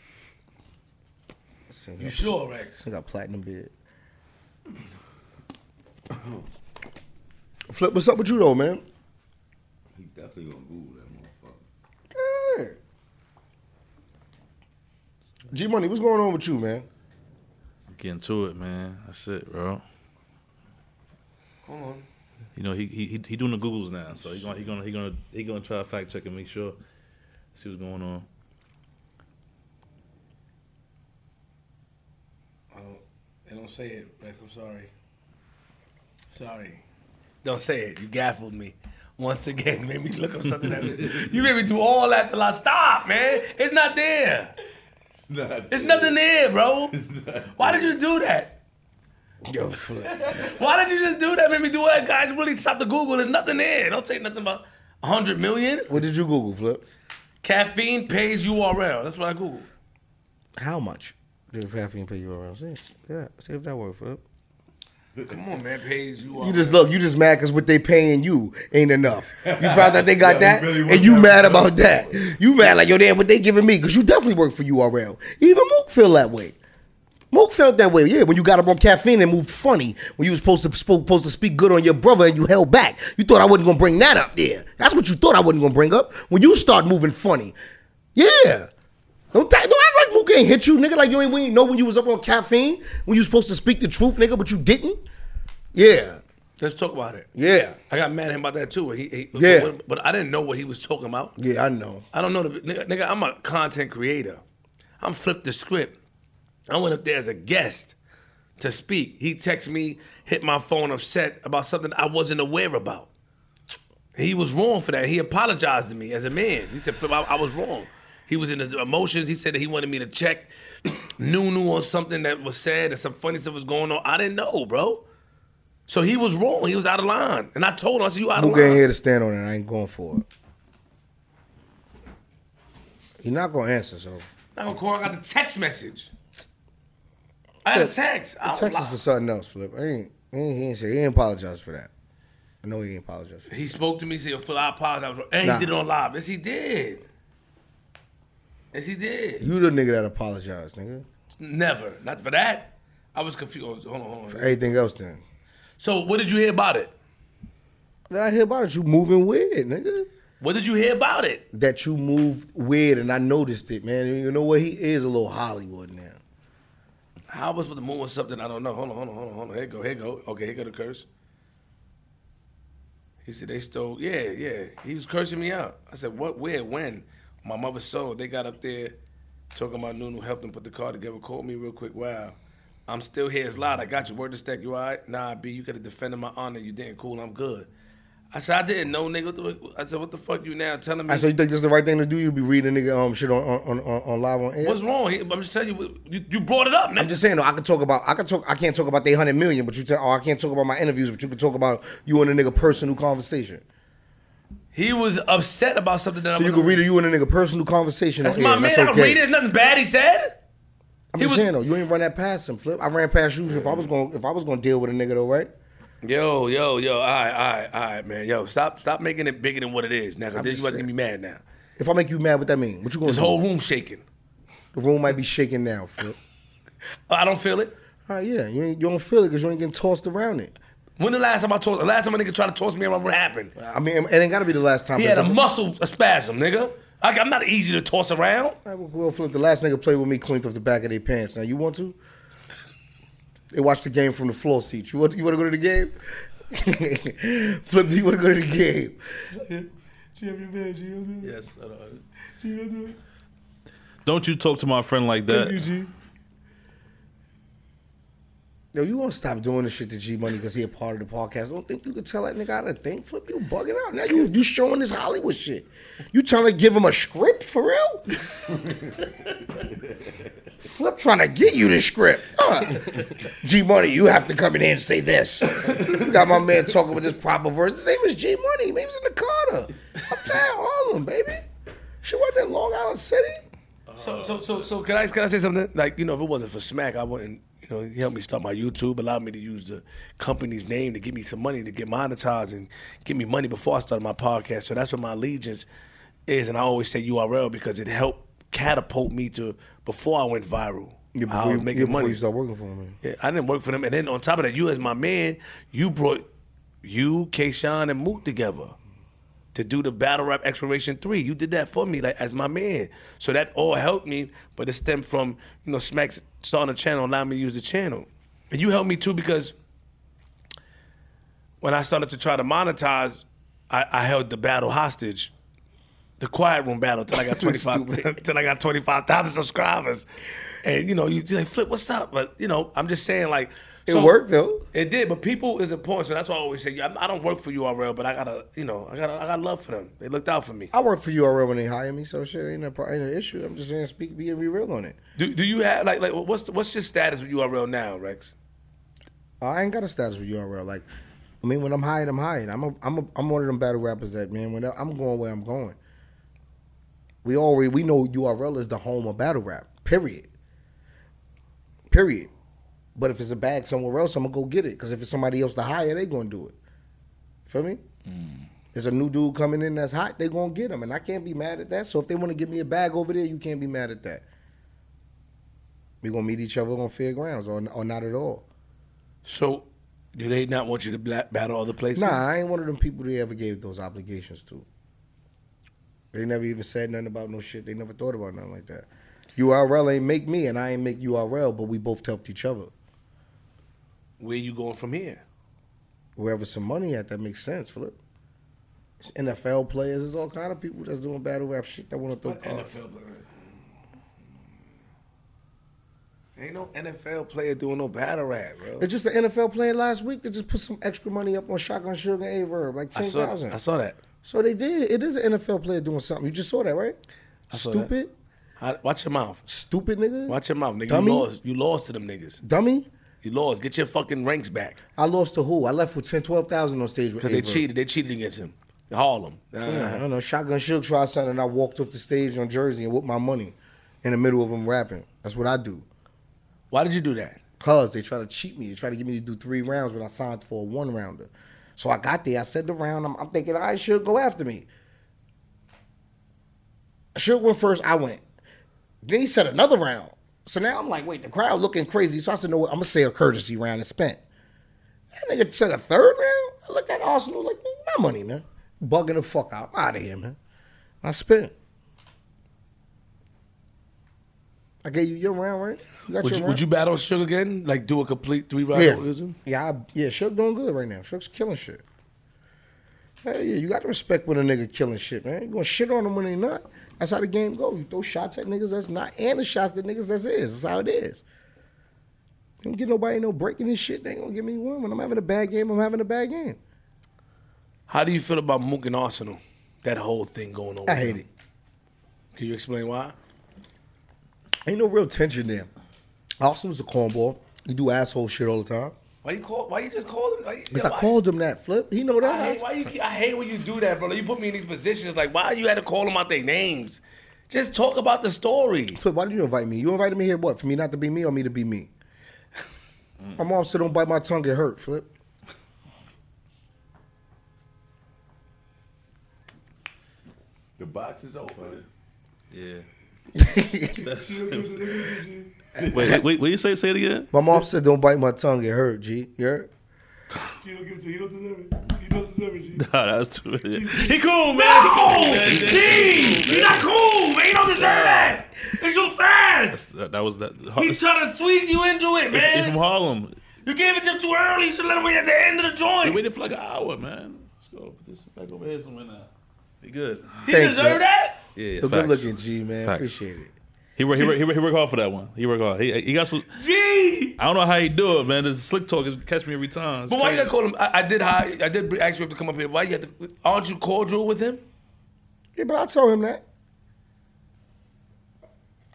A: You sure, Rex?
C: I got platinum beard. Flip, what's up with you though, man?
D: He definitely gonna Google that motherfucker.
C: Good. G Money, what's going on with you, man?
B: Getting to it, man. That's it, bro.
A: Hold on.
B: You know he he he, he doing the googles now, so he gonna he gonna he gonna he gonna try to fact check and make sure see what's going on.
A: I don't, they don't say it, Rex. I'm sorry. Sorry. Don't say it. You baffled me. Once again, made me look up something that you made me do all that till I stop, man. It's not there.
D: It's not.
A: It's nothing there, bro. Why did you do that?
C: Yo, Flip.
A: Why did you just do that? Made me do that. I really stopped the Google. There's nothing there. Don't say nothing about 100 million.
C: what did you Google, Flip?
A: Caffeine pays URL. That's what I Googled.
C: How much did caffeine pay you around? See, yeah, see if that worked, Flip.
A: Come on, man. Pays URL.
C: You just look, you just mad because what they paying you ain't enough. You found out they got
D: Yeah,
C: that,
D: we really want
C: and you
D: that
C: mad
D: one.
C: about that. You mad like yo, damn, what they giving me? Because you definitely work for URL. Even Mook feel that way. Mook felt that way, yeah. When you got up on caffeine and moved funny, when you was supposed to spoke, supposed to speak good on your brother and you held back, you thought I wasn't gonna bring that up there. That's what you thought I wasn't gonna bring up when you start moving funny. Yeah. Don't, ta- don't act like Mook ain't hit you, nigga. Like you ain't, we ain't know when you was up on caffeine when you was supposed to speak the truth, nigga, but you didn't. Yeah,
A: Let's talk about it.
C: yeah.
A: I got mad at him about that too. He, he,
C: Yeah.
A: But I didn't know what he was talking about.
C: Yeah, I know.
A: I don't know. The, nigga, nigga, I'm a content creator. I'm flipped the script. I went up there as a guest to speak. He texted me, hit my phone upset about something I wasn't aware about. He was wrong for that. He apologized to me as a man. He said, Flip, I, I was wrong. He was in his emotions. He said that he wanted me to check Nunu on something that was said and some funny stuff was going on. I didn't know, bro. So he was wrong. He was out of line. And I told him, I said, You out of
C: Mook ain't
A: line.
C: here to stand on it. I ain't going for it. You're not gonna answer, so
A: I'm gonna call. I got the text message. I got a text. I don't
C: text us
A: lie.
C: for something else, Flip. I ain't, he ain't, he ain't say he ain't apologize for that. I know he didn't apologize.
A: He spoke to me, said, "Yo, Phil, I apologize," and
C: Nah.
A: he did it on live. Yes, he did. Yes, he did.
C: You the nigga that apologized, nigga.
A: Never, not for that. I was confused. Hold on, hold on.
C: Everything else then.
A: So, what did you hear about it?
C: Did I hear about it? You moving weird, nigga.
A: What did you hear about it?
C: That you moved weird and I noticed it, man. You know what? He is a little Hollywood now.
A: How was with the moon or something? I don't know. Hold on, hold on, hold on, hold on. Here go, here go. Okay, here go the curse. He said they stole. Yeah, yeah. He was cursing me out. I said, what, where, when? My mother sold. They got up there talking about Nunu helped them put the car together. Called me real quick. Wow. I'm still here. It's loud. I got you. Word to stack. You all right? Nah, B, you could have defended my honor. You didn't. Cool. I'm good. I said, I didn't know, nigga. What the- I said, what the fuck you now telling me?
C: Ah, so you think this is the right thing to do? You be reading a nigga um shit on on, on, on live on air.
A: What's wrong? He- I'm just telling you, you, you brought it up, man.
C: I'm just saying though, I could talk about I could talk I can't talk about they hundred million, but you tell oh I can't talk about my interviews, but you could talk about you and a nigga personal conversation.
A: he was upset about something that I
C: So you
A: was
C: can read a you and a nigga personal conversation.
A: That's
C: on
A: my
C: air, and
A: man.
C: That's
A: I don't
C: okay.
A: read it. There's nothing bad he said.
C: I'm
A: He
C: just
A: was-
C: saying though, you ain't run that past him, Flip. I ran past you if I was gonna if I was gonna deal with a nigga though, right?
A: Yo, yo, yo. All right, all right, all right, man. Yo, stop, stop making it bigger than what it is now. Cause
C: I'm
A: this
C: just
A: you about to get me
C: saying.
A: mad now.
C: If I make you mad, what that mean? What you gonna
A: This
C: do?
A: whole room shaking.
C: the room might be shaking now, Flip.
A: Oh, I don't feel it.
C: All right, yeah, you ain't, you don't feel it because you ain't getting tossed around it.
A: When the last time I told, the last time a nigga tried to toss me around, what happened?
C: I mean, it ain't gotta be the last time.
A: He had a
C: That's-
A: muscle spasm, nigga. I, I'm not easy to toss around.
C: All right, well, well, Flip, the last nigga played with me cleaned off the back of their pants. Now you want to? They watched the game from the floor seat. You want? You want to go to the game? Flip, do you want to go to the game?
A: Yes. I know.
B: Don't you talk to my friend like that?
C: Yo, you want to stop doing this shit to G Money because he a part of the podcast. Don't think you could tell that nigga how to think. Flip, you bugging out. Now you you showing this Hollywood shit. You trying to give him a script for real? Flip trying to get you the script. Huh. G Money, you have to come in here and say this. Got my man talking with this proper verse. His name is G Money. His name's in the Carter. Uptown Harlem, baby. She wasn't in Long Island City.
A: So, so, so, so, can I can I say something? Like, you know, if it wasn't for Smack, I wouldn't. You know, he helped me start my YouTube, allowed me to use the company's name to give me some money to get monetized and give me money before I started my podcast. So that's what my allegiance is, and I always say URL because it helped catapult me to before I went viral. I was making money.
C: you start working for him.
A: Yeah, I didn't work for them. And then on top of that, you as my man, you brought you, Kayshawn, and Mook together to do the battle rap exploration three. You did that for me, like as my man. So that all helped me, but it stemmed from, you know, Smack starting a channel, allowing me to use the channel. And you helped me too because when I started to try to monetize, I, I held the battle hostage. The quiet room battle till I got twenty five till I got twenty five thousand subscribers, and you know you you like flip what's up, but you know I'm just saying like
C: It worked, though.
A: It did, but people is important, so that's why I always say I, I don't work for URL, but I gotta you know I gotta I got love for them. They looked out for me.
C: I work for URL when they hire me, so shit ain't a pro- ain't an issue. I'm just saying, speak, be, and be real on it.
A: Do do you have like like what's what's your status with URL now, Rex?
C: I ain't got a status with URL. Like, I mean, when I'm hired, I'm hired. I'm a, I'm a, I'm one of them battle rappers that man. When I- I'm going where I'm going, we already we know URL is the home of battle rap. Period. Period. But if it's a bag somewhere else, I'm gonna go get it. Cause if it's somebody else to hire, they gonna do it. Feel me? There's a new dude coming in that's hot. They gonna get him, and I can't be mad at that. So if they want to give me a bag over there, you can't be mad at that. We gonna meet each other on fair grounds, or, or not at all.
A: So do they not want you to bla- battle other places?
C: Nah, I ain't one of them people they ever gave those obligations to. They never even said nothing about no shit. They never thought about nothing like that. URL ain't make me, and I ain't make URL, but we both helped each other.
A: Where you going from here?
C: Wherever some money at, that makes sense, Flip. It's NFL players, there's all kind of people that's doing battle rap shit that want to throw
A: What
C: cards.
A: NFL player? Ain't no NFL player doing no battle rap, bro.
C: It's just an NFL player last week that just put some extra money up on Shotgun Sugar and Averb, like
A: I
C: ten
A: saw, I
C: thousand.
A: saw that.
C: So they did. It is an NFL player doing something. You just saw that, right?
A: I saw that.
C: stupid,
A: I- watch your mouth.
C: stupid nigga,
A: Watch your mouth, nigga.
C: Dummy.
A: You lost. You lost to them niggas.
C: dummy.
A: You lost. Get your fucking ranks back
C: I lost to who? I left with 10, 12,000 on stage with
A: because they
C: Averb.
A: cheated. They cheated against him. Harlem. Uh,
C: Yeah, I don't know. Shotgun Shook tried something, and I walked off the stage on Jersey and whipped my money in the middle of them rapping. That's what I do.
A: Why did you do that?
C: Cause they try to cheat me. They try to get me to do three rounds when I signed for a one rounder. So I got there. I said the round. I'm, I'm thinking, I should go after me. Shook went first. I went. Then he said another round. So now I'm like, wait, the crowd looking crazy. So I said, no, what? I'm gonna say a courtesy round is spent. That nigga said a third round. I looked at Arsenal like my money, man. Bugging the fuck out. I'm out of here, man. I spent. I gave you your round, right? You got
A: Would
C: your
A: you,
C: round?
A: would you battle Sugar again? Like do a complete three round?
C: Yeah,
A: with him?
C: yeah, I, yeah. Shook doing good right now. Shook's killing shit. Hell yeah, you got to respect when a nigga killing shit, man. You gonna shit on them when they not. That's how the game go. You throw shots at niggas that's not, and the shots that niggas that's is. That's how it is. You don't get nobody no breaking this shit. They ain't gonna give me one. When I'm having a bad game, I'm having a bad game.
A: How do you feel about Mook and Arsenal? That whole thing going on.
C: I
A: with
C: hate
A: them.
C: it.
A: Can you explain why?
C: Ain't no real tension there. Arsenal's a cornball. You do asshole shit all the time.
A: Why you call? Why you just call them? Why you,
C: Cause
A: why-
C: I called him that flip. He know that.
A: I hate, why you, keep- I hate when you do that, bro. Like, you put me in these positions. Like, why you had to call them out their names? Just talk about the story.
C: Flip, why did you invite me? You invited me here what? For me not to be me or me to be me?
A: Mm.
C: My mom said don't bite my tongue, get hurt, Flip.
D: The box is open.
B: Yeah. That's- wait, wait, wait, you say? Say it again.
C: My mom said don't bite my tongue, get hurt, G. You heard?
D: You don't give it to you. don't deserve it. You don't deserve it, G.
B: Nah, that's too. He cool, man.
A: Oh, G, you not cool, man. You don't deserve that. It's your fast.
B: That, that was that.
A: He's
B: It's,
A: trying to squeeze you into it,
B: it's from
A: man.
B: Harlem.
A: You gave it to him too early. You should let him wait at the end of the
B: We
A: joint.
B: waited for like an hour, man. Let's go put this back over here somewhere now. Be good.
A: He
C: Thanks,
A: deserved
C: man.
A: that.
B: Yeah, yeah
C: You're
B: facts.
C: good looking, G, man.
B: Facts.
C: Appreciate it.
B: He worked. He worked. He worked work hard for that one. He worked hard. He, he got some.
A: G.
B: I don't know how he do it, man. This slick talk is catch me every time. It's
A: But why you gotta
B: crazy.
A: call him? I, I did. High, I did ask you to come up here. Why you have to? Aren't you cordial with him?
C: Yeah, but I told him that.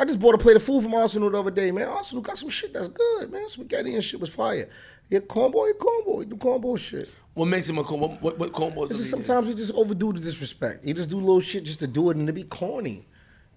C: I just bought a plate of food from Arsenal the other day, man. Arsenal got some shit that's good, man. Spaghetti and shit was fire. Yeah, cornball, yeah, cornball. He do cornball shit.
A: What makes him a corn? What what, what cornballs
C: It's
A: does
C: just
A: he
C: sometimes you just overdo the disrespect. You just do little shit just to do it and to be corny.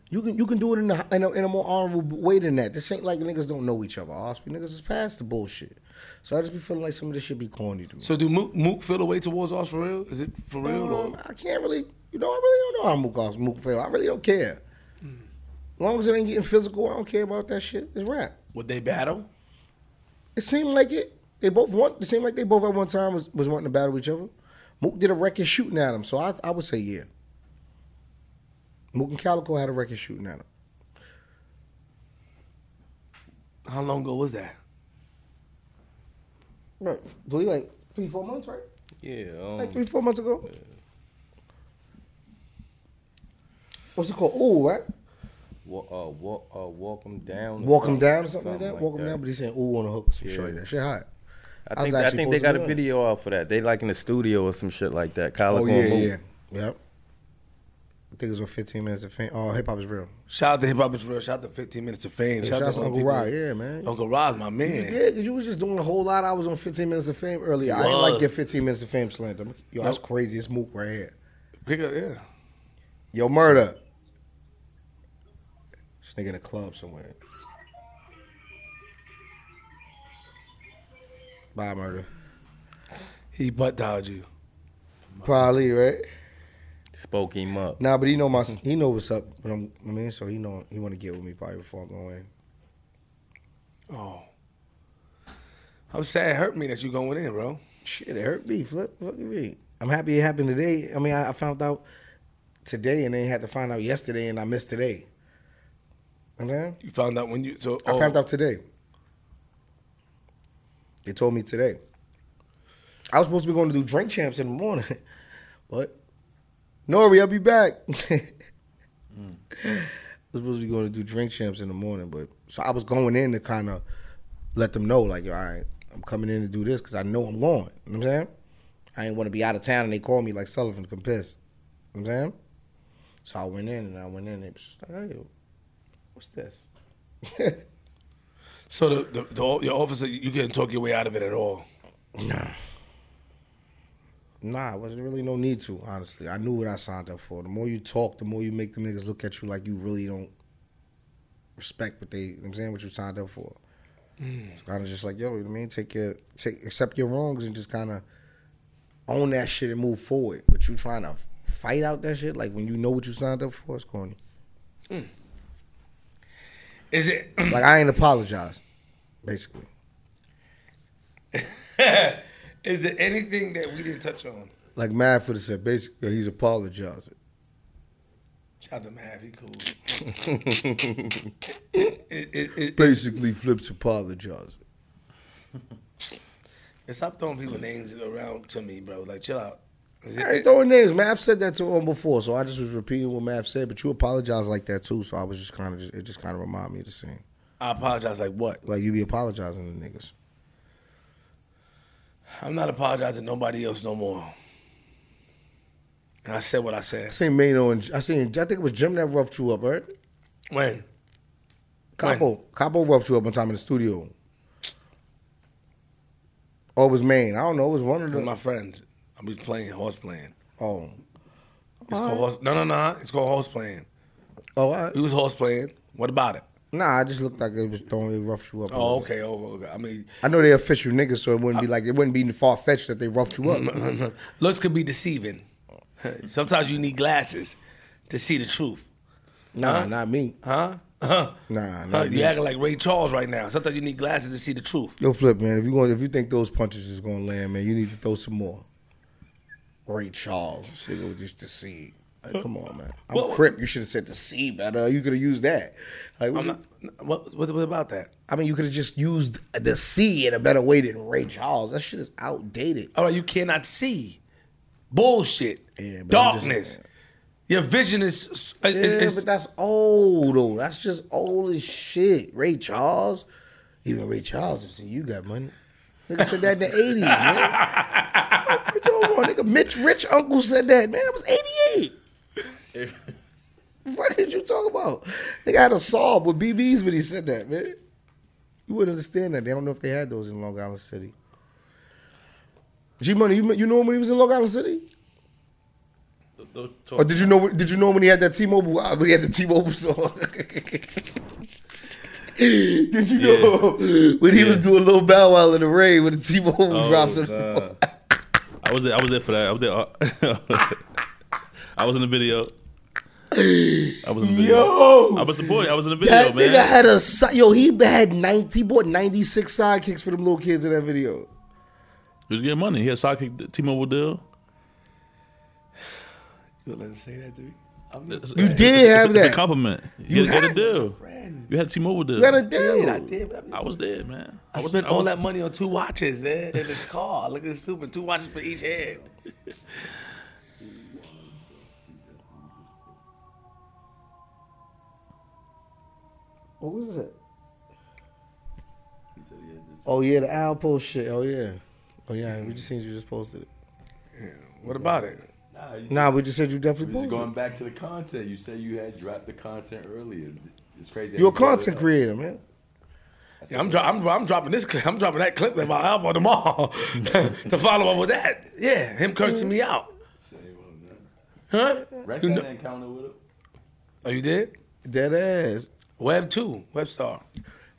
C: You can you can do it in a, in a, in a more honorable way than that. This ain't like niggas don't know each other. Osprey niggas is past the bullshit. So I just be feeling like some of this shit be corny to me.
A: So do Mook, Mook feel away towards us for real? Is it for real?
C: Um,
A: Or?
C: I can't really, you know, I really don't know how Mook Os- Mook feel. I really don't care. As long as it ain't getting physical, I don't care about that shit. It's rap.
A: Would they battle?
C: It seemed like it. They both want. It seemed like they both at one time was, was wanting to battle each other. Mook did a record shooting at him, so I I would say yeah. Mook and Calico had a record shooting at him.
A: How long ago was that?
C: Right, believe like three four months, right?
E: Yeah. Um,
C: Like three four months ago. What's it called? Ooh, right?
E: wa- uh, walk, uh, walk 'em down. or
C: Walk him
E: something-
C: down or something, like that. walk him
E: that.
C: down, but he's saying ooh on the hook, some shit like that. Shit hot.
E: I
C: I was
E: think, I
C: actually
E: think they
C: supposed to
E: got
C: be
E: a
C: on it.
E: video out for that. They like in the studio or some shit like that. Kyle
C: oh
E: gonna
C: yeah,
E: move.
C: yeah, yep. I think it was with 15 minutes of fame. Oh, hip hop is real.
A: Shout out to Hip Hop is Real. Shout out to 15 Minutes of Fame.
C: Yeah,
A: shout, out to Uncle Rod.
C: yeah, man.
A: Uncle Rod's my man.
C: Yeah, 'cause you was just doing a whole lot. I was on 15 minutes of fame earlier. I didn't
A: Was.
C: like your 15 minutes of fame slander. Yo, that's
A: Nope.
C: crazy. It's Mook right here.
A: Pick up, yeah.
C: Yo, murder. This nigga in a club somewhere. Bye, murder.
A: He butt dialed you.
C: Probably right.
E: Spoke him up.
C: Nah, but he know my he know what's up. When I'm, I mean, so he know he want to get with me probably before I go in.
A: Oh. I'm sad it hurt me that you going in, bro.
C: Shit, it hurt me. Flip, fucking me. I'm happy it happened today. I mean, I, I found out today, and then had to find out yesterday, and I missed today. And then
A: You found out when you so
C: I
A: oh,
C: found out today. They told me today. I was supposed to be going to do drink champs in the morning, but Nori, I'll be back. I was supposed to be going to do drink champs in the morning, but so I was going in to kind of let them know, like, all right, I'm coming in to do this because I know I'm going. You know what I'm saying? I ain't want to be out of town and they call me like Sullivan, come piss. You know what I'm saying? So I went in and I went in and they was just like, hey, what's this?
A: So the, the, the your officer you couldn't talk your way out of it at all.
C: Nah. Nah, it wasn't really no need to, honestly. I knew what I signed up for. The more you talk, the more you make them niggas look at you like you really don't respect what they, you know what I'm saying, what you signed up for. It's kind of just like, yo, you know what I mean? Take your, take, accept your wrongs and just kind of own that shit and move forward. But you trying to fight out that shit, like when you know what you signed up for, it's corny.
A: Is it?
C: Like I ain't apologize, basically.
A: is there anything that we didn't touch on?
C: Like Madford said, basically he's apologizing.
A: Shout out to Mav, he cool. It- it- it-
C: Basically, Flips apologizing.
A: it- stop throwing people names around to me, bro. Like, chill out. Is
C: I ain't
A: it-
C: throwing names. Mav said that to him before, so I just was repeating what Mav said. But you apologize like that too, so I was just kind of just, it just kind of reminded me of the scene.
A: I apologize. Like what?
C: Like you be apologizing to niggas.
A: I'm not apologizing to nobody else no more. And I said what I
C: I
A: said.
C: seen Mano and I seen I think it was Jim that roughed you up, right?
A: When?
C: Capo Capo roughed you up one time in the studio. Or it was Maine. I don't know. It was one of
A: With
C: them.
A: my friends. I was playing, horse playing.
C: Oh,
A: It's called horse. No, no, no. It's called horse playing.
C: oh, I,
A: We was horse playing. What about it?
C: nah. I just looked like it was throwing it roughed you up. a
A: Oh,
C: little bit.
A: okay. Oh, okay. I mean,
C: I know they official niggas, so it wouldn't be like it wouldn't be far fetched that they roughed you
A: Mm-hmm.
C: up.
A: looks could be deceiving. Sometimes you need glasses to see the truth. Uh-huh.
C: Nah, not me.
A: Huh? Huh?
C: Nah,
A: Huh?
C: not
A: You
C: me.
A: acting like Ray Charles right now. Sometimes you need glasses to see the truth.
C: Yo, flip, man. If you going, if you think those punches is gonna land, man, you need to throw some more. Great Charles, this nigga was just the seed. Like, come on, man. I'm
A: Well-
C: crip. You should have said the seed better. You could have used that. Like, what
A: I'm
C: you-
A: not, what, what, what about that?
C: I mean, you could have just used the C in a better way than Ray Charles. That shit is outdated.
A: All right, you cannot see. Bullshit.
C: Yeah, but I'm
A: Darkness.
C: just-
A: Your vision is. is-
C: Yeah,
A: is-
C: but that's old though. That's just old as shit. Ray Charles, even Ray Charles, said, you got money. Nigga said that in the eighties, man. What you talking about? Nigga, Mitch Rich Uncle said that, man. It was eighty eight. What did you talk about? Nigga had a sob with BBs when he said that, man. You wouldn't understand that. They don't know if they had those in Long Island City. G Money, you, you know him when he was in Long Island City? Or did you know? Did you know when he had that T-Mobile? Uh, when he had the T-Mobile song. did you know when he was
B: Yeah.
C: doing Lil Bow Wow in the rain when the T-Mobile
B: Oh,
C: drops? in the-
B: God. I was there. I was there for that. I was there. I was in the video. I was in the video.
C: Yo,
B: I was supporting. I was in the video,
C: that
B: man.
C: nigga had a si- yo. He had ninety. He bought ninety six sidekicks for them little kids in that video.
B: he was getting money. He had sidekick T-Mobile deal.
A: you let him say that to me?
B: It's-
C: You
B: it's-
C: did
B: it's-
C: have
B: it's a
C: that.
B: compliment. You, had,
C: had-
B: a deal. You had T-Mobile deal.
C: You got a deal.
A: Yeah, I did. but I, mean,
B: I was there, man.
A: I
B: was,
A: spent
B: I
A: all
B: was-
A: that money on two watches there in this car. Look at this stupid. Two watches for each head.
C: What was it? Oh yeah, the Alpo shit. Oh yeah. Oh yeah, we just seen you just posted it.
A: What about it?
D: Nah, you-
C: Nah, we just said you
D: we're
C: definitely posted.
D: just going
C: it.
D: back to the content. You said you had dropped the content earlier. It's crazy. how
C: You're a
D: you brought it
C: content
D: up.
C: creator, man.
A: Yeah, I'm, dro- I'm, I'm dropping this clip. I'm dropping that clip in my album tomorrow to follow up with that. Yeah, him cursing me out.
D: Say what I'm doing.
A: Huh?
D: Rex
A: You
D: had
A: know-
D: an encounter with him.
A: Oh, you did?
C: Dead ass.
A: Web 2, Webstar.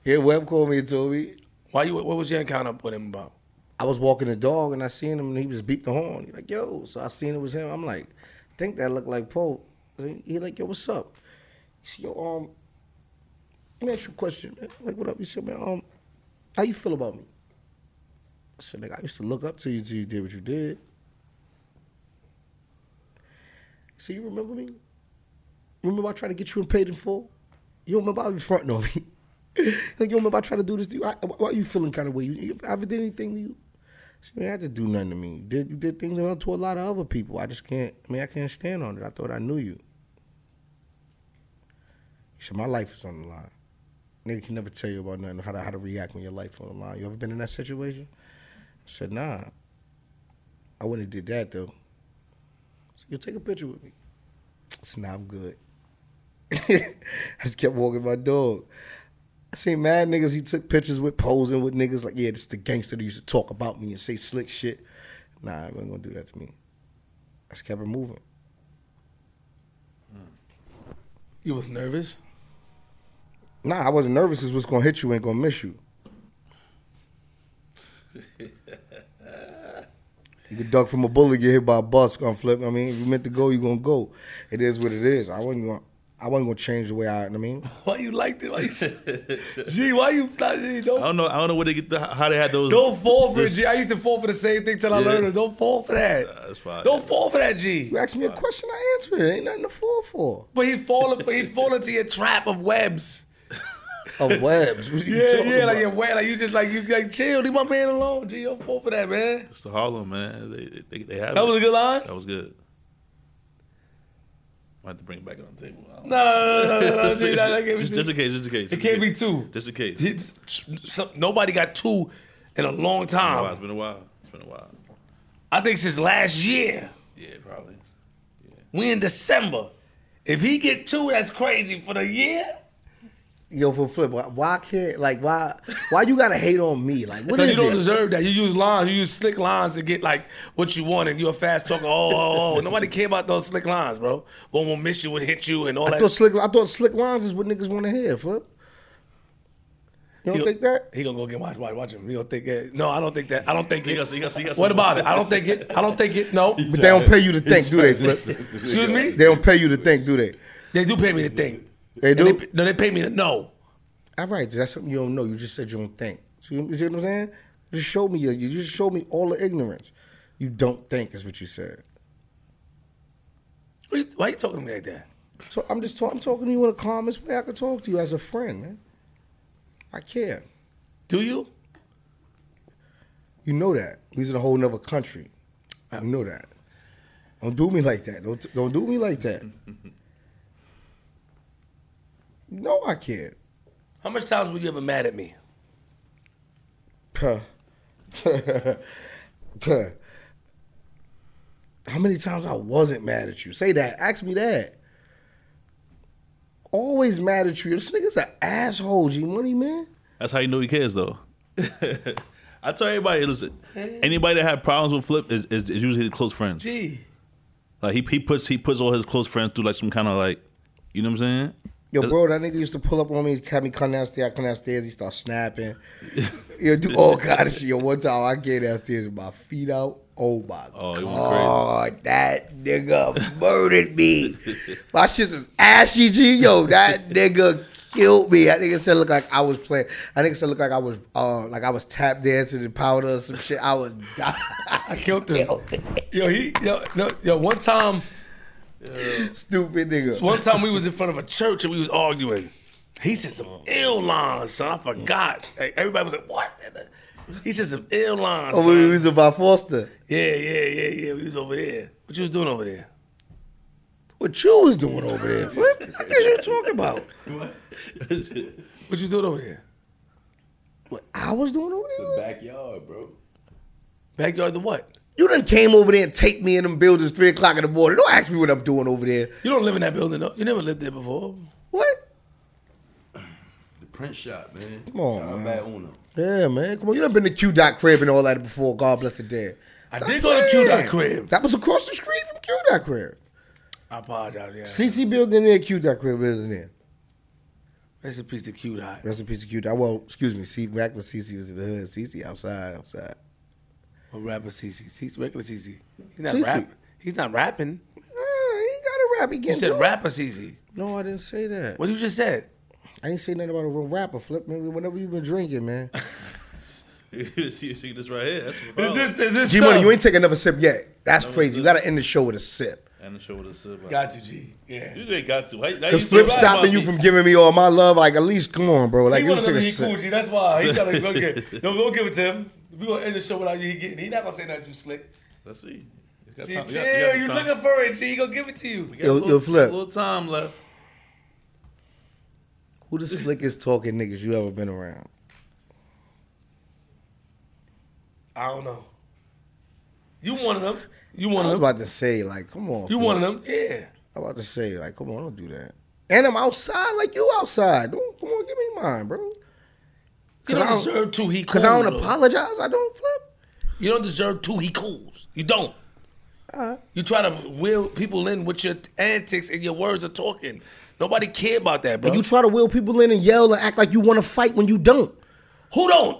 C: Yeah, Webb called me and told me
A: Why you? What was your encounter with him about?
C: I was walking the dog and I seen him and he was beat the horn. He like, yo. So I seen it was him. I'm like, I think that looked like Pope. He like, yo, what's up? He said, yo, um, let me ask you a question, man. Like, what up? He said, man, um, how you feel about me? I said, nigga, I used to look up to you till you did what you did. He said, you remember me? You remember I tried to get you in paid in full? You don't remember I was fronting on me? like, you remember I tried to do this to you? I, why are you feeling kind of way? You, you I ever did anything to you? She didn't have to do nothing to me. You did, you did things to, to a lot of other people. I just can't, I mean, I can't stand on it. I thought I knew you. He said, my life is on the line. Nigga can never tell you about nothing, how to, how to react when your life on the line. You ever been in that situation? I said, nah. I wouldn't have did that, though. So you take a picture with me. I said, nah, I'm good. I just kept walking my dog. I seen mad niggas he took pictures with posing with niggas like, yeah, this the gangster that used to talk about me and say slick shit. Nah, I wasn't gonna do that to me. I just kept it moving.
A: You was nervous?
C: Nah, I wasn't nervous because what's gonna hit you ain't gonna miss you. You can duck from a bullet, get hit by a bus, gonna flip. I mean, if you meant to go, you gonna go. It is what it is. I wasn't gonna. I wasn't gonna change the way I. I mean,
A: Why you like it? Why you, G, why you
B: I
A: don't
B: don't know. I don't know where they get the, how they had those.
A: don't fall for it,
B: this-
A: G. I used to fall for the same thing till I
B: Yeah.
A: learned it. Don't fall for that.
B: Nah, that's fine.
A: Don't fall for that, G.
C: you asked me a question, I answered it. Ain't nothing to fall for.
A: But he falling, he fall into your trap of webs.
C: Of webs. What you
A: Yeah,
C: talking
A: yeah, like
C: about?
A: your web, like you just like you like chill. Leave my man alone, G. Don't fall for that, man.
B: It's the Harlem, man. They, they, they have
A: That
B: it.
A: was a good line.
B: That was good. I have to bring it back on the table. I don't
A: No, no, no, no, no, no,
B: know.
A: G. That, that can't be
B: just,
A: two.
B: just in case, just in case.
A: It
B: just
A: can't
B: in
A: be
B: case.
A: two.
B: Just in case. It's
A: It's- some- Nobody got two in a long
B: been a while.
A: time.
B: It's been a while. It's been a while.
A: I think since last year.
B: Yeah, probably.
A: We in December. If he get two, that's crazy for the year.
C: Yo, for flip, why, why can't like why why you gotta hate on me? Like what
A: Because you
C: is
A: don't
C: it?
A: deserve that. You use lines. You use slick lines to get like what you want, and you're a fast talker. Oh, oh, oh. Nobody care about those slick lines, bro. One will miss you, would hit you, and all
C: I
A: that.
C: thought slick. I thought slick lines is what niggas want to hear. Flip. You don't
A: He-
C: think that?
A: He gonna go get watch, watch, watch him. You don't think that? No, I don't think that. I don't think
B: You got-
A: it.
B: you got- you got
A: What
B: some-
A: about it? I don't think it. I don't think it. No.
C: But they don't pay you to think, do they? Flip.
A: Excuse me.
C: They don't pay you to think, do they?
A: They do pay me to think.
C: They
A: And
C: do.
A: no, they pay me to know.
C: All right, that's something you don't know. You just said you don't think. See, you see what I'm saying? Just show me your. You just show me all the ignorance. You don't think is what you said.
A: What you- Why you talking to me like that?
C: So I'm just. Talk, I'm talking to you in the calmest way I could talk to you as a friend, man. I care.
A: Do you?
C: You know that. He's in a whole nother country. You know that. Don't do me like that. Don't don't do me like that. no, I can't.
A: How much times were you ever mad at me?
C: Puh. Puh. How many times I wasn't mad at you? Say that. Ask me that. Always mad at you. This nigga's an asshole, G Money, man.
B: That's how you know he cares, though. I tell everybody, listen, anybody that had problems with Flip is, is, is usually his close friends.
A: Gee.
B: Like he, he puts he puts all his close friends through like some kind of like, you know what I'm saying?
C: Yo, bro, that nigga used to pull up on me, had me come downstairs, I come downstairs, he start snapping. Yo, do all kind of shit. Yo, one time I came downstairs with my feet out. Oh my
B: Oh,
C: god,
B: it was
C: that nigga murdered me. my shit was ashy, G. Yo, that nigga killed me. That nigga said look like I was playing. That nigga said look like I was uh like I was tap dancing and powder or some shit. I was dying.
A: I killed him. Yo, he yo, no, yo one time
C: Stupid nigga.
A: one time we was in front of a church and we was arguing. He said some ill lines, son. I forgot. Hey, everybody was like, "What?" uh, He said some ill lines.
C: Oh, we
A: Son.
C: was about Foster.
A: Yeah, yeah, yeah, yeah. We was over there. What you was doing over there?
C: What you was doing over there? What the fuck is you talking about?
A: What you doing over there?
C: What I was doing over there?
D: The backyard, bro.
A: Backyard to what?
C: You done came over there and take me in them buildings three o'clock in the morning. Don't ask me what I'm doing over there.
A: You don't live in that building though. You never lived there before.
C: What?
D: The print shop, man.
C: Come on,
D: Shout out
C: man.
D: Bad Uno.
C: Yeah, man. Come on, you done been to Q Dot Crib and all that before. God bless the dead.
A: I
C: Stop
A: did go to Q Dot
C: playing.
A: Crib.
C: That was across the street from Q Dot Crib.
A: I apologize. Yeah.
C: CC building there, Q Dot Crib building there.
A: Rest in peace to Q Dot.
C: Rest in peace, Q Dot. Well, excuse me. See, back when CC was in the hood, CC outside, outside.
A: Or rapper CC. CC. Regular CC. He's not
C: CC.
A: rapping. He's not rapping.
C: Uh, he ain't got a rap. He
A: You
C: getting
A: said
C: to it.
A: rapper CC.
C: No, I didn't say that.
A: What you just said?
C: I ain't say nothing about a real rapper flip. Man, whenever you been drinking, man.
B: See, see this right here. That's what
A: Is this is this
C: G Money,
A: stuff?
C: you ain't taking another sip yet. That's crazy. You gotta end the show with a sip.
B: And the show with a silver.
A: Got you, G. Yeah.
B: You ain't got to. Why- why you
C: Cause
B: feel
C: Flip
B: bad
C: stopping
B: about
C: you
B: me?
C: from giving me all my love. Like at least, come on, bro. Like
A: he
C: you
A: want
C: take
A: another
C: a
A: he cool,
C: sip.
A: G. That's why he trying to go get. No, don't give it to him. We gonna end the show without you he getting. He not gonna say nothing too slick.
B: Let's see. You got
A: G,
B: time-
A: chill.
B: got- got
A: You
B: time.
A: looking for it, G? He gonna give it to you.
B: We got
C: Yo-
B: a
C: yo,
B: little,
C: Flip.
B: little time left.
C: Who the slickest talking niggas you ever been around?
A: I don't know. You one of them. You one
C: I was
A: of them.
C: about to say, like, come on.
A: You one of them. Yeah.
C: I'm about to say, like, come on, don't do that. And I'm outside, like you outside. Don't come on, give me mine, bro.
A: You
C: 'Cause
A: don't
C: I don't-
A: deserve two. He cool.
C: Cause I don't
A: though.
C: apologize. I don't flip.
A: You don't deserve two. He cools. You don't. You try to wheel people in with your antics and your words of talking. Nobody care about that, bro.
C: But you try to wheel people in and yell and act like you want to fight when you don't.
A: Who don't?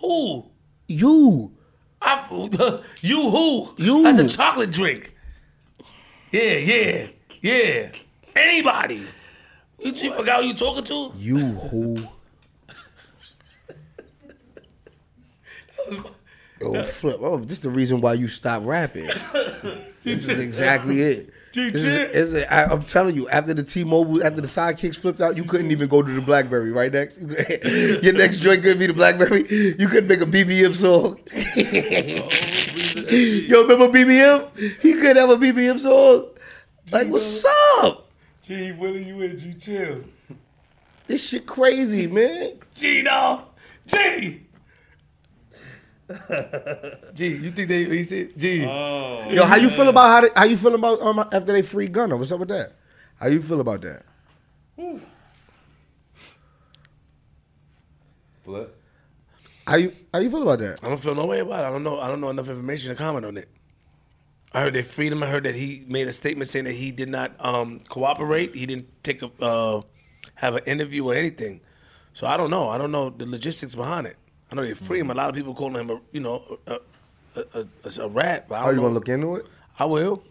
A: Who?
C: You.
A: I f- you who
C: You.
A: that's a chocolate drink. Yeah, yeah, yeah. Anybody? You, you forgot who you talking to?
C: You who? Yo, flip. Oh, this is the reason why you stopped rapping. This is exactly it.
A: G-G.
C: This is, is- I, am telling you, after the T-Mobile, after the sidekicks flipped out, you couldn't even go to the BlackBerry. Right next, your next joint could be the BlackBerry. You couldn't make a BBM song. Yo, remember BBM? He couldn't have a BBM song. Like, what's up?
D: Gee, Willie, you in? You chill.
C: This shit crazy, man.
A: Gino, G. G, you think they? He said,
D: Uh,
A: G.
C: Yo, how you feel about how, they, how you feel about um, after they free Gunna? What's up with that? How you feel about that?
D: What?
C: How you how you feel about that?
A: I don't feel no way about it. I don't know. I don't know enough information to comment on it. I heard that freedom. I heard that he made a statement saying that he did not um, cooperate. He didn't take a uh, have an interview or anything. So I don't know. I don't know the logistics behind it. I know they free him. A lot of people calling him a you know a a, a, a, a rat. But I don't
C: Are you
A: know.
C: gonna look into it?
A: I will.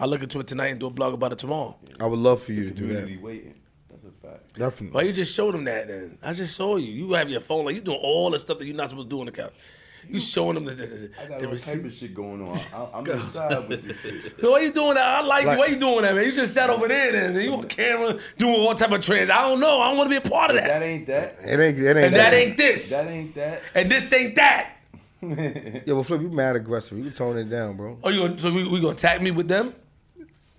A: I'll look into it tonight and do a blog about it tomorrow.
C: I would love for you to do
D: Community
C: that.
D: waiting. That's a fact.
C: Definitely.
A: Why you just showed him that then? I just saw you. You have your phone like you doing all the stuff that you're not supposed to do on the couch. You showing him the, the, the,
D: I got
A: the
D: all
A: receipt.
D: type of shit going on. I, I'm inside with this shit.
A: So why you doing that? I like,
C: Like-
A: you. Why you doing that, man? You just sat over there and you on camera doing all type of trends. I don't know. I don't want to be a part of that.
D: That ain't that.
C: It ain't it ain't
A: and that ain't this.
D: That ain't that.
A: and this ain't that.
C: Yo, but Flip, you mad aggressive. You can tone it down, bro.
A: Oh, you gonna, so we, we gonna attack me with them?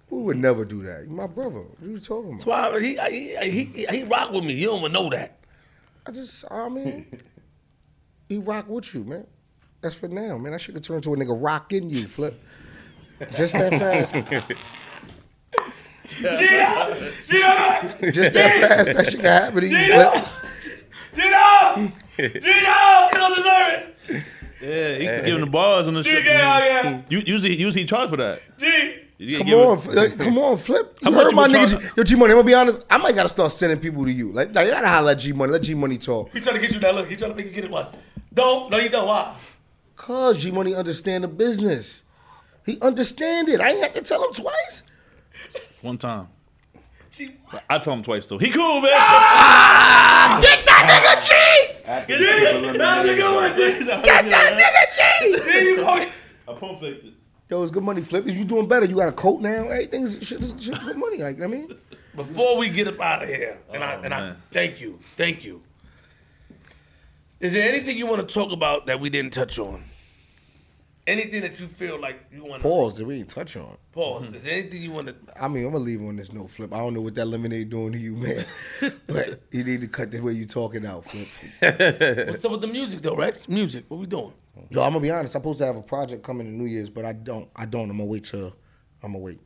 C: We would never do that. You my brother. What you talking about?
A: Why he he, he he he rock with me. You don't even know that.
C: I just I mean he rock with you, man. That's for now, man. I should have turned to a nigga rocking you, Flip. Just that fast.
A: Gino, Gino,
C: Just that fast. That shit can happen to you, Flip.
A: Gino, Gino, Gino. You don't deserve it.
B: Yeah, he giving the bars on the
A: G,
B: shit.
A: get out here.
B: You usually usually he charged for that.
A: G.
B: You
C: Come
B: give
C: on,
B: it-
C: F- like, come on, Flip.
B: How
C: You heard
B: much you
C: my
B: were
C: nigga.
B: trying-
C: G- Yo, G Money. I'm gonna be honest. I might gotta start sending people to you. Like, I gotta holler at G Money. Let G Money talk.
A: He trying to get you that look. He trying to make you get it. What? Don't. No, you don't. Why?
C: Cause G Money understand the business. He understand it. I ain't have to tell him twice.
B: one time.
A: G. Ah!
B: I told him twice though. He cool, man.
C: Get that nigga G.
D: After
A: G.
D: this is
A: That's a good one,
D: eliminated,
A: G.
C: Get that nigga G.
A: G. You call
B: I pump faked it.
C: Yo, it's good money, Flip. Is you doing better? You got a coat now. Everything's shit, is- shit is good money. Like, I mean,
A: Before we get up out of here, and I
B: Oh,
A: and
B: man.
A: I thank you, thank you. Is there anything you want to talk about that we didn't touch on? Anything that you feel like you want to
C: pause that we ain't touch on.
A: pause? Is there anything you want to?
C: I mean, I'm gonna leave on this note, Flip. I don't know what that lemonade doing to you, man. but you need to cut the way you talking out, Flip.
A: What's up with the music though, Rex? Music. What we doing?
C: Yo, I'm gonna be honest. I'm supposed to have a project coming in New Year's, but I don't. I don't. I'm gonna wait till. I'm gonna wait.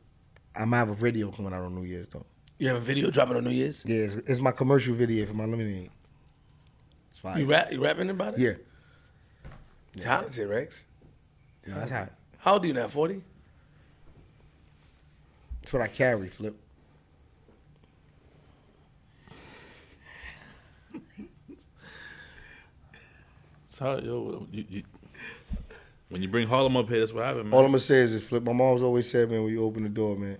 C: I'm gonna have a video coming out on New Year's though.
A: You have a video dropping on New Year's.
C: Yeah, it's, it's my commercial video for my lemonade. It's fine.
A: You rap? You rapping about it?
C: Yeah,
A: Talented, Rex.
C: that's hot.
A: How old are you now? Forty.
C: That's what I carry, Flip.
B: So yo, you, you, when you bring Harlem up here, that's what happened,
C: All
B: man.
C: I'm gonna say is this, Flip. My mom's always said, man, when you open the door, man,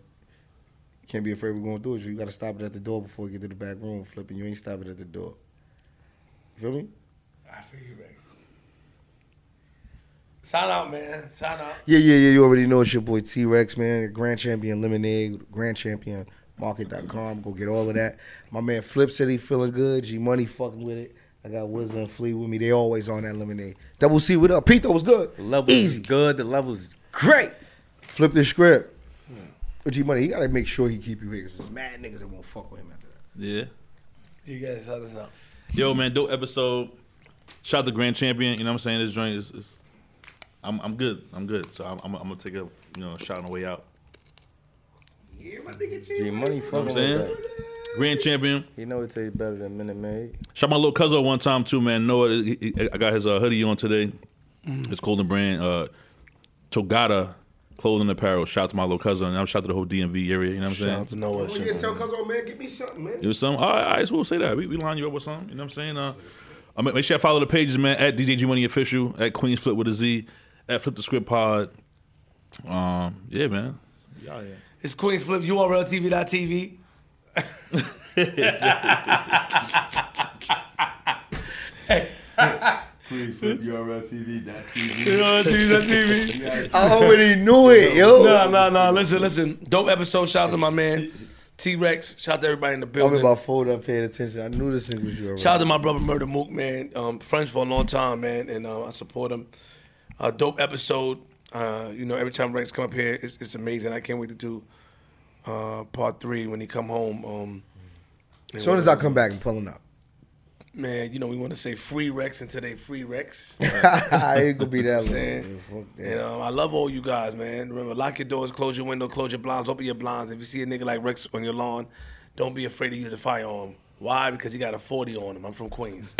C: you can't be afraid we're going through it. You gotta stop it at the door before you get to the back room, Flip, and you ain't stop it at the door. You feel me?
A: I feel you, Rex. Sign out, man. Sign out.
C: Yeah, yeah, yeah. You already know it's your boy T Rex, man. Grand Champion Lemonade, Grand Champion Market.com. Go get all of that. My man Flip City feeling good. G Money fucking with it. I got Wizard and Flea with me. They always on that lemonade. Double C, what up? Pete, that was good.
E: The level
C: Easy.
E: is good. The level's great.
C: Flip the script. But G Money, he gotta make sure he keep you here. 'cause There's mad niggas that won't fuck with him after that.
B: Yeah.
A: You guys sign us out.
B: Yo, man, dope episode. Shout out to Grand Champion. You know what I'm saying? This joint is. is I'm, I'm good. I'm good. So I'm, I'm, I'm gonna take a you know shot on the way out.
C: Yeah, my nigga
E: G Money
B: You know
E: fucking
B: what I'm
E: with
B: saying?
E: that.
B: Grand Champion.
E: He know it tastes better than Minute Maid.
B: Shot my little cousin one time too, man. Noah, he- he- I got his uh, hoodie on today.
A: Mm-hmm.
B: It's Golden Brand, uh, Togata Clothing Apparel. Shout out to my little cousin. And I'm shout out to the whole DMV area. You know what I'm
A: Shout
B: saying?
A: out to Noah.
C: tell cuz old man, give me something, man.
B: It was some. All right, all right, so we'll say that. We, we line you up with something. You know what I'm saying? Uh, I mean, make sure I follow the pages, man. At DJ G Money Official, at Queens Flip with a Z, at Flip the Script Pod. Um, yeah, man.
A: It's Queens Flip, URLTV.tv.
D: Queen Flip URL TV. That
A: You
D: TV.
A: know, TV.
C: I already knew it, yo.
A: No, no, no. Listen, listen. Dope episode. Shout out to my man T Rex. Shout out to everybody in the
C: I'm
A: building.
C: about fold up, paying attention. I knew this thing was you already.
A: Shout out to my brother Murder Mook, man. Um, friends for a long time, man, and uh, I support him. Uh, dope episode. Uh, you know, every time Rex come up here, it's, it's amazing. I can't wait to do uh, part three when he come home. Um,
C: As soon as I come back, I'm pulling up.
A: man, you know, we want to say free Rex until they free Rex.
C: I ain't gonna be that long.
A: saying?
C: man. Fuck that.
A: You know, I love all you guys, man. Remember, lock your doors, close your window, close your blinds, open your blinds. If you see a nigga like Rex on your lawn, don't be afraid to use a firearm. Why? Because he got a 40 on him. I'm from Queens.